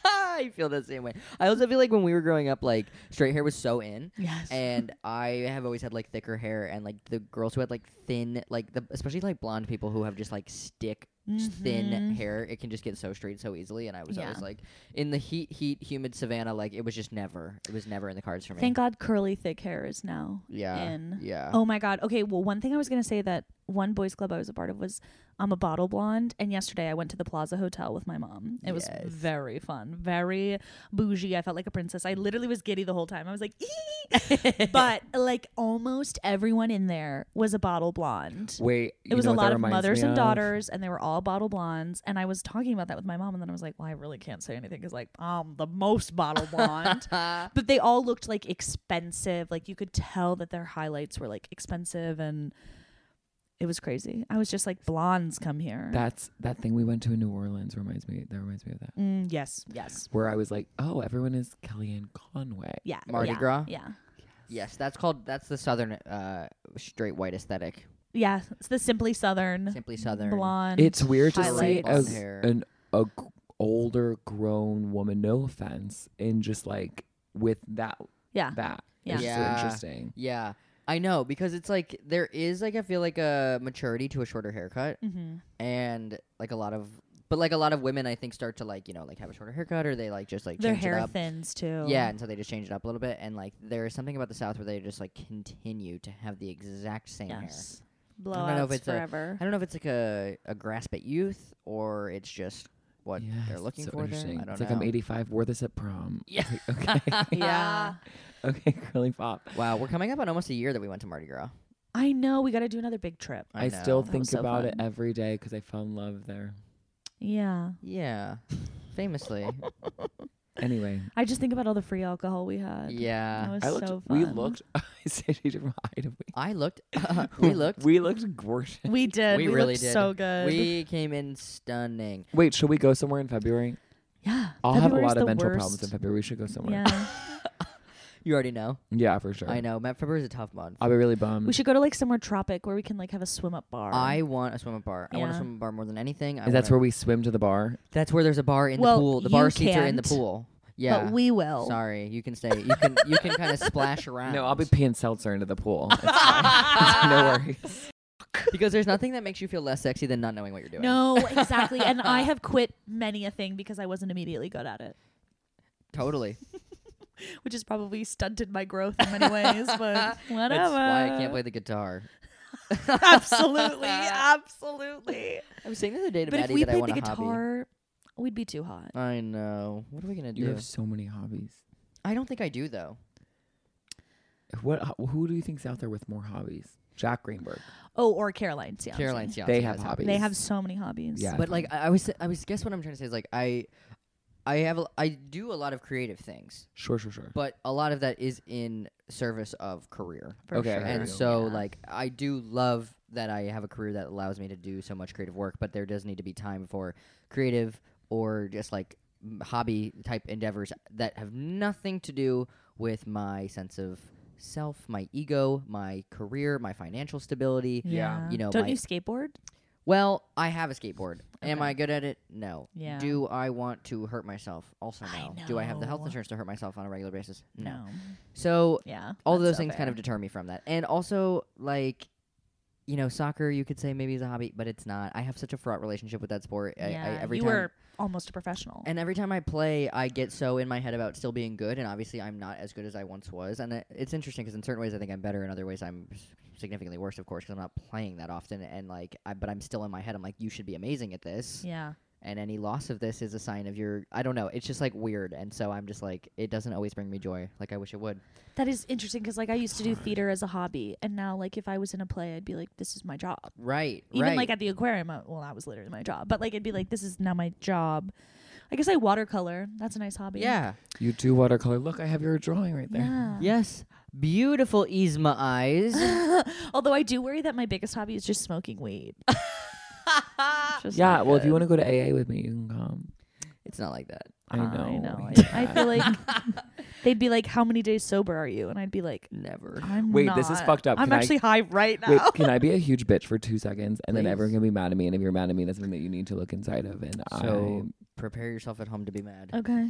Speaker 1: I feel the same way. I also feel like when we were growing up, like straight hair was so in.
Speaker 2: Yes.
Speaker 1: And I have always had like thicker hair, and like the girls who had like thin, like the especially like blonde people who have just like stick s- thin hair, it can just get so straight so easily. And I was
Speaker 2: Mm-hmm. Yeah.
Speaker 1: always like, in the heat, heat, humid savannah, like it was just never, it was never in the cards for me.
Speaker 2: Thank God curly, thick hair is now
Speaker 1: yeah,
Speaker 2: in.
Speaker 1: yeah.
Speaker 2: Oh my god. Okay, well one thing I was going to say that one boys club I was a part of was I'm a bottle blonde and yesterday I went to the Plaza Hotel with my mom. It was
Speaker 1: Yes.
Speaker 2: very fun, very bougie. I felt like a princess. I literally was giddy the whole time. I was like "Ee!" but like almost everyone in there was a bottle blonde.
Speaker 3: Wait,
Speaker 2: It was a lot of mothers and daughters, and they were all bottle blondes. And I was talking about that with my mom, and then I was like, "Well, I really can't say anything because, like, I'm the most bottle blonde."
Speaker 1: Uh,
Speaker 2: but they all looked like expensive. Like you could tell that their highlights were like expensive, and it was crazy. I was just like, "Blondes come here."
Speaker 3: That's that thing we went to in New Orleans reminds me. That reminds me of that.
Speaker 2: Mm, yes, yes,
Speaker 3: Where I was like, oh, everyone is Kellyanne Conway.
Speaker 2: yeah.
Speaker 1: Mardi
Speaker 2: yeah,
Speaker 1: Gras?
Speaker 2: Yeah,
Speaker 1: Yes, that's called that's the southern uh, straight white aesthetic,
Speaker 2: yeah. It's the simply Southern,
Speaker 1: simply southern.
Speaker 2: blonde.
Speaker 3: It's weird to see
Speaker 1: Highlights.
Speaker 3: as
Speaker 1: Hair.
Speaker 3: an a g- older grown woman. No offense, and just like with that
Speaker 2: yeah.
Speaker 3: that.
Speaker 2: Yeah.
Speaker 3: It's just so
Speaker 1: Yeah.
Speaker 3: interesting.
Speaker 1: Yeah, I know because it's like there is like I feel like a maturity to a shorter haircut.
Speaker 2: Mm-hmm.
Speaker 1: and like a lot of but like a lot of women i think start to like you know like have a shorter haircut or they like just like
Speaker 2: Their
Speaker 1: change it
Speaker 2: hair
Speaker 1: up
Speaker 2: thins too.
Speaker 1: yeah and so they just change it up a little bit and like there is something about the south where they just like continue to have the exact same
Speaker 2: Yes.
Speaker 1: hair i don't know if
Speaker 2: Blowouts
Speaker 1: it's a,
Speaker 2: forever.
Speaker 1: i don't know if it's like a, a grasp at youth or it's just what
Speaker 3: Yes,
Speaker 1: they're
Speaker 3: it's
Speaker 1: looking
Speaker 3: so
Speaker 1: for there.
Speaker 3: interesting.
Speaker 1: i don't
Speaker 3: it's
Speaker 1: know
Speaker 3: like I'm 85. Wore this at prom.
Speaker 1: Yeah.
Speaker 3: It's like, okay.
Speaker 2: yeah.
Speaker 3: okay. Curly pop.
Speaker 1: wow we're coming up on almost a year that we went to mardi gras
Speaker 2: I know we got to do another big trip.
Speaker 1: i,
Speaker 3: I, still
Speaker 1: know.
Speaker 2: That
Speaker 3: think
Speaker 2: was so
Speaker 3: about it
Speaker 2: fun.
Speaker 3: every day because I fell in love there.
Speaker 2: Yeah.
Speaker 1: yeah famously
Speaker 3: Anyway,
Speaker 2: I just think about all the free alcohol we had. That
Speaker 1: yeah
Speaker 2: was
Speaker 3: I looked.
Speaker 2: so fun.
Speaker 3: we looked. I said she didn't hide.
Speaker 1: i looked we looked
Speaker 3: We looked gorgeous.
Speaker 2: We did.
Speaker 1: We
Speaker 2: We,
Speaker 1: really
Speaker 2: looked
Speaker 1: did.
Speaker 2: so good.
Speaker 1: we came in stunning
Speaker 3: Wait, should we go somewhere in February?
Speaker 2: yeah.
Speaker 3: I'll
Speaker 2: February's
Speaker 3: have a lot
Speaker 2: the
Speaker 3: of mental
Speaker 2: worst.
Speaker 3: problems in February. We should go somewhere.
Speaker 2: Yeah.
Speaker 1: you already know
Speaker 3: Yeah, for sure.
Speaker 1: I know. Matt February is a tough month.
Speaker 3: I'll be really bummed.
Speaker 2: we should go to like somewhere tropic where we can like have a swim up bar.
Speaker 1: Mm. I want a swim up bar. I want a
Speaker 2: Yeah.
Speaker 1: swim up bar more than anything. I
Speaker 3: And that's
Speaker 1: wanna-
Speaker 3: where we swim to the bar.
Speaker 1: That's where there's a bar in
Speaker 2: Well,
Speaker 1: the pool. The
Speaker 2: you
Speaker 1: bar seats are in the
Speaker 2: can't,
Speaker 1: pool. Yeah.
Speaker 2: But we will.
Speaker 1: Sorry, you can stay. You can you can kind of splash around.
Speaker 3: No, I'll be peeing seltzer into the pool. It's fine. no worries.
Speaker 1: because there's nothing that makes you feel less sexy than not knowing what you're doing.
Speaker 2: No, exactly. and I have quit many a thing because I wasn't immediately good at it,
Speaker 1: totally.
Speaker 2: which has probably stunted my growth in many ways. But whatever.
Speaker 1: That's why I can't play the guitar.
Speaker 2: absolutely, absolutely.
Speaker 1: I was saying the other day to
Speaker 2: But if
Speaker 1: Maddie
Speaker 2: we
Speaker 1: that I
Speaker 2: played
Speaker 1: want
Speaker 2: the
Speaker 1: a hobby.
Speaker 2: guitar, we'd be too hot.
Speaker 1: I know. What are we gonna do?
Speaker 3: You have so many hobbies.
Speaker 1: I don't think I do though.
Speaker 3: What? Who do you think's out there with more hobbies? Jack Greenberg.
Speaker 2: Oh, or Caroline's. Yeah,
Speaker 1: Caroline's
Speaker 3: They
Speaker 1: Johnson
Speaker 3: have
Speaker 1: has
Speaker 3: hobbies.
Speaker 2: They have so many hobbies.
Speaker 3: Yeah.
Speaker 1: but like I, I was I was guess what I'm trying to say is like I I have a, I do a lot of creative things,
Speaker 3: Sure, sure, sure.
Speaker 1: but a lot of that is in service of career.
Speaker 2: for
Speaker 3: Okay,
Speaker 2: sure.
Speaker 3: I hear
Speaker 1: And
Speaker 3: you.
Speaker 1: so
Speaker 2: Yeah.
Speaker 1: like I do love that I have a career that allows me to do so much creative work, but there does need to be time for creative or just like m- hobby type endeavors that have nothing to do with my sense of self, my ego, my career, my financial stability.
Speaker 3: Yeah.
Speaker 1: You know,
Speaker 2: don't
Speaker 1: my-
Speaker 2: you skateboard?
Speaker 1: Well, I have a skateboard. Am
Speaker 2: Okay.
Speaker 1: I good at it? No.
Speaker 2: Yeah.
Speaker 1: Do I want to hurt myself? Also, no.
Speaker 2: I
Speaker 1: Do I have the health
Speaker 2: know.
Speaker 1: insurance to hurt myself on a regular basis? No. So
Speaker 2: Yeah.
Speaker 1: all those
Speaker 2: that's so
Speaker 1: things kind
Speaker 2: fair.
Speaker 1: of deter me from that. And also, like, you know, soccer, you could say maybe is a hobby, but it's not. I have such a fraught relationship with that sport. I, I,
Speaker 2: Yeah,
Speaker 1: every
Speaker 2: you
Speaker 1: time,
Speaker 2: were almost a professional.
Speaker 1: and every time I play, I get so in my head about still being good, and obviously I'm not as good as I once was. And it, it's interesting because in certain ways I think I'm better, in other ways I'm s- significantly worse, of course, because I'm not playing that often. And like, I, but I'm still in my head. I'm like, you should be amazing at this,
Speaker 2: yeah.
Speaker 1: and any loss of this is a sign of your. I don't know. It's just like weird, and so I'm just like, it doesn't always bring me joy, like I wish it would.
Speaker 2: That is interesting because like I used to do theater as a hobby, and now like if I was in a play, I'd be like, "This is my job."
Speaker 1: Right.
Speaker 2: Even
Speaker 1: right.
Speaker 2: like at the aquarium, I, well, that was literally my job, but like it'd be like, "This is now my job." I guess I watercolor. That's a nice hobby.
Speaker 1: yeah.
Speaker 3: You do watercolor. Look, I have your drawing right there.
Speaker 2: Yeah.
Speaker 1: Yes. Beautiful Yzma eyes.
Speaker 2: Although I do worry that my biggest hobby is just smoking weed. Just
Speaker 3: Yeah,
Speaker 2: not
Speaker 3: well, if you
Speaker 2: good.
Speaker 3: want to go to AA with me, you can come.
Speaker 1: it's not like that.
Speaker 3: I know.
Speaker 2: I know.
Speaker 3: yeah.
Speaker 2: I, I feel like they'd be like, "How many days sober are you?" And I'd be like,
Speaker 1: Never.
Speaker 2: "I'm
Speaker 3: Wait, this is
Speaker 2: not.
Speaker 3: fucked up.
Speaker 2: I'm
Speaker 3: Can I-
Speaker 2: actually high right now."
Speaker 3: Wait, can I be a huge bitch for two seconds, and
Speaker 1: Please.
Speaker 3: then everyone can be mad at me? And if you're mad at me, that's something that you need to look inside of. And
Speaker 1: So
Speaker 3: I,
Speaker 1: prepare yourself at home to be mad.
Speaker 2: okay.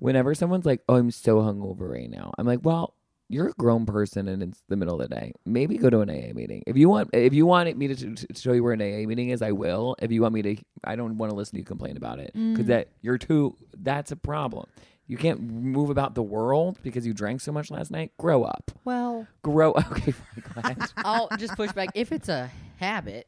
Speaker 3: whenever someone's like, "Oh, I'm so hungover right now," I'm like, "Well, you're a grown person, and it's the middle of the day. Maybe go to an AA meeting if you want. If you want me to, to, to show you where an AA meeting is, I will. If you want me to, I don't want to listen to you complain about it because that you're too. That's a problem. You can't move about the world because you drank so much last night. Grow up.
Speaker 1: Well,
Speaker 3: Grow. Okay, fine, glad.
Speaker 1: I'll just push back. If it's a habit,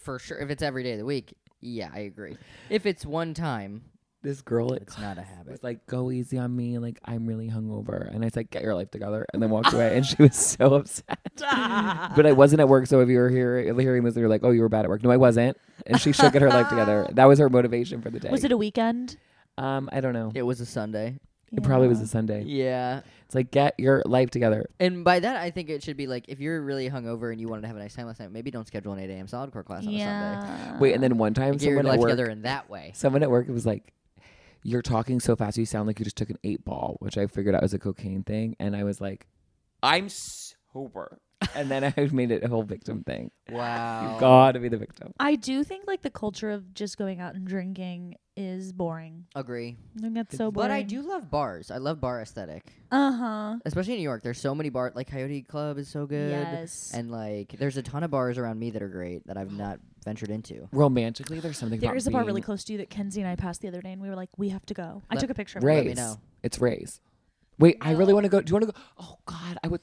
Speaker 1: for sure. If it's every day of the week, yeah, I agree. If it's one time,
Speaker 3: this girl at
Speaker 1: it's not a
Speaker 3: was
Speaker 1: habit.
Speaker 3: like, "Go easy on me. Like I'm really hungover." And I said, "Get your life together," and then walked away. And she was so upset. but I wasn't at work, so if you were here hearing this, you're like, "Oh, you were bad at work." No, I wasn't. And she should get her life together. That was her motivation for the day.
Speaker 2: Was it a weekend?
Speaker 3: um, I don't know.
Speaker 1: It was a Sunday.
Speaker 3: It probably was
Speaker 2: Yeah.
Speaker 3: a Sunday.
Speaker 1: Yeah.
Speaker 3: It's like, get your life together.
Speaker 1: And by that, I think it should be like if you're really hungover and you wanted to have a nice time last night, maybe don't schedule an 8 a.m. solid core class on a Sunday.
Speaker 2: Yeah.
Speaker 3: Wait, and then one time,
Speaker 1: Get your
Speaker 3: someone at
Speaker 1: life
Speaker 3: work,
Speaker 1: together in that way.
Speaker 3: someone at work was like, "You're talking so fast. You sound like you just took an eight ball," which I figured out was a cocaine thing. And I was like, "I'm sober." and then I made it a whole victim thing.
Speaker 1: Wow.
Speaker 3: You gotta be the victim.
Speaker 2: I do think like the culture of just going out and drinking is boring.
Speaker 1: Agree.
Speaker 2: I think that's so boring.
Speaker 1: But I do love bars. I love bar aesthetic,
Speaker 2: Uh huh.
Speaker 1: especially in New York. There's so many bar like Coyote Club is so good.
Speaker 2: Yes.
Speaker 1: And like, there's a ton of bars around me that are great that I've not ventured into.
Speaker 3: Romantically, there's something.
Speaker 2: there
Speaker 3: about
Speaker 2: is a bar
Speaker 3: being-
Speaker 2: really close to you that Kenzie and I passed the other day, and we were like, "We have to go." I
Speaker 1: Let-
Speaker 2: took a picture. of it.
Speaker 3: Rays.
Speaker 1: me know.
Speaker 3: It's Rays. Wait, I really want to go. Do you want to go? Oh God, I would.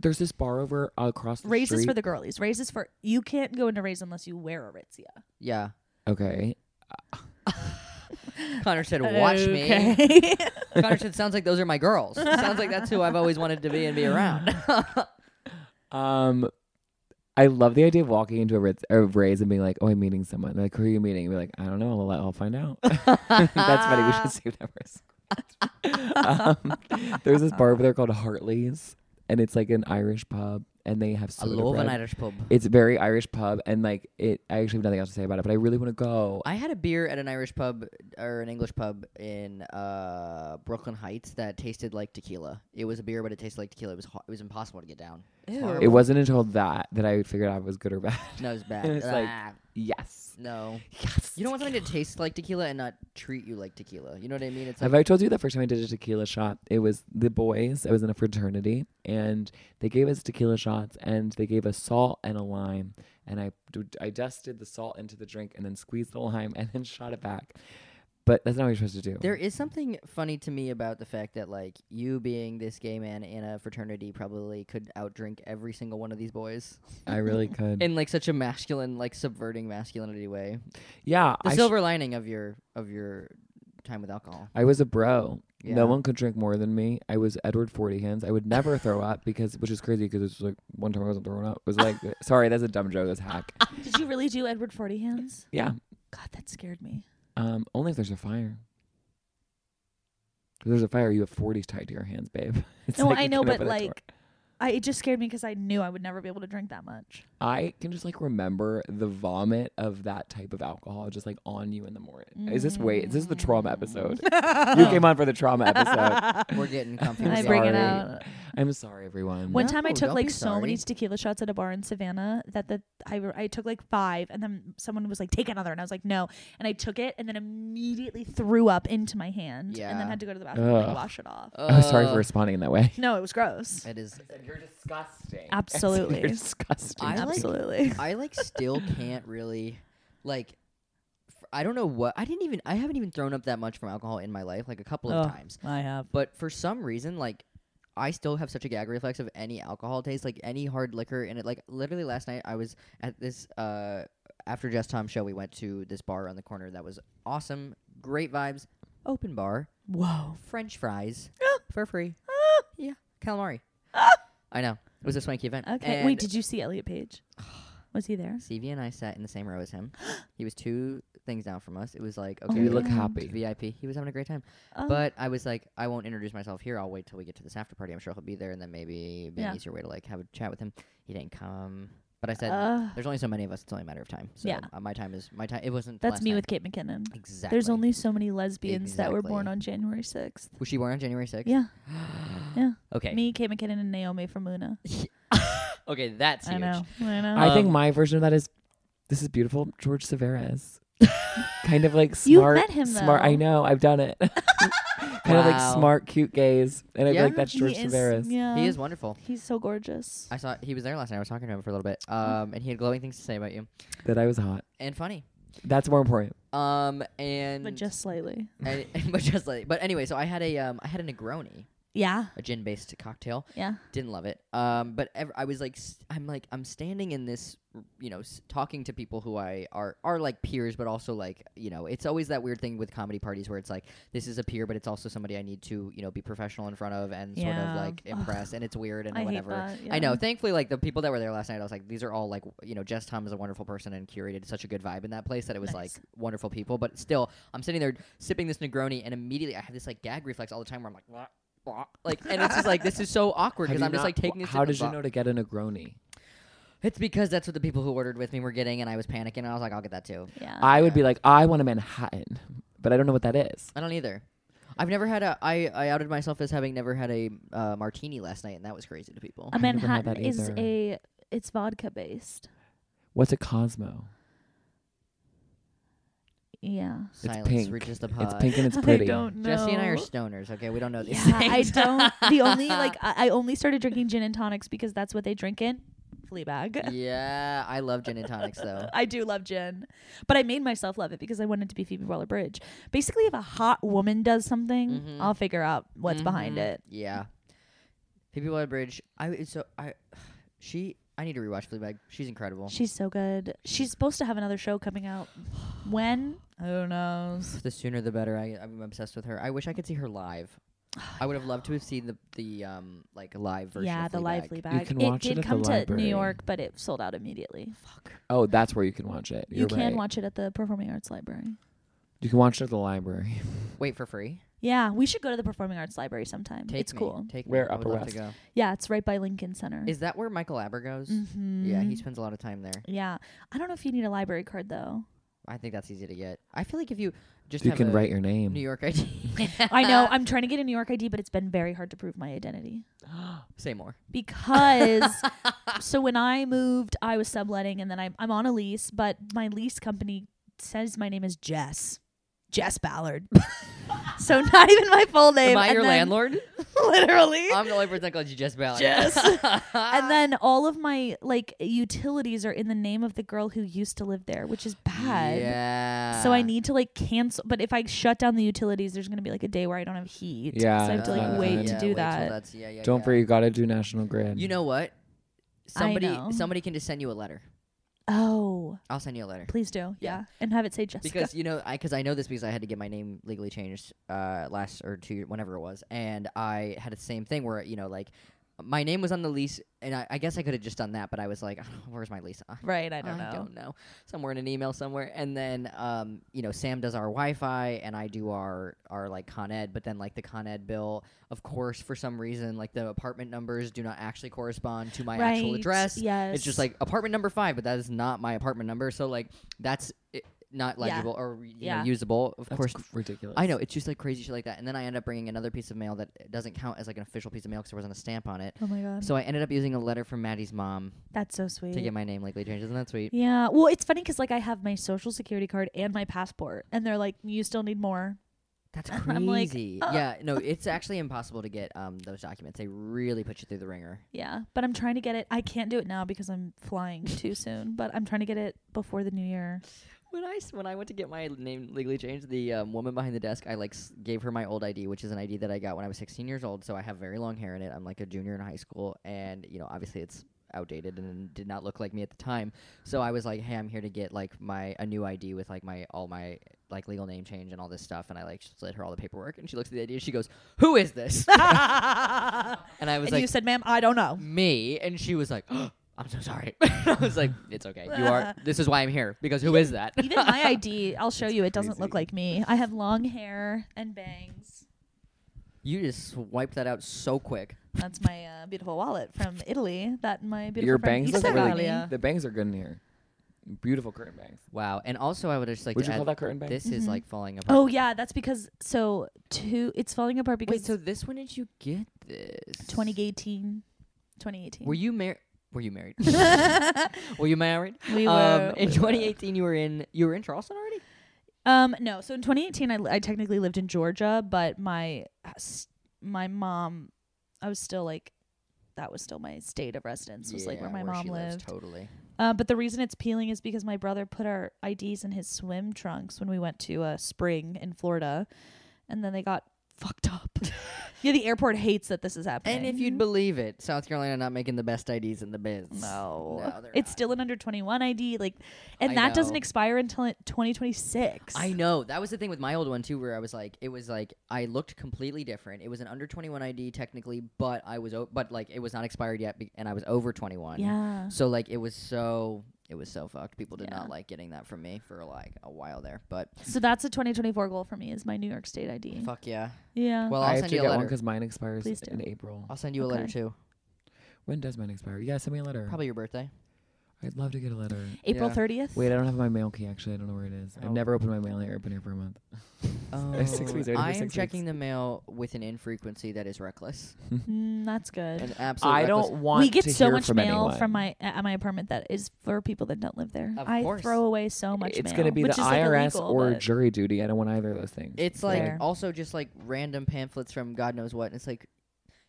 Speaker 3: There's this bar over uh, across the
Speaker 2: Raise is
Speaker 3: street.
Speaker 2: for the girlies. Raise is for you can't go into raise unless you wear a ritzia.
Speaker 1: Yeah.
Speaker 3: okay.
Speaker 1: Connor said, "Watch me."
Speaker 2: Okay.
Speaker 1: Connor said, "Sounds like those are my girls. Sounds like that's who I've always wanted to be and be around."
Speaker 3: Um, I love the idea of walking into a Ritz, a Rays and being like, "Oh, I'm meeting someone." They're like, who are you meeting? And be like, I don't know. I'll, I'll find out. That's funny. We should save that first. um, there's this bar over there called Hartley's, and it's like an Irish pub, and they have
Speaker 1: I
Speaker 3: soda
Speaker 1: love an
Speaker 3: bread.
Speaker 1: Irish pub.
Speaker 3: It's very Irish pub, and like it. I actually have nothing else to say about it, but I really want to go.
Speaker 1: I had a beer at an Irish pub or an English pub in uh, Brooklyn Heights that tasted like tequila. It was a beer, but it tasted like tequila. It was ho- it was impossible to get down. It's
Speaker 2: Ew.
Speaker 1: horrible.
Speaker 3: It wasn't until that that I figured out it was good or bad.
Speaker 1: No, it was bad.
Speaker 3: It was like-
Speaker 1: Ah,
Speaker 3: Yes.
Speaker 1: no.
Speaker 3: Yes.
Speaker 1: You don't want something to taste like tequila and not treat you like tequila. You know what I mean? It's like
Speaker 3: Have I told you the first time I did a tequila shot? It was the boys. I was in a fraternity, and they gave us tequila shots, and they gave us salt and a lime, and I, d- I dusted the salt into the drink, and then squeezed the lime, and then shot it back. But that's not what you're supposed to do.
Speaker 1: There is something funny to me about the fact that like you being this gay man in a fraternity probably could outdrink every single one of these boys
Speaker 3: I really could.
Speaker 1: in like such a masculine, like subverting masculinity way.
Speaker 3: yeah.
Speaker 1: The
Speaker 3: I sh-
Speaker 1: silver lining of your of your time with alcohol.
Speaker 3: I was a bro.
Speaker 1: Yeah.
Speaker 3: No one could drink more than me. I was Edward Forty Hands. I would never throw up because, which is crazy because it's like one time I wasn't throwing up. It was like, sorry, that's a dumb joke. That's hack.
Speaker 2: Did you really do Edward Forty Hands?
Speaker 3: Yeah.
Speaker 2: God, that scared me.
Speaker 3: Um, only if there's a fire. If there's a fire, you have 40s tied to your hands, babe. It's
Speaker 2: No,
Speaker 3: like
Speaker 2: I
Speaker 3: you
Speaker 2: know,
Speaker 3: can't
Speaker 2: but
Speaker 3: open a door.
Speaker 2: like, I, it just scared me because I knew I would never be able to drink that much.
Speaker 3: I can just like remember the vomit of that type of alcohol just like on you in the morning. Is this wait? Is this the trauma episode?
Speaker 2: Mm.
Speaker 3: you
Speaker 2: Oh.
Speaker 3: came on for the trauma episode.
Speaker 1: We're getting comfy.
Speaker 2: I
Speaker 1: with
Speaker 2: bring it
Speaker 1: sorry.
Speaker 2: out.
Speaker 3: I'm sorry, everyone.
Speaker 2: One
Speaker 1: No,
Speaker 2: time I took
Speaker 1: don't
Speaker 2: like
Speaker 1: be
Speaker 2: so many
Speaker 1: sorry.
Speaker 2: tequila shots at a bar in Savannah that the I, re- I took like five and then someone was like take another and I was like no and I took it and then immediately threw up into my hand and
Speaker 1: Yeah.
Speaker 2: then had to go to the bathroom and
Speaker 3: Ugh.
Speaker 2: like, wash it off.
Speaker 1: Uh,
Speaker 3: I'm sorry for responding in that way.
Speaker 2: no, it was gross.
Speaker 1: It is.
Speaker 3: You're disgusting.
Speaker 2: Absolutely.
Speaker 3: You're disgusting.
Speaker 1: I like-
Speaker 2: Absolutely.
Speaker 1: I like still can't really like. f- I don't know what I didn't even. I haven't even thrown up that much from alcohol in my life, like a couple of
Speaker 2: Oh.
Speaker 1: times.
Speaker 2: I have.
Speaker 1: But for some reason, like I still have such a gag reflex of any alcohol taste, like any hard liquor, and it like literally last night I was at this uh after Just Tom show we went to this bar on the corner that was awesome, great vibes, open bar,
Speaker 2: Whoa.
Speaker 1: French fries for free,
Speaker 2: Ah,
Speaker 1: yeah, calamari. I know it was a swanky event.
Speaker 2: Okay.
Speaker 1: And
Speaker 2: Wait, did you see Elliot Page? Was he there?
Speaker 1: CV and I sat in the same row as him. he was two things down from us. It was like
Speaker 2: Oh
Speaker 1: okay,
Speaker 3: you
Speaker 2: my
Speaker 3: look
Speaker 2: God.
Speaker 3: happy.
Speaker 1: VIP. He was having a great time.
Speaker 2: Oh.
Speaker 1: But I was like, I won't introduce myself here. I'll wait till we get to this after party. I'm sure he'll be there, and then maybe be
Speaker 2: Yeah.
Speaker 1: an easier way to like have a chat with him. He didn't come, but I said,
Speaker 2: Ugh.
Speaker 1: "There's only so many of us. It's only a matter of time." So
Speaker 2: Uh, Yeah.
Speaker 1: uh, my time is my time. It wasn't. the
Speaker 2: that's
Speaker 1: last
Speaker 2: me
Speaker 1: night.
Speaker 2: with Kate McKinnon.
Speaker 1: exactly.
Speaker 2: There's only so many lesbians that were born
Speaker 1: Exactly.
Speaker 2: on January 6th.
Speaker 1: was she born on January 6th?
Speaker 2: Yeah. yeah.
Speaker 1: Okay.
Speaker 2: Me, Kate McKinnon, and Naomi from Luna.
Speaker 1: Okay, that's
Speaker 2: I
Speaker 1: huge.
Speaker 2: know. I know.
Speaker 3: I think
Speaker 1: Um,
Speaker 3: my version of that is this is beautiful George Severas. kind of like
Speaker 2: You've
Speaker 3: smart
Speaker 2: met him,
Speaker 3: smart I
Speaker 2: though.
Speaker 3: know, I've done it. kind of like
Speaker 1: Wow.
Speaker 3: smart cute gays and I'd be
Speaker 1: Yeah,
Speaker 3: like that's George
Speaker 2: he is,
Speaker 3: Severas.
Speaker 2: Yeah.
Speaker 1: He is wonderful.
Speaker 2: He's so gorgeous.
Speaker 1: I saw he was there last night. I was talking to him for a little bit,
Speaker 2: Uh-huh.
Speaker 1: um, and he had glowing things to say about you
Speaker 3: That I was hot.
Speaker 1: and funny.
Speaker 3: That's more important.
Speaker 1: Um, and
Speaker 2: but just slightly.
Speaker 1: and, but just like but anyway, so I had a um I had a Negroni,
Speaker 2: Yeah.
Speaker 1: a gin based cocktail.
Speaker 2: Yeah.
Speaker 1: didn't love it um but ev- i was like s- i'm like i'm standing in this r- you know s- talking to people who i are are like peers but also like you know it's always that weird thing with comedy parties where it's like this is a peer but it's also somebody i need to you know be professional in front of and sort
Speaker 2: Yeah.
Speaker 1: of like
Speaker 2: Ugh.
Speaker 1: impress and it's weird and
Speaker 2: I
Speaker 1: whatever
Speaker 2: hate that.
Speaker 1: I know.
Speaker 2: yeah.
Speaker 1: Thankfully, like the people that were there last night, I was like, these are all like, w- you know, Jess Tom is a wonderful person and curated such a good vibe in that place that it was
Speaker 2: Nice.
Speaker 1: like wonderful people. But still, I'm sitting there sipping this Negroni, and immediately I have this like gag reflex all the time where I'm like, "Wah, wah," like, and it's just like this is so awkward
Speaker 3: Have
Speaker 1: because
Speaker 3: you
Speaker 1: I'm just
Speaker 3: not-
Speaker 1: like taking this.
Speaker 3: How
Speaker 1: sip
Speaker 3: did
Speaker 1: and
Speaker 3: you
Speaker 1: blah.
Speaker 3: know to get a Negroni?
Speaker 1: It's because that's what the people who ordered with me were getting, and I was panicking, and I was like, I'll get that too.
Speaker 2: Oh, Yeah.
Speaker 3: I would be like, I want a Manhattan, but I don't know what that is.
Speaker 1: I don't either. I've never had a. I I outed myself as having never had a uh, martini last night, and that was crazy to people.
Speaker 2: a
Speaker 3: I've never had
Speaker 2: Manhattan
Speaker 3: that
Speaker 2: is
Speaker 3: either.
Speaker 2: a. It's vodka based.
Speaker 3: What's a Cosmo?
Speaker 2: Yeah.
Speaker 3: It's
Speaker 1: Silence
Speaker 3: pink.
Speaker 1: reaches the pod.
Speaker 3: It's pink and it's pretty.
Speaker 2: I don't know.
Speaker 1: Jesse and I are stoners. Okay, we don't know these
Speaker 2: Yeah, I
Speaker 1: things.
Speaker 2: don't. The only like I, I only started drinking gin and tonics because that's what they drink in Fleabag.
Speaker 1: yeah, I love gin and tonics though.
Speaker 2: I do love gin, but I made myself love it because I wanted to be Phoebe Waller Bridge. Basically, if a hot woman does something,
Speaker 1: Mhm.
Speaker 2: I'll figure out what's behind
Speaker 1: Mhm.
Speaker 2: it.
Speaker 1: Yeah, Phoebe Waller-Bridge. I it's so I, she. I need to rewatch Fleabag. She's incredible.
Speaker 2: She's so good. She's supposed to have another show coming out. When? Who knows?
Speaker 1: the sooner the better. I, I'm obsessed with her. I wish I could see her live.
Speaker 2: Oh,
Speaker 1: I would have loved to have seen the the um like live version.
Speaker 2: yeah,
Speaker 1: of
Speaker 2: the live
Speaker 1: Fleabag.
Speaker 2: Fleabag.
Speaker 3: can
Speaker 2: it
Speaker 3: watch it
Speaker 2: did
Speaker 3: at the
Speaker 2: come to New
Speaker 3: library.
Speaker 2: York, but it sold out immediately. Fuck.
Speaker 3: Oh, that's where you can watch it.
Speaker 2: You
Speaker 3: You're
Speaker 2: can
Speaker 3: right.
Speaker 2: watch it at the Performing Arts Library.
Speaker 3: You can watch it at the library.
Speaker 1: Wait for free.
Speaker 2: Yeah, we should go to the Performing Arts Library sometime.
Speaker 1: Take
Speaker 2: it's
Speaker 1: me.
Speaker 2: cool.
Speaker 1: Take me.
Speaker 3: Where,
Speaker 1: I would
Speaker 3: Upper
Speaker 1: love
Speaker 3: West?
Speaker 1: To go.
Speaker 2: Yeah, it's right by Lincoln Center.
Speaker 1: Is that where Michael Aber goes?
Speaker 2: Mhm.
Speaker 1: Yeah, he spends a lot of time there.
Speaker 2: Yeah, I don't know if you need a library card though.
Speaker 1: I think that's easy to get. I feel like if you just
Speaker 3: you
Speaker 1: have
Speaker 3: can
Speaker 1: a
Speaker 3: write your name.
Speaker 1: New York ID,
Speaker 2: I know I'm trying to get a New York ID, but it's been very hard to prove my identity
Speaker 1: say more.
Speaker 2: because. so when I moved, I was subletting, and then I'm I'm on a lease, but my lease company says my name is Jess, Jess Ballard. so not even my full name.
Speaker 1: Am I
Speaker 2: and
Speaker 1: your
Speaker 2: then-
Speaker 1: landlord?
Speaker 2: Literally.
Speaker 1: I'm the only person that calls you Jess Ballard.
Speaker 2: Jess. and then all of my like utilities are in the name of the girl who used to live there, which is bad.
Speaker 1: Yeah.
Speaker 2: So I need to like cancel. But if I shut down the utilities, there's gonna be like a day where I don't have heat.
Speaker 3: Yeah,
Speaker 2: So I have to like
Speaker 3: Uh,
Speaker 2: wait
Speaker 1: yeah,
Speaker 2: to do
Speaker 1: till
Speaker 2: that.
Speaker 1: that's- yeah, yeah,
Speaker 3: Don't
Speaker 1: yeah.
Speaker 3: worry, you gotta do National Grid.
Speaker 1: You know what?
Speaker 2: I
Speaker 1: Somebody
Speaker 2: know.
Speaker 1: somebody can just send you a letter.
Speaker 2: Oh,
Speaker 1: I'll send you a letter.
Speaker 2: please do. Yeah.
Speaker 1: Yeah.
Speaker 2: And have it say Jessica.
Speaker 1: Because you know, I because I know this because I had to get my name legally changed uh, last or two whenever it was, and I had the same thing where you know like my name was on the lease, and I, I guess I could have just done that, but I was like, "Where's my lease?" I
Speaker 2: Right, I don't know.
Speaker 1: I don't know. Somewhere in an email somewhere. And then um, you know, Sam does our Wi-Fi and I do our our like Con Ed, but then like the Con Ed bill, of course, for some reason, like the apartment numbers do not actually correspond to my actual
Speaker 2: Right,
Speaker 1: address.
Speaker 2: Yes.
Speaker 1: It's just like apartment number 5, but that is not my apartment number. So like that's it, not
Speaker 2: Yeah.
Speaker 1: legible or you
Speaker 2: Yeah.
Speaker 1: know, usable. Of
Speaker 3: That's
Speaker 1: course,
Speaker 3: cr- ridiculous.
Speaker 1: I know it's just like crazy shit like that, and then I end up bringing another piece of mail that doesn't count as like an official piece of mail because there wasn't a stamp on it.
Speaker 2: Oh my god.
Speaker 1: So I ended up using a letter from Maddie's mom
Speaker 2: That's so sweet.
Speaker 1: to get my name legally changed. Isn't that sweet?
Speaker 2: yeah. Well, it's funny because like I have my social security card and my passport, and they're like, "You still need more."
Speaker 1: That's
Speaker 2: I'm like,
Speaker 1: crazy.
Speaker 2: "Oh."
Speaker 1: Yeah, no, it's actually impossible to get um, those documents. They really put you through the ringer.
Speaker 2: Yeah, but I'm trying to get it. I can't do it now because I'm flying too soon. But I'm trying to get it before the new year.
Speaker 1: When I s- when I went to get my name legally changed, the um, woman behind the desk, I like s- gave her my old ID, which is an ID that I got when I was 16 years old. So I have very long hair in it. I'm like a junior in high school, and you know, obviously it's outdated and did not look like me at the time. So I was like, hey, I'm here to get like my a new ID with like my all my like legal name change and all this stuff. And I like slid her all the paperwork, and she looks at the ID, and she goes, "Who is this?" and I was
Speaker 2: and
Speaker 1: like,
Speaker 2: you said, "Ma'am, I don't know."
Speaker 1: me and she was like "Oh, i'm so sorry i was like it's okay you are this is why i'm here because who is that
Speaker 2: Even my ID, I'll show you. It doesn't look
Speaker 3: crazy.
Speaker 2: like me. I have long hair and bangs.
Speaker 1: you just swiped that out so quick
Speaker 2: That's my uh, beautiful wallet from Italy. That my beautiful
Speaker 3: Your
Speaker 2: friend
Speaker 3: bangs
Speaker 2: Isa
Speaker 3: look really
Speaker 2: got me.
Speaker 1: good.
Speaker 3: The bangs are good in here. Beautiful curtain bangs.
Speaker 1: wow and also i would just like
Speaker 3: Would
Speaker 1: to
Speaker 3: you
Speaker 1: add
Speaker 3: call that curtain bang?
Speaker 1: this is
Speaker 2: Mhm.
Speaker 1: like falling apart
Speaker 2: Oh yeah, that's because so two. It's falling apart because
Speaker 1: wait so this when did you get this
Speaker 2: 2018, 2018.
Speaker 1: were you married were you married
Speaker 2: we
Speaker 1: were you married
Speaker 2: were
Speaker 1: um in
Speaker 2: we were.
Speaker 1: 2018 you were in you were in charleston already
Speaker 2: Um, no. So in 2018, I, li- I technically lived in Georgia, but my s- my mom, I was still like, that was still my state of residence was like where my mom
Speaker 1: she
Speaker 2: lived.
Speaker 1: lives, totally
Speaker 2: Uh, but the reason it's peeling is because my brother put our IDs in his swim trunks when we went to a spring in Florida, and then they got fucked up. yeah, the airport hates that this is happening.
Speaker 1: and if you'd believe it south carolina not making the best ids in the biz
Speaker 2: no,
Speaker 1: No, they're
Speaker 2: it's
Speaker 1: not.
Speaker 2: still an under 21 ID, like, and
Speaker 1: I
Speaker 2: that doesn't
Speaker 1: know.
Speaker 2: expire until 2026.
Speaker 1: I know. That was the thing with my old one too, where I was like, it was like I looked completely different. It was an under twenty one ID technically, but I was o- but like it was not expired yet, be- and I was over twenty one.
Speaker 2: Yeah.
Speaker 1: So like it was so it was so fucked. People did
Speaker 2: Yeah.
Speaker 1: not like getting that from me for like a while there, but
Speaker 2: So that's a 2024 goal for me is my New York State ID.
Speaker 1: fuck yeah.
Speaker 2: Yeah.
Speaker 1: Well,
Speaker 3: I
Speaker 1: I'll
Speaker 3: have
Speaker 1: send
Speaker 3: to
Speaker 1: you a
Speaker 3: get one
Speaker 1: letter.
Speaker 3: because mine expires
Speaker 2: Please do.
Speaker 3: in April.
Speaker 1: I'll send you a letter
Speaker 2: Okay.
Speaker 1: too.
Speaker 3: When does mine expire? Yeah, send me a letter.
Speaker 1: Probably your birthday.
Speaker 3: I'd love to get a letter.
Speaker 2: April
Speaker 1: yeah.
Speaker 2: 30th.
Speaker 3: Wait, I don't have my mail key actually. I don't know where it is.
Speaker 1: Oh.
Speaker 3: I've never opened my mail. I opened it for a month.
Speaker 1: Oh,
Speaker 3: Six weeks, already for
Speaker 1: I am
Speaker 3: six
Speaker 1: checking the mail with an infrequency that is reckless.
Speaker 2: Mm, that's good.
Speaker 1: An absolute.
Speaker 3: I
Speaker 1: reckless-
Speaker 3: don't want
Speaker 2: we get
Speaker 3: to
Speaker 2: so
Speaker 3: hear
Speaker 2: much
Speaker 3: from
Speaker 2: mail
Speaker 3: anyone.
Speaker 2: from my at my apartment that is for people that don't live there.
Speaker 1: Of
Speaker 2: I
Speaker 1: course.
Speaker 2: throw away so much
Speaker 3: It's
Speaker 2: mail.
Speaker 3: gonna be the
Speaker 2: which is, like,
Speaker 3: IRS
Speaker 2: illegal,
Speaker 3: or
Speaker 2: but-
Speaker 3: jury duty. I don't want either of those things.
Speaker 1: It's like
Speaker 2: Fair.
Speaker 1: also just like random pamphlets from God knows what. And it's like,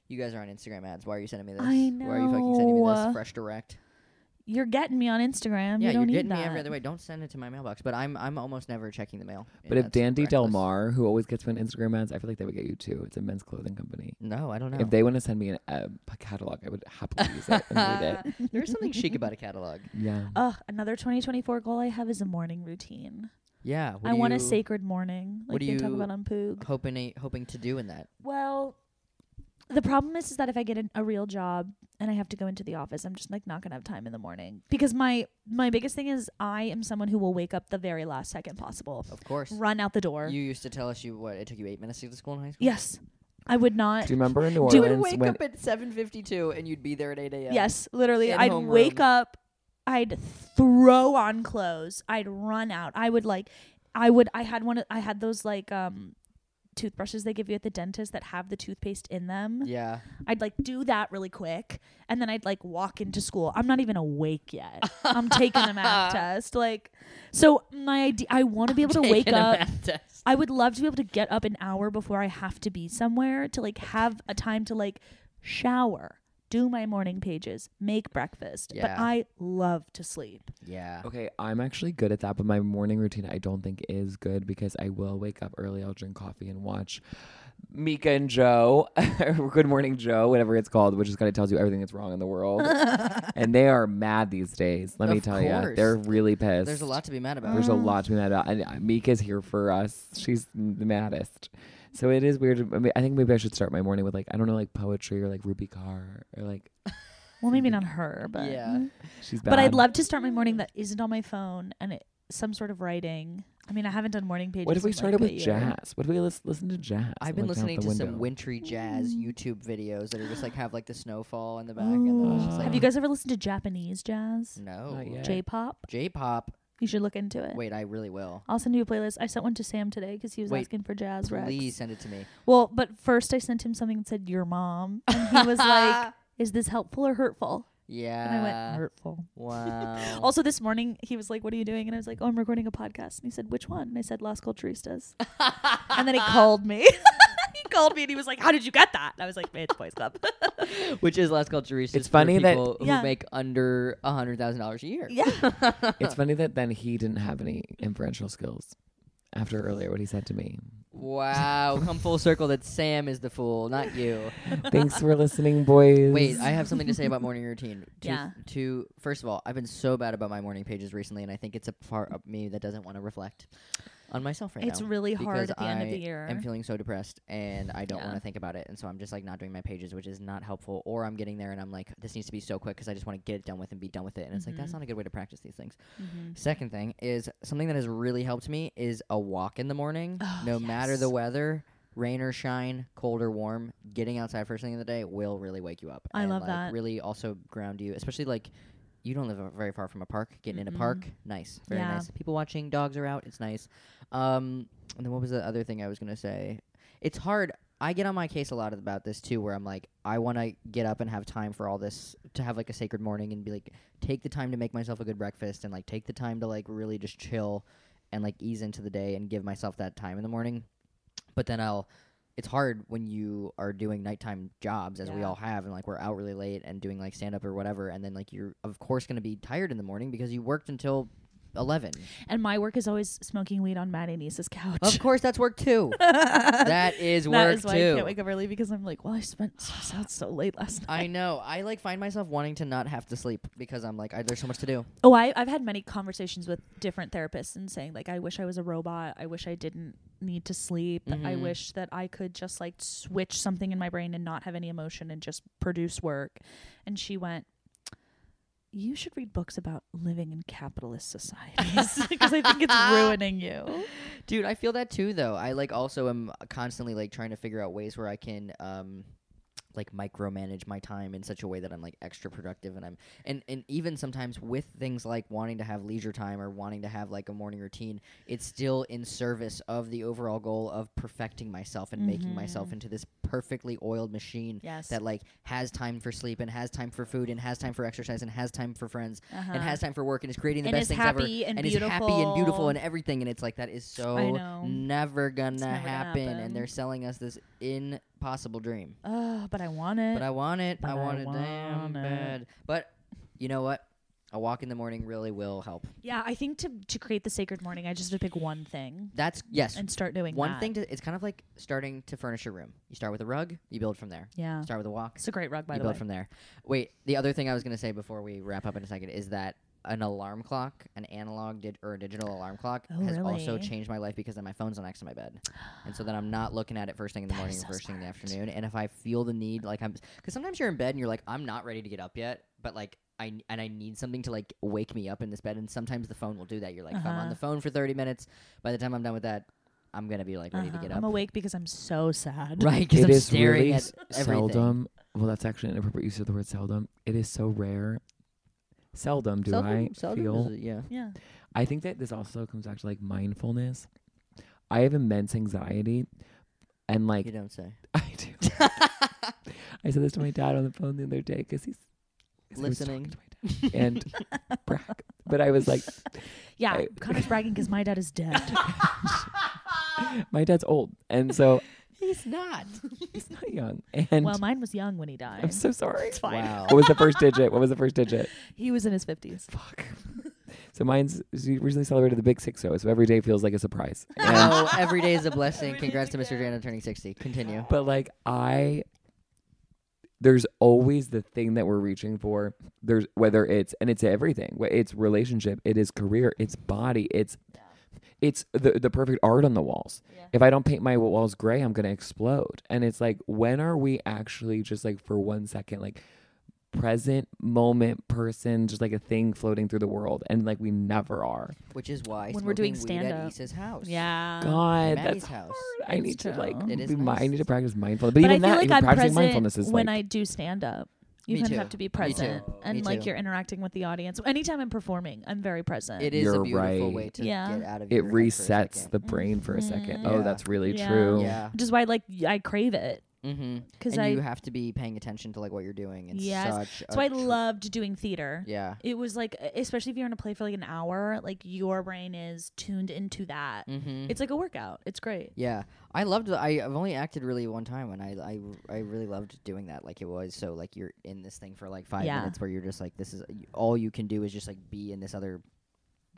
Speaker 1: you guys are on Instagram ads. Why are you sending me this?
Speaker 2: I
Speaker 1: Why are you fucking sending me
Speaker 2: know.
Speaker 1: this? Fresh direct.
Speaker 2: You're getting me on Instagram.
Speaker 1: yeah,
Speaker 2: you don't
Speaker 1: are
Speaker 2: need
Speaker 1: getting
Speaker 2: that.
Speaker 1: me every other way. Don't send it to my mailbox. But I'm I'm almost never checking the mail. and
Speaker 3: but if
Speaker 1: that's
Speaker 3: Dandy Del
Speaker 1: reckless.
Speaker 3: Mar, who always gets me on Instagram ads, I feel like they would get you too. It's a men's clothing company.
Speaker 1: No, I don't know.
Speaker 3: If they want to send me an, a p- catalog, I would happily use it and read it.
Speaker 1: There's something chic about a catalog.
Speaker 3: Yeah.
Speaker 2: Uh, Ugh, another 2024 goal I have is a morning routine.
Speaker 1: Yeah. What
Speaker 2: I
Speaker 1: are
Speaker 2: want
Speaker 1: you
Speaker 2: a sacred morning, like
Speaker 1: what do
Speaker 2: they talk
Speaker 1: you-
Speaker 2: about on Poog.
Speaker 1: Hoping a- hoping to do in that.
Speaker 2: Well, the problem is, is that if I get an, a real job and I have to go into the office, I'm just like not gonna have time in the morning because my my biggest thing is I am someone who will wake up the very last second possible,
Speaker 1: Of course.
Speaker 2: run out the door.
Speaker 1: You used to tell us you what it took you eight minutes to get to school in high school.
Speaker 2: yes, I would not.
Speaker 3: Do you remember in New
Speaker 2: Do
Speaker 1: You
Speaker 2: it
Speaker 1: would
Speaker 3: Orleans
Speaker 1: wake
Speaker 3: when
Speaker 1: up at 7:52 and you'd be there at 8 a.m.
Speaker 2: Yes, literally,
Speaker 1: In
Speaker 2: I'd
Speaker 1: homeroom.
Speaker 2: wake up, I'd throw on clothes, I'd run out, I would like, I would, I had one, of- I had those like um toothbrushes they give you at the dentist that have the toothpaste in them.
Speaker 1: Yeah.
Speaker 2: I'd like do that really quick, and then I'd like walk into school. I'm not even awake yet. I'm taking a math test. Like, so my idea, I want to be able to wake
Speaker 1: Taking a
Speaker 2: up.
Speaker 1: math test.
Speaker 2: I would love to be able to get up an hour before I have to be somewhere to like have a time to like shower, do my morning pages, make breakfast. But
Speaker 1: Yeah.
Speaker 2: I love to sleep.
Speaker 1: Yeah.
Speaker 3: Okay, I'm actually good at that, but my morning routine I don't think is good because I will wake up early, I'll drink coffee and watch Mika and Joe, or Good Morning Joe, whatever it's called, which is kind of tells you everything that's wrong in the world. and they are mad these days. Let me
Speaker 1: Of
Speaker 3: tell you,
Speaker 1: course.
Speaker 3: they're really pissed.
Speaker 1: There's a lot to be mad about.
Speaker 3: uh, There's a lot to be mad about. And uh, Mika's here for us. She's the maddest. So it is weird. I, mean, I think maybe I should start my morning with like I don't know, like poetry or like Ruby Carr or like
Speaker 2: Well, maybe not her, but
Speaker 1: Yeah.
Speaker 3: she's. Bad.
Speaker 2: But I'd love to start my morning that isn't on my phone and it, some sort of writing. I mean, I haven't done morning pages.
Speaker 3: What if we
Speaker 2: in, like,
Speaker 3: started
Speaker 2: a
Speaker 3: with
Speaker 2: year.
Speaker 3: jazz? What if we lis- listen to jazz?
Speaker 1: I've
Speaker 3: and
Speaker 1: been
Speaker 3: looked out
Speaker 1: listening
Speaker 3: the
Speaker 1: to some
Speaker 3: window?
Speaker 1: wintry jazz
Speaker 2: Mm.
Speaker 1: YouTube videos that are just like have like the snowfall in the back, and then I was
Speaker 3: Ah.
Speaker 1: just like,
Speaker 2: Have you guys ever listened to Japanese jazz?
Speaker 1: No.
Speaker 3: Not yet.
Speaker 2: J-pop?
Speaker 1: J-pop.
Speaker 2: You should look into it.
Speaker 1: Wait, I really will.
Speaker 2: I'll send you a playlist. I sent one to Sam today because he was
Speaker 1: Wait,
Speaker 2: asking for jazz recs.
Speaker 1: Please send it to me.
Speaker 2: Well, but first I sent him something that said your mom, and he was like, "Is this helpful or hurtful?"
Speaker 1: Yeah.
Speaker 2: And I went, "Hurtful."
Speaker 1: Wow.
Speaker 2: Also, this morning he was like, "What are you doing?" And I was like, "Oh, I'm recording a podcast." And he said, "Which one?" And I said, "Las Culturistas." and then he called me. he called me and he was like, "How did you get that?" And I was like, "It's Boys Club."
Speaker 1: which is Las Culturistas.
Speaker 3: It's
Speaker 1: for
Speaker 3: funny that-
Speaker 1: people who
Speaker 2: Oh. Yeah.
Speaker 1: make under a hundred thousand dollars a year.
Speaker 2: yeah.
Speaker 3: It's funny that then he didn't have any inferential skills after earlier what he said to me.
Speaker 1: Wow, come full circle that Sam is the fool, not you.
Speaker 3: Thanks for listening, boys.
Speaker 1: Wait, I have something to say about morning routine. To,
Speaker 2: Yeah.
Speaker 1: To first of all, I've been so bad about my morning pages recently, and I think it's a part of me that doesn't want to reflect on myself right
Speaker 2: It's
Speaker 1: now.
Speaker 2: really hard
Speaker 1: because
Speaker 2: at the end of the
Speaker 1: I
Speaker 2: year.
Speaker 1: I'm feeling so depressed, and I don't
Speaker 2: Yeah.
Speaker 1: want to think about it, and so I'm just like not doing my pages, which is not helpful. Or I'm getting there, and I'm like, this needs to be so quick because I just want to get it done with and be done with it, and it's like that's
Speaker 2: Mhm.
Speaker 1: not a good way to practice these things.
Speaker 2: Mhm.
Speaker 1: Second thing is something that has really helped me is a walk in the morning.
Speaker 2: Oh,
Speaker 1: no matter
Speaker 2: yes.
Speaker 1: the weather, rain or shine, cold or warm, getting outside first thing in the day will really wake you up.
Speaker 2: I
Speaker 1: and,
Speaker 2: love
Speaker 1: like,
Speaker 2: that.
Speaker 1: Really also ground you, especially like you don't live uh, very far from a park. Getting in
Speaker 2: Mm-mm.
Speaker 1: a park, nice, very
Speaker 2: Yeah.
Speaker 1: nice. People watching, dogs are out. It's nice. Um, and then what was the other thing I was gonna say? It's hard. I get on my case a lot about this too, where I'm like, I want to get up and have time for all this, to have like a sacred morning and be like, take the time to make myself a good breakfast and like take the time to like really just chill and like ease into the day and give myself that time in the morning. But then I'll, it's hard when you are doing nighttime jobs as we
Speaker 2: Yeah.
Speaker 1: all have and like we're out really late and doing like stand up or whatever. And then like you're, of course, going to be tired in the morning because you worked until 11.
Speaker 2: And my work is always smoking weed on Matt and Issa's couch.
Speaker 1: of course, that's work too. that is work
Speaker 2: that is why
Speaker 1: too.
Speaker 2: I can't wake up early because I'm like, well, I spent stressed out so late last night.
Speaker 1: I know. I like find myself wanting to not have to sleep because I'm like, I, there's so much to do.
Speaker 2: Oh, I, I've had many conversations with different therapists and saying like, I wish I was a robot. I wish I didn't need to sleep. I
Speaker 1: Mhm.
Speaker 2: wish that I could just like switch something in my brain and not have any emotion and just produce work. And she went, "You should read books about living in capitalist societies because I think it's ruining you."
Speaker 1: Dude, I feel that too though. I like also am constantly like trying to figure out ways where I can um like micromanage my time in such a way that I'm like extra productive and I'm and and even sometimes with things like wanting to have leisure time or wanting to have like a morning routine, it's still in service of the overall goal of perfecting myself and making myself into this perfectly oiled machine
Speaker 2: Mm-hmm. Yes.
Speaker 1: that like has time for sleep and has time for food and has time for exercise and has time for friends
Speaker 2: Uh-huh.
Speaker 1: and has time for work and is creating the
Speaker 2: And
Speaker 1: best
Speaker 2: is
Speaker 1: things
Speaker 2: happy
Speaker 1: ever
Speaker 2: and
Speaker 1: is happy and beautiful
Speaker 2: beautiful.
Speaker 1: and everything and it's like that is
Speaker 2: I
Speaker 1: so
Speaker 2: know.
Speaker 1: never gonna,
Speaker 2: never gonna
Speaker 1: happen.
Speaker 2: happen.
Speaker 1: and they're selling us this impossible dream
Speaker 2: Oh, but I want it.
Speaker 1: but i want it
Speaker 2: But
Speaker 1: i
Speaker 2: I
Speaker 1: want it damn
Speaker 2: want it.
Speaker 1: bad but you know what a walk in the morning really will help
Speaker 2: yeah, I think to to create the sacred morning, I just have to pick one thing
Speaker 1: that's yes
Speaker 2: and start doing
Speaker 1: one
Speaker 2: that.
Speaker 1: thing to it's kind of like starting to furnish a room you start with a rug you build from there
Speaker 2: Yeah,
Speaker 1: start with a walk
Speaker 2: it's a great rug by
Speaker 1: you
Speaker 2: the way.
Speaker 1: build from there. Wait, the other thing I was going to say before we wrap up in a second is that an alarm clock, an analog dig- or a digital alarm clock,
Speaker 2: Oh,
Speaker 1: has also
Speaker 2: really?
Speaker 1: changed my life because then my phone's on next to my bed, and so then I'm not looking at it first thing in the
Speaker 2: That
Speaker 1: morning,
Speaker 2: is so
Speaker 1: first thing in the
Speaker 2: smart.
Speaker 1: afternoon. And if I feel the need, like I'm, because sometimes you're in bed and you're like, I'm not ready to get up yet, but like. I, n- and I need something to like wake me up in this bed, and sometimes the phone will do that. You're like, if I'm on
Speaker 2: Uh-huh.
Speaker 1: the phone for 30 minutes. By the time I'm done with that, I'm gonna be like ready
Speaker 2: Uh-huh.
Speaker 1: to get
Speaker 2: I'm
Speaker 1: up,
Speaker 2: awake because I'm so sad.
Speaker 1: right? Because
Speaker 3: It
Speaker 1: I'm
Speaker 3: is
Speaker 1: staring
Speaker 3: really
Speaker 1: at everything.
Speaker 3: seldom. Well, that's actually an inappropriate use of the word seldom. It is so rare. Seldom do
Speaker 1: Seldom-
Speaker 3: I
Speaker 1: seldom
Speaker 3: feel.
Speaker 1: is it- yeah.
Speaker 2: Yeah.
Speaker 3: I think that this also comes back to like mindfulness. I have immense anxiety, and like
Speaker 1: You don't say.
Speaker 3: I do. I said this to my dad on the phone the other day because he's 'cause I was talking
Speaker 1: Listening.
Speaker 3: to my dad and brag. But I was like,
Speaker 2: Yeah,
Speaker 3: I-
Speaker 2: Connor's bragging because my dad is dead.
Speaker 3: my dad's old, and so
Speaker 1: He's not.
Speaker 3: he's not young. And
Speaker 2: well, mine was young when he died.
Speaker 3: I'm so sorry.
Speaker 2: it's fine.
Speaker 1: Wow.
Speaker 3: What was the first digit? What was the first digit?
Speaker 2: He was in his fifties.
Speaker 3: Fuck. So mine's she recently celebrated the big six zero, so every day feels like a surprise. And,
Speaker 1: No, every day is a blessing.
Speaker 2: Every
Speaker 1: Congrats to
Speaker 2: day's a
Speaker 1: Mr. Jana turning 60. Continue.
Speaker 3: but like I, there's always the thing that we're reaching for. There's whether it's and it's everything. Wh- It's relationship. It is career. It's body. It's it's the the perfect art on the walls.
Speaker 2: Yeah.
Speaker 3: If I don't paint my walls gray, I'm gonna explode. And it's like, when are we actually just like for one second, like present moment person, just like a thing floating through the world, and like we never are.
Speaker 1: which is why
Speaker 2: When we're doing
Speaker 1: smoking weed at
Speaker 2: stand-up.
Speaker 1: Issa's house.
Speaker 2: Yeah.
Speaker 3: God,
Speaker 1: Maddie's
Speaker 3: that's
Speaker 1: house.
Speaker 3: hard. I
Speaker 2: It's
Speaker 3: need to
Speaker 2: Um, true.
Speaker 3: like
Speaker 1: It is
Speaker 3: be mi- I
Speaker 1: nice.
Speaker 3: need to practice mindfulness. But,
Speaker 2: But I
Speaker 3: even
Speaker 2: feel
Speaker 3: that,
Speaker 2: like
Speaker 3: even
Speaker 2: I'm
Speaker 3: practicing
Speaker 2: present
Speaker 3: mindfulness is
Speaker 2: when
Speaker 3: like
Speaker 2: I do stand up. You
Speaker 1: Me
Speaker 2: kind
Speaker 1: too.
Speaker 2: of have to be
Speaker 1: Me too.
Speaker 2: present and
Speaker 1: Me
Speaker 2: like
Speaker 1: too.
Speaker 2: you're interacting with the audience. Anytime I'm performing, I'm very present.
Speaker 1: It is a
Speaker 3: You're
Speaker 1: beautiful
Speaker 3: right.
Speaker 1: way to
Speaker 2: Yeah.
Speaker 1: get out of
Speaker 3: it
Speaker 1: your head for a
Speaker 3: resets
Speaker 1: second.
Speaker 3: the brain for a 2nd
Speaker 1: Yeah.
Speaker 3: Oh, that's really
Speaker 2: Yeah.
Speaker 3: true.
Speaker 1: yeah.
Speaker 2: Which is why like y- I crave it.
Speaker 1: Mm-hmm.
Speaker 2: 'Cause
Speaker 1: and
Speaker 2: I-
Speaker 1: you have to be paying attention to like what you're doing. It's
Speaker 2: Yes.
Speaker 1: such.
Speaker 2: So
Speaker 1: a
Speaker 2: I
Speaker 1: tr-
Speaker 2: loved doing theater.
Speaker 1: Oh, Yeah.
Speaker 2: It was like e, especially if you're in a play for like an hour, like your brain is tuned into that.
Speaker 1: Mm-hmm.
Speaker 2: It's like a workout. It's great.
Speaker 1: Yeah, I loved. The, I, I've only acted really one time, and I, I, I really loved doing that. Like it was so like you're in this thing for like five
Speaker 2: Yeah.
Speaker 1: minutes, where you're just like, this is all you can do is just like be in this other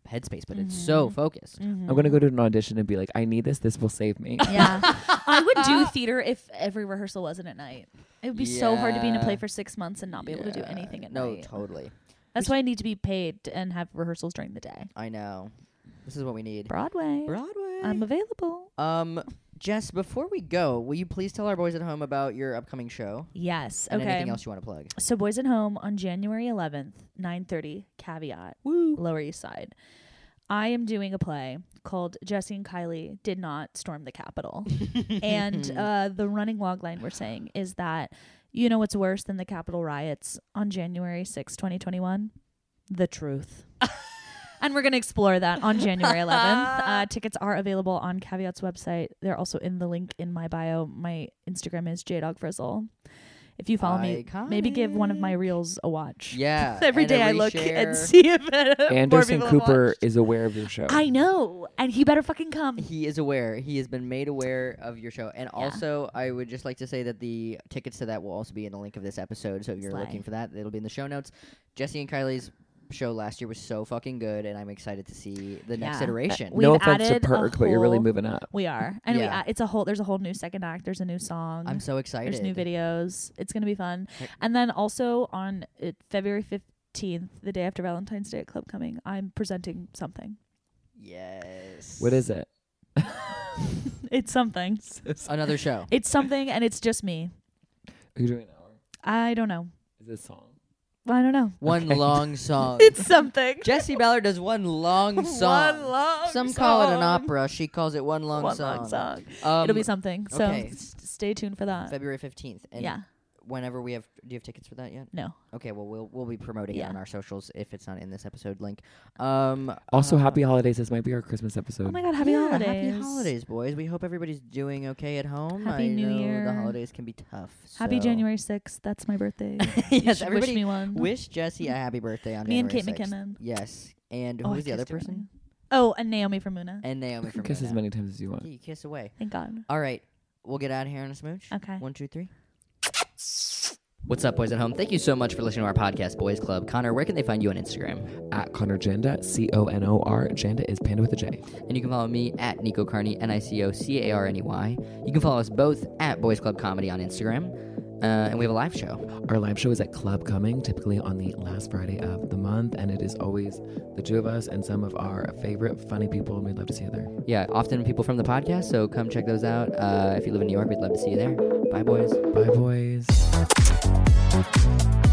Speaker 1: headspace, but it's so
Speaker 2: Mm-hmm.
Speaker 1: focused.
Speaker 3: I'm gonna go to an audition and be like, I need this. This will save me.
Speaker 2: Yeah. I would do theater if every rehearsal wasn't at night. It would be so hard to be in a play
Speaker 1: Yeah.
Speaker 2: for six months and not be able to do
Speaker 1: Yeah,
Speaker 2: anything at
Speaker 1: no,
Speaker 2: night.
Speaker 1: totally.
Speaker 2: That's why I need to be paid t- and have rehearsals during the day.
Speaker 1: I know. This is what we need.
Speaker 2: Broadway.
Speaker 1: Broadway.
Speaker 2: I'm available.
Speaker 1: um, Jess, before we go, will you please tell our boys at home about your upcoming show
Speaker 2: Yes.
Speaker 1: and
Speaker 2: okay.
Speaker 1: anything else you want to plug?
Speaker 2: So Boys at Home on January 11th, 9:30, caveat. Woo. Lower East Side. I am doing a play called Jesse and Kylie Did Not Storm the Capitol. and uh, the running log line we're saying is that you know what's worse than the Capitol riots on January 6, 2021? The truth. and we're going to explore that on January 11th. Uh, tickets are available on Caveat's website. They're also in the link in my bio. My Instagram is jdogfrizzle. If you follow me, maybe give one of my
Speaker 1: Iconic.
Speaker 2: reels a watch.
Speaker 1: Yeah.
Speaker 2: Every
Speaker 1: and
Speaker 2: day
Speaker 1: a
Speaker 2: I look
Speaker 1: reshare.
Speaker 2: and see if it,
Speaker 3: Anderson
Speaker 2: more people have
Speaker 3: Cooper
Speaker 2: watched.
Speaker 3: is aware of your show.
Speaker 2: I know, and he better fucking come.
Speaker 1: He is aware. He has been made aware of your show. And
Speaker 2: Yeah.
Speaker 1: also, I would just like to say that the tickets to that will also be in the link of this episode. So if you're
Speaker 2: Slay.
Speaker 1: looking for that, it'll be in the show notes. Jesse and Kylie's show last year was so fucking good, and I'm excited to see the next
Speaker 2: Yeah.
Speaker 1: iteration.
Speaker 2: We-
Speaker 3: no
Speaker 2: We've
Speaker 3: offense to
Speaker 2: added a
Speaker 3: Perk, but you're really
Speaker 2: whole-
Speaker 3: moving up.
Speaker 2: We are, and we
Speaker 1: Yeah.
Speaker 2: uh, it's a whole. There's a whole new second act. There's a new song.
Speaker 1: I'm so excited.
Speaker 2: There's new videos. It's gonna be fun.
Speaker 1: Heck-
Speaker 2: And then also on uh, February fifteenth, the day after Valentine's Day at Club Coming, I'm presenting something.
Speaker 1: Yes.
Speaker 3: What is it?
Speaker 2: It's something.
Speaker 1: another show?
Speaker 2: It's something, and it's just me.
Speaker 3: Are you doing an hour?
Speaker 2: I don't know.
Speaker 3: Is this song?
Speaker 2: I don't know.
Speaker 1: One long song.
Speaker 2: It's something.
Speaker 1: Jesse Ballard does one long song.
Speaker 2: One long
Speaker 1: Some call it an
Speaker 2: song.
Speaker 1: opera. She calls it one long
Speaker 2: One
Speaker 1: song.
Speaker 2: long song.
Speaker 1: Um,
Speaker 2: It'll be something. So
Speaker 1: okay.
Speaker 2: s- stay tuned for that.
Speaker 1: February 15th. And
Speaker 2: yeah.
Speaker 1: Whenever we have, do you have tickets for that yet?
Speaker 2: No.
Speaker 1: Okay, well we'll we'll be promoting it
Speaker 2: Yeah.
Speaker 1: on our socials if it's not in this episode link. Um
Speaker 3: Also,
Speaker 1: uh,
Speaker 3: Happy Holidays. This might be our Christmas episode.
Speaker 2: Oh my god. Happy
Speaker 1: yeah,
Speaker 2: holidays.
Speaker 1: Happy holidays, boys. We hope everybody's doing okay at home.
Speaker 2: Happy
Speaker 1: I
Speaker 2: New
Speaker 1: know
Speaker 2: Year.
Speaker 1: the holidays can be tough.
Speaker 2: Happy
Speaker 1: so-
Speaker 2: January sixth. That's my birthday. You
Speaker 1: yes,
Speaker 2: should
Speaker 1: everybody
Speaker 2: wish me one.
Speaker 1: wish Jesse a happy birthday on
Speaker 2: Me and
Speaker 1: January
Speaker 2: Kate
Speaker 1: 6th.
Speaker 2: McKinnon.
Speaker 1: Yes. And
Speaker 2: Oh,
Speaker 1: who
Speaker 2: I
Speaker 1: was the other
Speaker 2: kissed her
Speaker 1: person?
Speaker 2: earlier. Oh, and Naomi from Muna.
Speaker 1: And Naomi
Speaker 3: You can
Speaker 1: from
Speaker 3: kiss as
Speaker 1: Mona.
Speaker 3: many times as you want.
Speaker 1: Yeah, you kiss away.
Speaker 2: Thank God.
Speaker 1: All right. We'll get out of here on a smooch.
Speaker 2: Okay.
Speaker 1: One, two, three. What's up, boys at home? Thank you so much for listening to our podcast, Boys Club. Connor, where can they find you on Instagram?
Speaker 3: At Connor Janda, C O N O R. Janda is Panda with a J.
Speaker 1: And you can follow me at Nico Carney, N I C O C A R N E Y. You can follow us both at Boys Club Comedy on Instagram. Uh, and we have a live show.
Speaker 3: Our live show is at Club Coming, typically on the last Friday of the month, and it is always the two of us and some of our favorite funny people, and we'd love to see you there.
Speaker 1: Yeah, often people from the podcast, so come check those out. Uh, if you live in New York, we'd love to see you there. Bye, boys.
Speaker 3: Bye, boys.